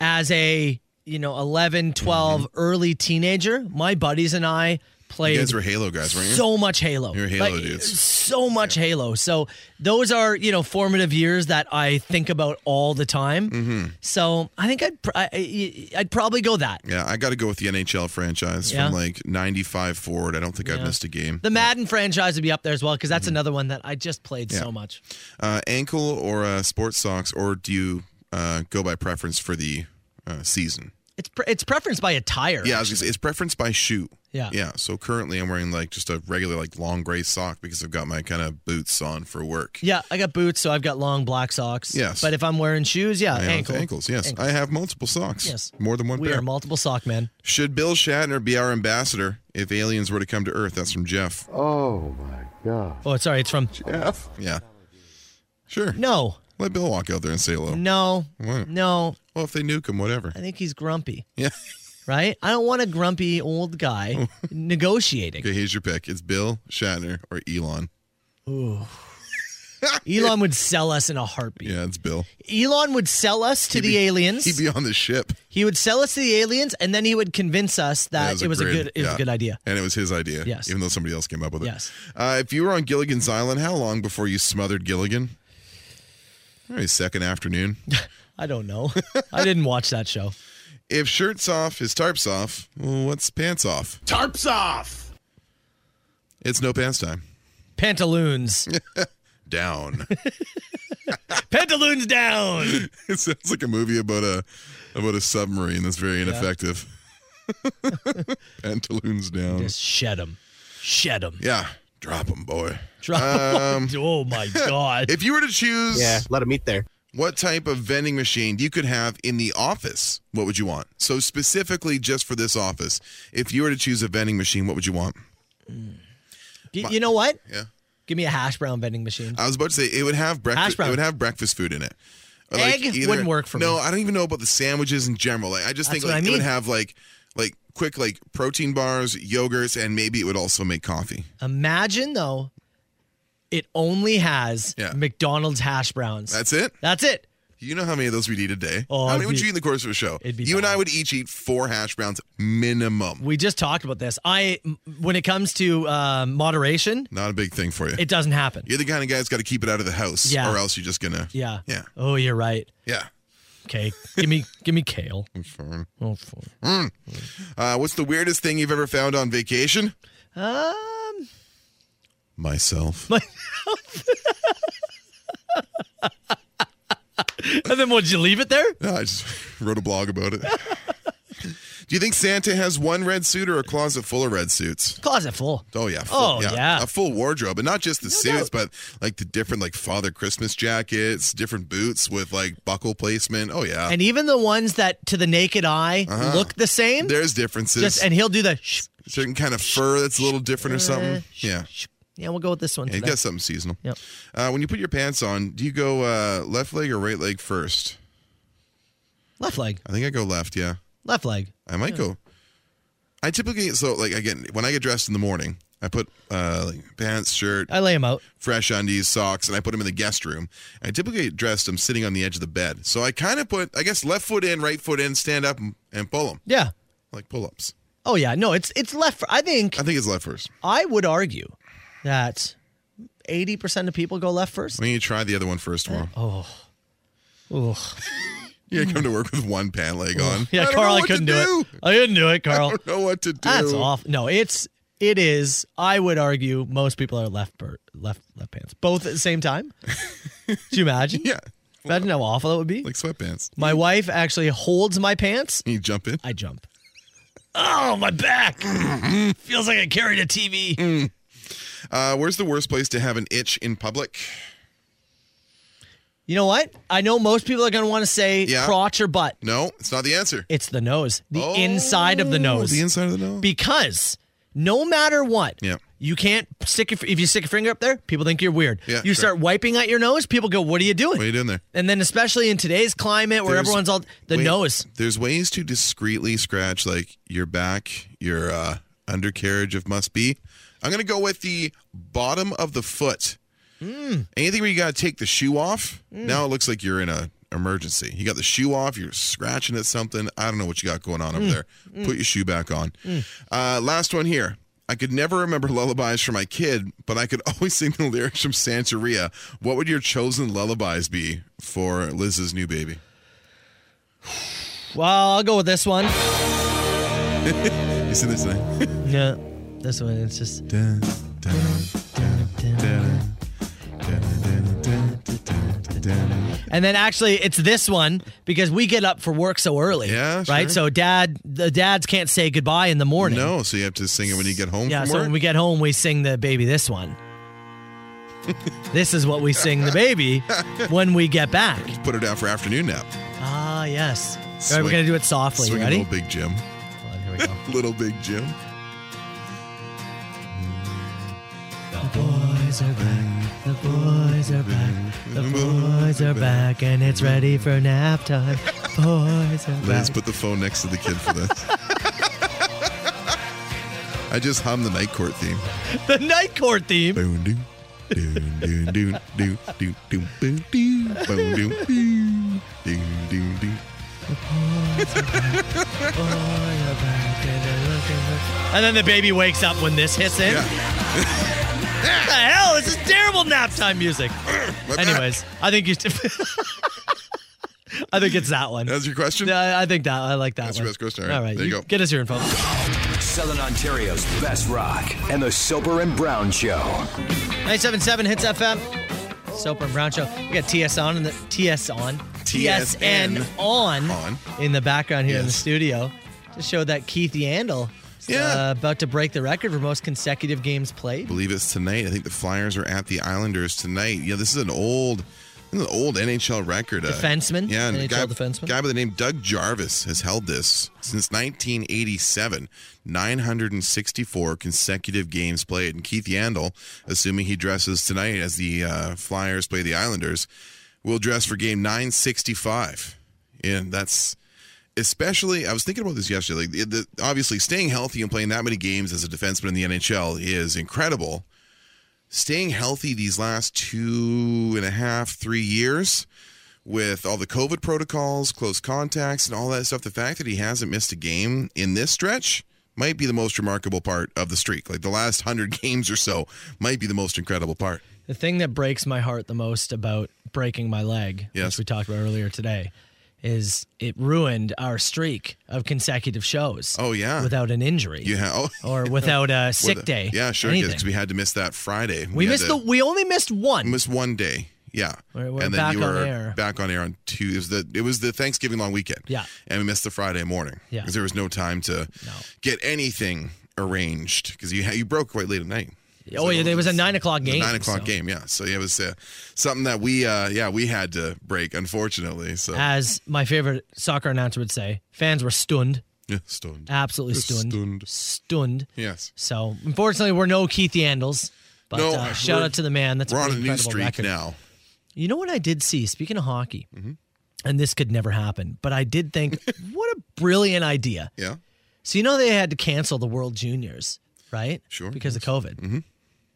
S6: as a you know 11, 12, early teenager, my buddies and I played.
S7: You Mm-hmm. guys were Halo guys, weren't you?
S6: So much Halo.
S7: You were Halo
S6: Like,
S7: dudes.
S6: So much Halo. So those are you know formative years that I think about all the time.
S7: Mm-hmm.
S6: So I think I'd pr- I- I, I'd probably go that.
S7: Yeah, I got to go with the NHL franchise
S6: Yeah.
S7: from like 95 forward. I don't think I've missed a game.
S6: The Madden franchise would be up there as well because that's another one that I just played
S7: Mm-hmm. Yeah.
S6: so much.
S7: Uh, ankle or uh, sports socks, or do you uh, go by preference for the uh, season?
S6: It's pre- it's preference by attire.
S7: Yeah, I was gonna say, it's preference by shoe.
S6: Yeah.
S7: Yeah. So currently I'm wearing like just a regular, like long gray sock because I've got my kind of boots on for work.
S6: Yeah, I got boots, so I've got long black socks.
S7: Yes.
S6: But if I'm wearing shoes, yeah,
S7: I have
S6: ankle.
S7: ankles. Yes.
S6: Ankle.
S7: I have multiple socks.
S6: Yes.
S7: More than one
S6: we
S7: pair.
S6: are multiple sock men.
S7: Should Bill Shatner be our ambassador if aliens were to come to Earth? That's from Jeff.
S6: Oh my god. Oh, sorry, it's from
S7: Jeff. Yeah. Sure.
S6: No.
S7: Let Bill walk out there and say hello.
S6: No.
S7: What?
S6: No.
S7: Well, if they nuke him, whatever. [LAUGHS]
S6: I think he's grumpy.
S7: Yeah.
S6: Right? I don't want a grumpy
S7: [LAUGHS]
S6: old guy negotiating.
S7: Okay, here's your pick. It's Bill Shatner or Elon.
S6: Ooh. Elon would sell us in a heartbeat.
S7: Yeah, it's Bill.
S6: Elon would sell us to
S7: He'd
S6: the
S7: be-
S6: aliens.
S7: He'd be on the ship.
S6: He would sell us to the aliens, and then he would convince us that it was a,
S7: great-
S6: good, it was
S7: yeah.
S6: a good idea.
S7: And it was his idea.
S6: Yes.
S7: Even though somebody else came up with it.
S6: Yes.
S7: Uh, if you were on Gilligan's Island, how long before you smothered Gilligan? Maybe second
S6: [LAUGHS]
S7: afternoon.
S6: I
S7: [LAUGHS]
S6: don't know. I didn't watch that show.
S7: If shirt's off, his tarp's off, well, what's pants off?
S2: Tarps off.
S7: It's no pants time.
S6: Pantaloons.
S7: down.
S6: Pantaloons down.
S7: [LAUGHS] It sounds like a movie about a about a submarine that's
S19: [LAUGHS]
S7: very ineffective. Pantaloons down.
S6: Just shed them. Shed them.
S7: Yeah. Drop them, boy.
S6: [LAUGHS] Drop 'em.
S7: Um, [LAUGHS]
S6: Oh, my God.
S7: If you were to choose
S19: Yeah, let them eat there.
S7: what type of vending machine you could have in the office, what would you want? So specifically just for this office, if you were to choose a vending machine, what would you want?
S6: You, you know what?
S7: Yeah.
S6: Give me a hash brown vending machine.
S7: I was about to say it would have
S6: Hash
S7: breakfast.
S6: brown.
S7: It would have breakfast food in it. Or,
S6: Egg wouldn't work for
S7: no,
S6: me.
S7: I don't even know about the sandwiches in general. Like, I just
S6: That's
S7: think
S6: what
S7: like,
S6: I
S7: it would
S6: mean.
S7: have like like quick like protein bars, yogurts, and maybe it would also make coffee.
S6: Imagine though, it only has
S7: Yeah.
S6: McDonald's hash browns.
S7: That's it.
S6: That's it.
S7: You know how many of those we'd eat a day?
S6: Oh,
S7: how
S6: it'd
S7: many would
S6: be-
S7: you eat in the course of a show?
S6: it'd be
S7: you and I would each eat four hash browns minimum.
S6: we just talked about this. I, when it comes to uh, moderation,
S7: Not a big thing for you.
S6: it doesn't happen.
S7: You're the kind of guy that's got to keep it out of the house,
S6: Yeah.
S7: or else you're just gonna.
S6: Yeah.
S7: Yeah.
S6: Oh, you're right.
S7: Yeah.
S6: Okay. Give me, [LAUGHS] give me kale. Oh,
S7: Mm. Uh, what's the weirdest thing you've ever found on vacation?
S6: Um,
S7: Myself.
S6: [LAUGHS] and then would you leave it there?
S7: No, I just [LAUGHS] wrote a blog about it. [LAUGHS] Do you think Santa has one red suit or a closet full of red suits?
S6: Closet full.
S7: Oh yeah,
S6: Oh, yeah.
S7: a full wardrobe, and not just the suits, but like the different like Father Christmas jackets, different boots with like buckle placement. Oh yeah,
S6: and even the ones that to the naked eye
S7: Uh-huh.
S6: look the same.
S7: there's differences.
S6: Just and he'll do the. Shh,
S7: certain kind of fur that's a little different or something. Yeah,
S6: yeah, we'll go with this one.
S7: yeah you
S6: today.
S7: got something seasonal.
S6: Yep.
S7: Uh, when you put your pants on, do you go uh, left leg or right leg first?
S6: Left leg.
S7: I think I go left. Yeah.
S6: Left leg.
S7: I might go. I typically so like again when I get dressed in the morning, I put uh, like pants, shirt,
S6: I lay him out.
S7: fresh undies, socks, and I put them in the guest room. I typically get dressed. I'm sitting on the edge of the bed, so I kind of put I guess left foot in, right foot in, stand up and, and pull them
S6: Yeah.
S7: like pull ups.
S6: Oh yeah. No, it's it's left. I think
S7: I think it's left first.
S6: I would argue that eighty percent of people go left first.
S7: Why don't you try the other one first tomorrow?
S6: Oh. Ugh.
S7: [LAUGHS] You're gonna come to work with one pant leg on.
S6: Yeah,
S7: don't
S6: Carl,
S7: know
S6: I
S7: what to
S6: couldn't do, it. I couldn't do it,
S7: [LAUGHS]
S6: Carl.
S7: I don't know what to do.
S6: That's awful. No, it's it is. I would argue most people are left per, left left pants both at the
S7: [LAUGHS]
S6: same time. Do you imagine?
S7: Yeah.
S6: Imagine how awful that would be.
S7: Like sweatpants.
S6: My wife actually holds my pants.
S7: You jump in.
S6: I jump. Oh, my back
S7: Mm-hmm.
S6: feels like I carried a TV.
S7: Uh, where's the worst place to have an itch in public?
S6: You know what? I know most people are going to want to say
S7: Yeah.
S6: crotch or butt.
S7: No, it's not the answer.
S6: It's the nose, the inside of the
S7: Oh,
S6: nose.
S7: The inside of the nose.
S6: because no matter what,
S7: Yeah.
S6: you can't stick your, if you stick a finger up there, people think you're weird.
S7: Yeah,
S6: you
S7: sure.
S6: start wiping at your nose, people go, "What are you doing?"
S7: What are you doing there?
S6: And then especially in today's climate where
S7: There's-
S6: everyone's all the
S7: Wait,
S6: nose.
S7: There's ways to discreetly scratch like your back, your uh, undercarriage if must be. I'm gonna go with the bottom of the foot.
S6: Hmm.
S7: Anything where you gotta take the shoe off. Now it looks like you're in a emergency. You got the shoe off. You're scratching at something. I don't know what you got going on
S6: Hmm.
S7: over there. Put your shoe back on. Uh, last one here. I could never remember lullabies for my kid, but I could [LAUGHS] always sing the lyrics from Santeria. What would your chosen lullabies be for Liz's new baby?
S6: Well, I'll go with this one.
S7: You see this thing?
S6: yeah, this one. It's just and then actually it's this one because we get up for work so early.
S7: Yeah,
S6: right.
S7: sure.
S6: So dad, the dads can't say goodbye in the morning.
S7: No, so you have to sing it when you get home
S6: Yeah,
S7: from
S6: so
S7: work.
S6: when we get home, we sing the baby this
S7: [LAUGHS]
S6: one. this is what we sing the baby when we get back.
S7: Put her down for afternoon nap.
S6: Ah, yes. All right,
S7: Swing-
S6: we're going to do it softly. You
S7: Swing it,
S6: ready?
S7: little big Jim.
S6: Hold on, here we go.
S7: little big Jim.
S6: The boys are back. The boys are back. The boys are back, and it's ready for nap time. Boys are
S7: Liz,
S6: back.
S7: put the phone next to the kid for this. I just hum the night court theme.
S6: [LAUGHS] The night court theme.
S7: Boom, doo, doon, doon, doon, doon, doon, doon, boom, doo, boom, doon, doo, doon, doon, doon.
S6: And then the baby wakes up when this hits in.
S7: Yeah,
S6: [LAUGHS] What the hell? This is terrible nap time music.
S7: my back.
S6: Anyways, I think you. [LAUGHS] I think it's that one.
S7: That's your question?
S6: Yeah, I think that I like that
S5: That's
S6: one.
S5: your best question. All right,
S6: All right.
S5: there you go.
S6: Get us your info.
S5: Southern Ontario's best rock and the Soper and Brown Show.
S6: 977 Hits FM. Soap and Brown Show. We got TS on in the TS on.
S7: TSN
S6: TSN on, in the background here in the studio. Just showed that Keith Yandel is, uh, about to break the record for most consecutive games played.
S7: believe it's tonight. I think the Flyers are at the Islanders tonight. Yeah, this is an old, this is an old NHL record. Uh,
S6: Defenseman,
S7: yeah, and a guy,
S6: NHL defenseman.
S7: guy by the name Doug Jarvis has held this since 1987. 964 consecutive games played, and Keith Yandel, assuming he dresses tonight as the uh, Flyers play the Islanders, will dress for game 965, and that's especially i was thinking about this yesterday like the, the- obviously staying healthy and playing that many games as a defenseman in the nhl is incredible staying healthy these last two and a half three years with all the covid protocols close contacts and all that stuff the fact that he hasn't missed a game in this stretch might be the most remarkable part of the streak like the last 100 [LAUGHS] games or so might be the most incredible part
S6: The thing that breaks my heart the most about breaking my leg, which we talked about earlier today, is it ruined our streak of consecutive shows. Oh
S7: yeah,
S6: without an injury.
S7: you ha- oh. [LAUGHS]
S6: or without a sick
S7: With-
S6: day.
S7: yeah sure
S6: anything.
S7: because we had to miss that friday
S6: We
S7: had
S6: missed
S7: to-
S6: the. We only missed one.
S7: Missed one day. Yeah.
S6: We're- we're back on air.
S7: back on air on two. It was the it was the Thanksgiving long weekend.
S6: Yeah.
S7: And we missed the Friday morning.
S6: Yeah.
S7: Because there was no time to get anything arranged because you ha- you broke quite late at night.
S6: Oh yeah, there was a nine o'clock
S7: The
S6: game.
S7: nine o'clock
S6: so-
S7: game, yeah. So yeah, it was uh, something that we, uh, yeah, we had to break, unfortunately. So
S6: As my favorite soccer announcer would say, fans were stunned.
S7: yeah, stoned.
S6: Absolutely stunned.
S7: Stunned.
S6: Stunned.
S7: Yes.
S6: So unfortunately, we're no Keith Yandels. But
S7: No,
S6: uh, shout
S7: we're-
S6: out to the man. That's
S7: we're
S6: a
S7: on a
S6: pretty
S7: new
S6: incredible
S7: streak
S6: record.
S7: now.
S6: You know what I did see? Speaking of hockey,
S7: Mm-hmm.
S6: and this could never happen, but I did think, [LAUGHS] what a brilliant idea.
S7: Yeah.
S6: So you know they had to cancel the World Juniors, right? Sure. Because of COVID.
S7: Mm-hmm.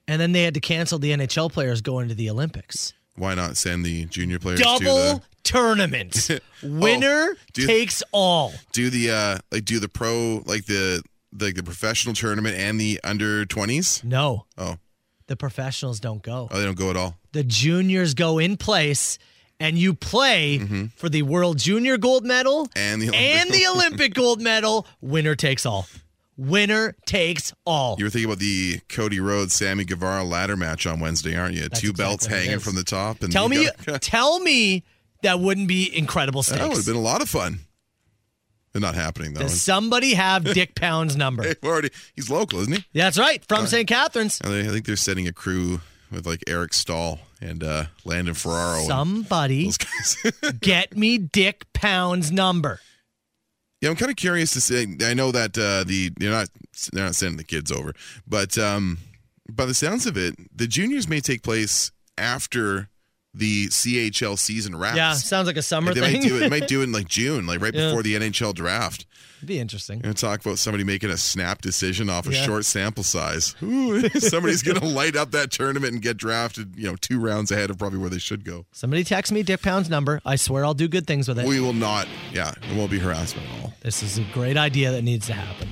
S6: And then they had to cancel the NHL players going to the Olympics.
S7: Why not send the junior players to
S6: Double
S7: the [LAUGHS]
S6: tournament. Winner
S7: Oh, do you-
S6: takes all.
S7: do the uh like do the pro like the like the professional tournament and the under 20s
S6: no
S7: oh
S6: The professionals don't go.
S7: oh they don't go at all
S6: The juniors go in place and you play
S7: Mm-hmm.
S6: for the World Junior gold medal
S7: and the
S6: and
S7: [LAUGHS]
S6: the Olympic gold medal. Winner takes all. Winner takes all.
S7: you were thinking about the cody rhodes sammy guevara ladder match on wednesday aren't you two belts
S6: exactly what it
S7: hanging
S6: is.
S7: from the top and
S6: Tell
S7: you [LAUGHS]
S6: [LAUGHS] me,
S7: gotta-
S6: tell me that wouldn't be incredible stakes.
S7: that would have been a lot of fun They're not happening though
S6: Does
S7: [LAUGHS]
S6: somebody have Dick Pound's number?
S7: We're already he's local isn't he
S6: That's right, from St. Catharines.
S7: I think- I think they're sending a crew with like Eric Stahl and uh, Landon Ferraro. and-
S6: Somebody get me Dick Pound's number.
S7: [LAUGHS] Yeah, I'm kind of curious to see. I know that uh, the they're not they're not sending the kids over, but um, by the sounds of it, the juniors may take place after the CHL season wraps.
S6: Yeah, sounds like a summer
S7: Like, they
S6: thing.
S7: might do it. Might do it in like June, like right
S6: [LAUGHS] Yeah.
S7: before the NHL draft.
S6: It'd [LAUGHS] be interesting.
S7: And talk about somebody making a snap decision off a
S6: Yeah.
S7: short sample size. [LAUGHS] Ooh, somebody's
S6: [LAUGHS]
S7: gonna light up that tournament and get drafted. You know, two rounds ahead of probably where they should go.
S6: Somebody text me Dick Pound's number. I swear I'll do good things with it.
S7: We will not. Yeah, it won't be harassment at all.
S6: This is a great idea that needs to happen.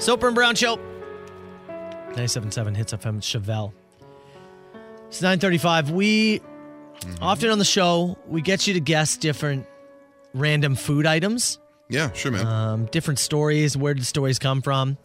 S6: Soper and Brown Show. 977 hits FM Chevelle. It's 935. We
S7: Mm-hmm.
S6: often on the show, we get you to guess different random food items.
S7: Yeah, sure, man.
S6: Um, different stories. Where did stories come from?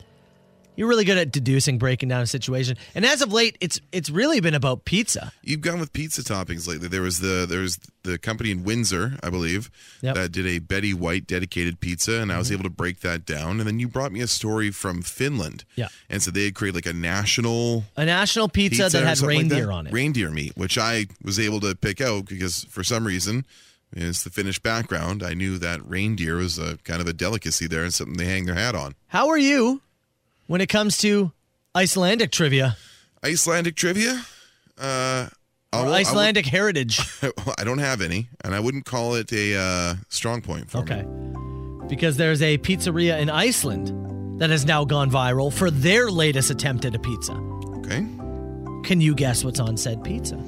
S6: You're really good at deducing, breaking down a situation. And as of late, it's it's really been about pizza.
S7: You've gone with pizza toppings lately. There was the there was the company in Windsor, I believe,
S6: Yep. Mm-hmm.
S7: that did a Betty White dedicated pizza, and I was able to break that down. And then you brought me a story from Finland,
S6: Yeah.
S7: and so they had created like a national
S6: A national pizza,
S7: pizza
S6: that
S7: or
S6: had
S7: something like that.
S6: reindeer on it.
S7: reindeer meat, which I was able to pick out because for some reason. It's the Finnish background. I knew that reindeer was a kind of a delicacy there and something they hang their hat on.
S6: How are you when it comes to Icelandic trivia?
S7: Icelandic trivia? Uh, I
S6: Or
S7: won't- I won't-
S6: Icelandic heritage?
S7: [LAUGHS] I don't have any, and I wouldn't call it a uh, strong point for
S6: Okay. Because there's a pizzeria in Iceland that has now gone viral for their latest attempt at a pizza.
S7: Okay.
S6: Can you guess what's on said pizza?
S7: me.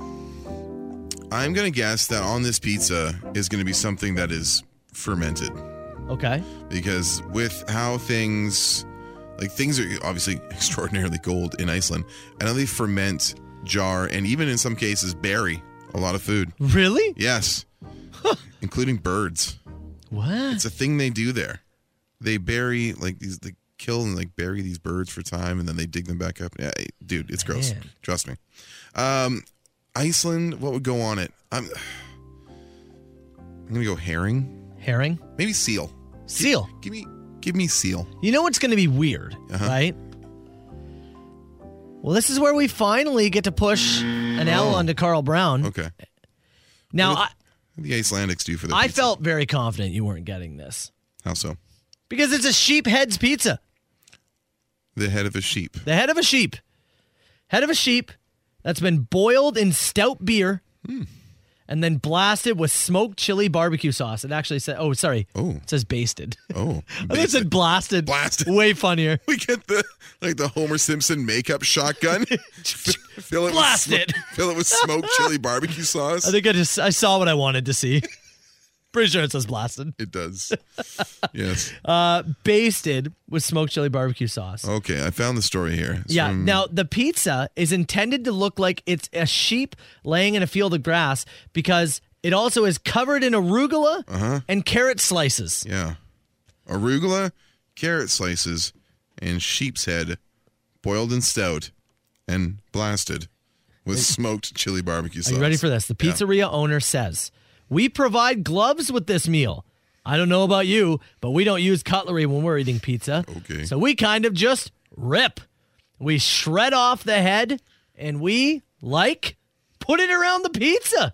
S7: I'm gonna guess that on this pizza is gonna be something that is fermented,
S6: Okay.
S7: because with how things, like things are obviously [LAUGHS] extraordinarily cold in Iceland, I know they ferment, jar, and even in some cases bury a lot of food.
S6: Really?
S7: Yes. including birds.
S6: What?
S7: It's a thing they do there. They bury like these, they kill and like bury these birds for time, and then they dig them back up. Yeah, it- dude, it's gross.
S6: Man.
S7: Trust me. Um, Iceland, what would go on it? I'm, I'm gonna go herring,
S6: herring,
S7: maybe seal. Uh-huh.
S6: Seal.
S7: Give, me, give me seal.
S6: You know what's going to be weird, right? Well, this is where we finally get to push an L
S7: Oh.
S6: onto Carl Brown.
S7: Okay.
S6: Now, I,
S7: What do The Icelandics do for their
S6: I
S7: pizza?
S6: felt very confident you weren't getting this
S7: How so?
S6: because it's a sheep heads pizza.
S7: The head of a sheep.
S6: The head of a sheep. Head of a sheep that's been boiled in stout beer and then blasted with smoked chili barbecue sauce. It actually said, oh, sorry.
S7: Oh.
S6: It says basted. [LAUGHS]
S7: Oh.
S6: I think it said blasted. Blasted. Way [LAUGHS] funnier.
S7: [LAUGHS] We get the like the Homer Simpson makeup
S6: [LAUGHS]
S7: shotgun. fill it
S6: Blast
S7: with smo-
S6: it.
S7: Fill it with smoked chili barbecue sauce.
S6: [LAUGHS] I think I just I saw what I wanted to see. [LAUGHS] Pretty sure it says blasted.
S7: It
S6: [LAUGHS]
S7: does. yes.
S6: Uh, basted with smoked chili barbecue sauce.
S7: Okay, I found the story here. It's
S6: Yeah.
S7: from-
S6: Now the pizza is intended to look like it's a sheep laying in a field of grass because it also is covered in arugula and carrot slices.
S7: Yeah. Arugula, carrot slices, and sheep's head, boiled in stout, and blasted with smoked chili barbecue sauce.
S6: Are you ready for this? The
S7: Yeah.
S6: pizzeria owner says, "We provide gloves with this meal." I don't know about you, but we don't use cutlery when we're eating pizza.
S7: Okay.
S6: So we kind of just rip. We shred off the head and we like put it around the pizza.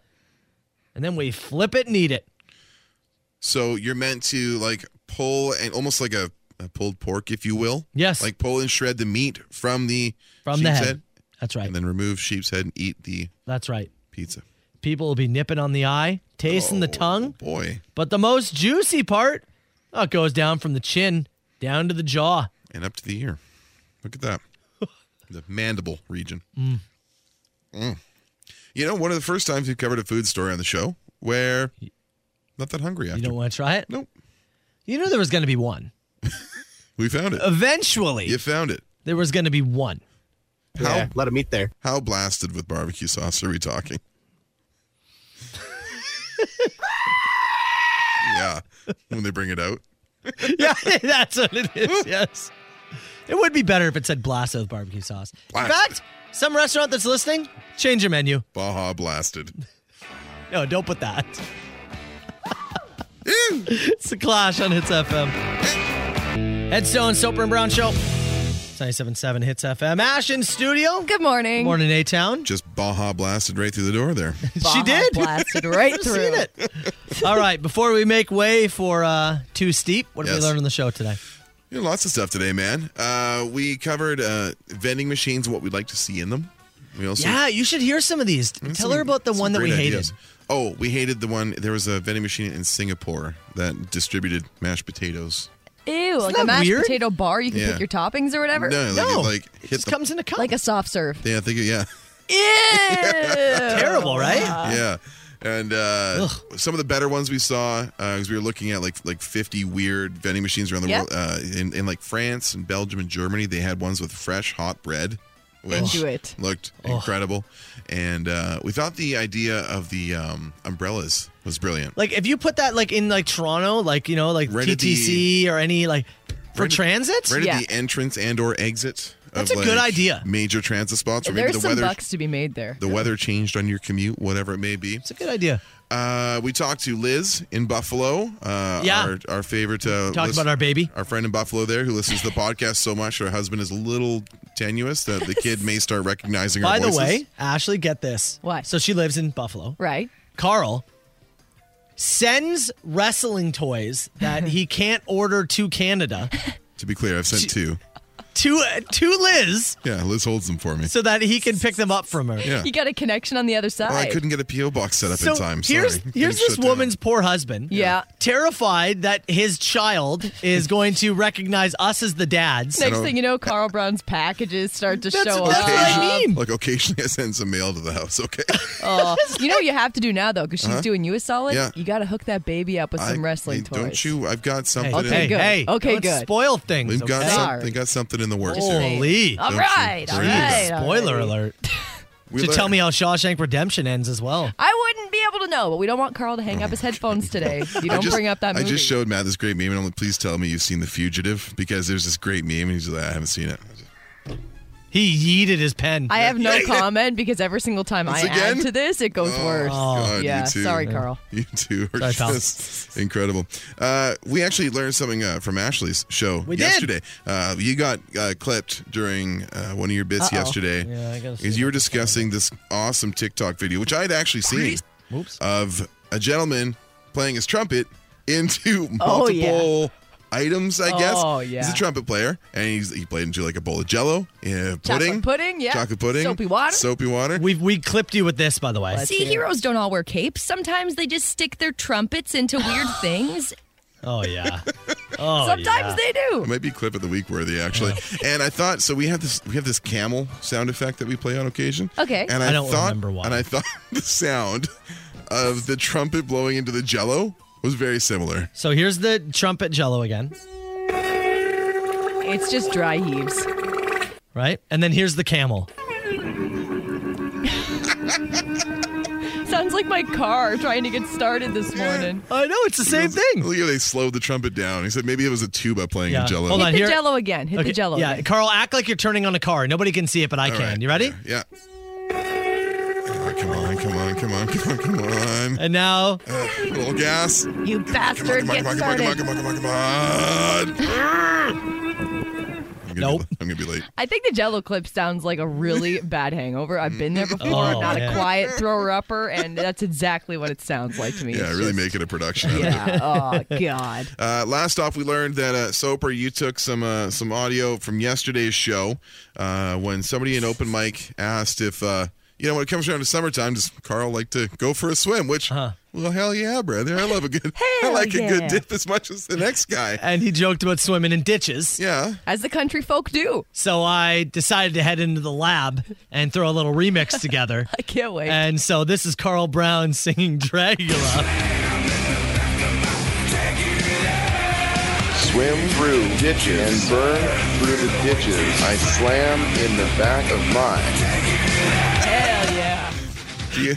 S6: And then we flip it and eat it.
S7: So you're meant to like pull and almost like a, a pulled pork, if you will.
S6: Yes.
S7: Like pull and shred the meat from the
S6: From
S7: sheep's
S6: the head. That's right.
S7: and then remove sheep's head and eat the
S6: That's right.
S7: pizza.
S6: People will be nipping on the eye, tasting
S7: Oh.
S6: the tongue.
S7: Boy,
S6: But the most juicy part oh, it goes down from the chin down to the jaw.
S7: and up to the ear. Look at
S6: [LAUGHS]
S7: that, the mandible region.
S6: Mm.
S7: Mm. You know, one of the first times we've covered a food story on the show where not that hungry after
S6: You don't want to try it?
S7: Nope.
S6: You knew there was going to be one.
S7: we found it.
S6: Eventually,
S7: You found it.
S6: there was going to be one.
S7: How a lot of meat there. How blasted with barbecue sauce are we talking? yeah, when they bring it out.
S6: [LAUGHS] yeah, that's what it is. Yes. It would be better if it said blast with barbecue sauce. In
S7: Blast.
S6: fact, some restaurant that's listening, change your menu.
S7: Baja blasted.
S6: No, don't put that. it's the clash on Hits FM. Headstone, Soper and Brown Show. 977 Hits FM. Ash in studio.
S11: Good morning.
S6: Morning, A Town.
S7: Just Baja blasted right through the door there.
S6: She did. [LAUGHS]
S11: Blasted right
S6: I've
S11: through.
S6: seen it. All right, before we make way for uh, Too Steep, what did
S7: Yes.
S6: we learn on the show today?
S7: You know, lots of stuff today, man. Uh, we covered uh, vending machines, what we'd like to see in them. We also Mm,
S6: yeah, you should hear some of these. Tell her about the one that we
S7: Great
S6: hated.
S7: ideas. Oh, we hated the one. There was a vending machine in Singapore that distributed mashed potatoes.
S11: Ew, like a
S6: that
S11: mashed
S6: weird?
S11: potato bar. You can
S7: Yeah.
S11: pick your toppings or whatever.
S7: No, like, it, like hit the,
S6: in a cup.
S11: Like a soft
S6: [LAUGHS]
S11: serve.
S7: Yeah, I think yeah,
S11: Ew. [LAUGHS]
S6: Terrible, right?
S7: yeah. And uh, some of the better ones we saw because we were looking at like like 50 weird vending machines around the
S11: Yeah.
S7: world. Uh, in, in like France and Belgium and Germany, they had ones with fresh hot bread, which
S11: Into it.
S7: looked incredible. And uh, we thought the idea of the um, umbrellas was brilliant.
S6: Like if you put that like in like Toronto, like you know, like
S7: Rented
S6: TTC or any like for
S7: Right at-
S6: transit.
S7: right at the entrance and or exit.
S6: That's
S7: of,
S6: a good
S7: like,
S6: idea.
S7: Major transit spots, or maybe
S11: There's
S7: the
S11: some
S7: weather
S11: bucks to be made there.
S7: the weather changed on your commute, whatever it may be. It's
S6: a good idea.
S7: Uh, we talked to Liz in Buffalo. Uh,
S6: Yeah.
S7: Our, our favorite. Uh,
S6: Talked about our baby.
S7: Our friend in Buffalo there who listens to the podcast so much. Her husband is a little tenuous that the kid may start recognizing our
S6: By the
S7: voices.
S6: way, Ashley, get this. What? So she lives in Buffalo.
S11: Right.
S6: Carl sends wrestling toys that
S11: [LAUGHS]
S6: he can't order to Canada
S7: To be clear, I've sent two.
S6: to uh, to Liz
S7: Yeah, Liz holds them for me.
S6: so that he can pick them up from her.
S7: Yeah.
S11: You got a connection on the other side.
S7: Well, I couldn't get a P.O. box set up in time. Sorry.
S6: Here's,
S7: Things uh,
S6: here's this
S7: shut down.
S6: woman's poor husband.
S11: Yeah.
S6: Terrified that his child is going to recognize us as the dads.
S11: Next thing you know, Carl Brown's packages start to
S6: That's-
S11: show
S6: that's
S11: up.
S6: what I
S7: [LAUGHS]
S6: mean.
S7: Like occasionally I send some mail to the house,
S6: [LAUGHS]
S7: okay?
S11: Oh, you know what you have to do now though, because she's
S7: Uh-huh.
S11: doing you a solid.
S7: Yeah.
S11: You got to hook that baby up with some
S7: I-
S11: wrestling toys.
S7: Don't you? I've got something.
S6: Hey, okay,
S7: in,
S6: good. Hey,
S11: Okay,
S6: don't
S11: good.
S6: Spoil things.
S7: We've got
S6: okay?
S7: something. Got something in the works. here.
S6: Holy.
S11: All
S7: Don't you
S11: right, all
S7: breathe.
S11: right, all
S6: Spoiler
S11: right. [LAUGHS]
S6: alert.
S7: We
S6: Should
S7: learned-
S6: tell me how Shawshank Redemption ends as well.
S11: I wouldn't be able to know, but we don't want Carl to hang up his
S7: [LAUGHS]
S11: headphones today. You
S7: I
S11: don't
S7: just-
S11: bring up that movie.
S7: I just showed Matt this great meme, and I'm like, please tell me you've seen The Fugitive because there's this great meme, and he's like, I haven't seen it.
S6: He yeeted his pen.
S11: I
S7: [LAUGHS]
S11: have no comment because every single time
S6: Once
S11: I
S6: again?
S11: add to this, it goes worse.
S7: Oh, God, you
S11: yeah,
S7: two.
S11: sorry, Carl.
S7: [LAUGHS] You two are
S6: Sorry, pal.
S7: just incredible. Uh, we actually learned something uh, from Ashley's show
S6: We did.
S7: yesterday. Uh, you got uh, clipped during uh, one of your bits
S6: Uh-oh.
S7: yesterday.
S6: Yeah, I gotta see
S7: Because you were discussing this awesome TikTok video, which I had actually seen, of a gentleman playing his trumpet into
S11: Oh,
S7: multiple
S11: yeah.
S7: items. I guess.
S11: Oh,
S7: He's
S11: yeah.
S7: a trumpet player, and he's, he played into like a bowl of Jello, uh, pudding,
S11: Chocolate pudding, yeah.
S7: chocolate pudding,
S11: Soapy water.
S7: soapy water.
S6: We we clipped you with this, by the way.
S11: See, heroes don't all wear capes. Sometimes they just stick their trumpets [GASPS] into weird things.
S6: Oh
S11: [LAUGHS]
S6: yeah. Oh,
S11: Sometimes they do.
S7: It might be clip of the week worthy actually.
S11: Oh.
S7: and I thought so. We have this. We have this camel sound effect that we play on occasion.
S11: Okay.
S7: And I,
S6: I don't
S7: thought,
S6: remember why.
S7: And I thought [LAUGHS] the sound of the trumpet blowing into the Jello was very similar.
S6: So here's the trumpet jello again,
S11: It's just dry heaves.
S6: right? And then here's the camel.
S11: Sounds like my car trying to get started this morning.
S6: I know it's the same thing.
S7: Look at they slowed the trumpet down. He said maybe it was a tuba playing
S6: Yeah.
S7: in Jello.
S6: Hold on,
S11: Hit the
S6: here-
S11: jello again. Hit
S6: Okay,
S11: the jello.
S6: Yeah,
S11: again.
S6: Carl, act like you're turning on a car. Nobody can see it, but I
S7: All
S6: can.
S7: right.
S6: You ready?
S7: Yeah. Oh, come on! Come on! Come on! Come on! Come on!
S6: [LAUGHS] And now,
S7: Uh, a little gas.
S11: You bastard,
S7: Come on!
S11: get
S7: Come on! Come on!
S11: started.
S7: Come on! Come on! Come on! Come on!
S11: [LAUGHS]
S7: Come on. I'm gonna
S6: Nope.
S7: Be, I'm gonna be late.
S11: I think the jello clip sounds like a
S6: [LAUGHS]
S11: really bad hangover. I've been there before,
S6: Oh,
S11: not
S6: yeah.
S11: a quiet thrower upper, and that's exactly what it sounds like to me.
S7: Yeah,
S11: It's
S7: really
S11: just-
S7: make it a production. out of it.
S11: Yeah.
S7: [LAUGHS]
S11: Oh God.
S7: Uh, last off, we learned that uh, Soper, you took some uh, some audio from yesterday's show uh, when somebody in open mic asked if uh, you know when it comes around to summertime, does Carl like to go for a swim? Which,
S6: Uh-huh.
S7: well, hell yeah, brother, I love a good, I
S11: Hell
S7: like a good
S11: yeah.
S7: dip as much as the next guy.
S6: and he joked about swimming in ditches.
S7: Yeah,
S11: As the country folk do.
S6: So I decided to head into the lab and throw a
S11: [LAUGHS]
S6: little remix together.
S11: I can't wait.
S6: And so this is Carl Brown singing
S7: [LAUGHS]
S6: Dragula.
S19: Swim through ditches and burn through the ditches. I slam in the back of mine.
S11: Hell yeah.
S7: do you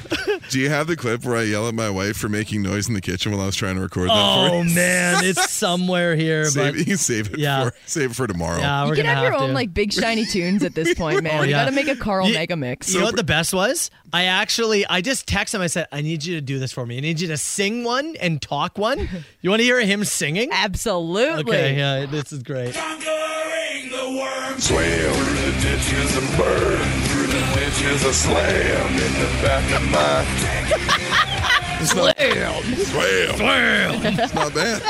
S7: do you have the clip where I yell at my wife for making noise in the kitchen while I was trying to record that for
S6: Oh
S7: you?
S11: [LAUGHS]
S6: man, it's somewhere
S7: [LAUGHS]
S6: here,
S7: Save,
S6: but
S7: it- you save it
S6: Yeah.
S7: for save it for tomorrow.
S6: yeah, we're
S11: you can
S6: gonna
S11: have your
S6: have
S11: own
S6: to.
S11: like
S6: [LAUGHS]
S11: big shiny tunes at this point, man.
S6: Oh,
S11: You
S6: yeah.
S11: gotta make a Carl
S6: You-
S11: mega mix.
S6: You know what the best was? I actually I just texted him. I said, I need you to do this for me. I need you to sing one and
S11: [LAUGHS]
S6: talk one. You want to hear him singing?
S11: Absolutely.
S6: Okay, yeah, this is great.
S2: Conquering the worm.
S19: Swim through the ditches and burn through the ditches. I slam in the back of mine.
S11: Slam.
S7: Swam. it's not bad.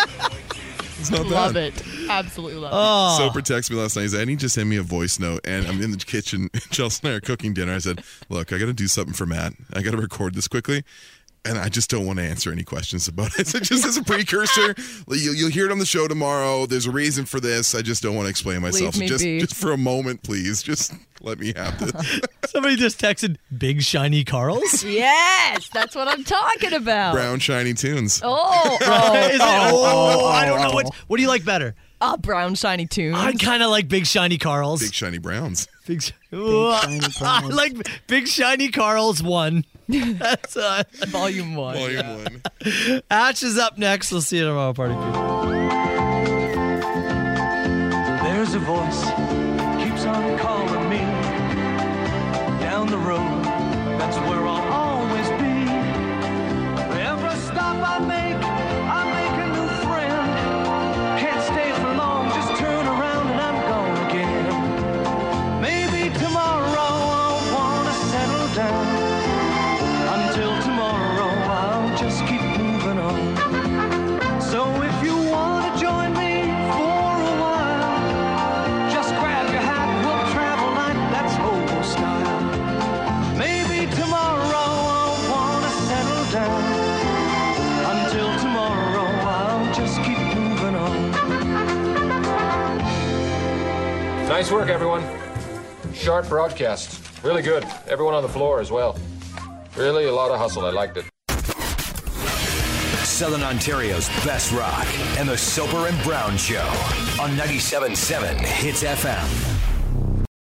S7: It's not bad.
S11: Love it. Absolutely love
S6: Oh.
S7: Soper texted me last night. He said, I need you to send me a voice note. And I'm in the kitchen. [LAUGHS] Chelsea and I are cooking dinner. I said, Look, I got to do something for Matt. I got to record this quickly. And I just don't want to answer any questions about it. [LAUGHS] So just as a precursor, you'll, you'll hear it on the show tomorrow. There's a reason for this. I just don't want to explain myself.
S11: me
S7: so just,
S11: be.
S7: just for a moment, please, just let me have
S11: [LAUGHS]
S7: this.
S6: Somebody just texted Big Shiny Carl's.
S11: it. Yes, that's what I'm talking about.
S7: Brown shiny tunes. [LAUGHS]
S11: Oh, [LAUGHS]
S6: Is [LAUGHS]
S11: oh,
S6: it- oh, I don't know what. What do you like better?
S11: ah, brown shiny tunes.
S6: I kind of like Big Shiny Carl's.
S7: Big shiny browns.
S6: Big, sh- [LAUGHS] I like Big Shiny Carl's one. That's uh,
S11: Volume one.
S7: Volume one.
S6: Ash is up next. We'll see you tomorrow, party people.
S16: There's a voice keeps on calling me down the road. That's where I'll always be. Every stop I make, I make a new friend. Can't stay for long, just turn around and I'm gone again. Maybe tomorrow I'll wanna settle down. Until tomorrow I'll just keep moving on. So if you wanna join me for a while, just grab your hat, we'll travel like that's hobo style. Maybe tomorrow I'll wanna settle down. Until tomorrow I'll just keep moving on.
S20: Nice work, everyone. Sharp broadcast. Really good. Everyone on the floor as well. Really a lot of hustle. I liked it.
S5: Southern Ontario's best rock and the Soper and Brown Show on 97.7 Hits FM.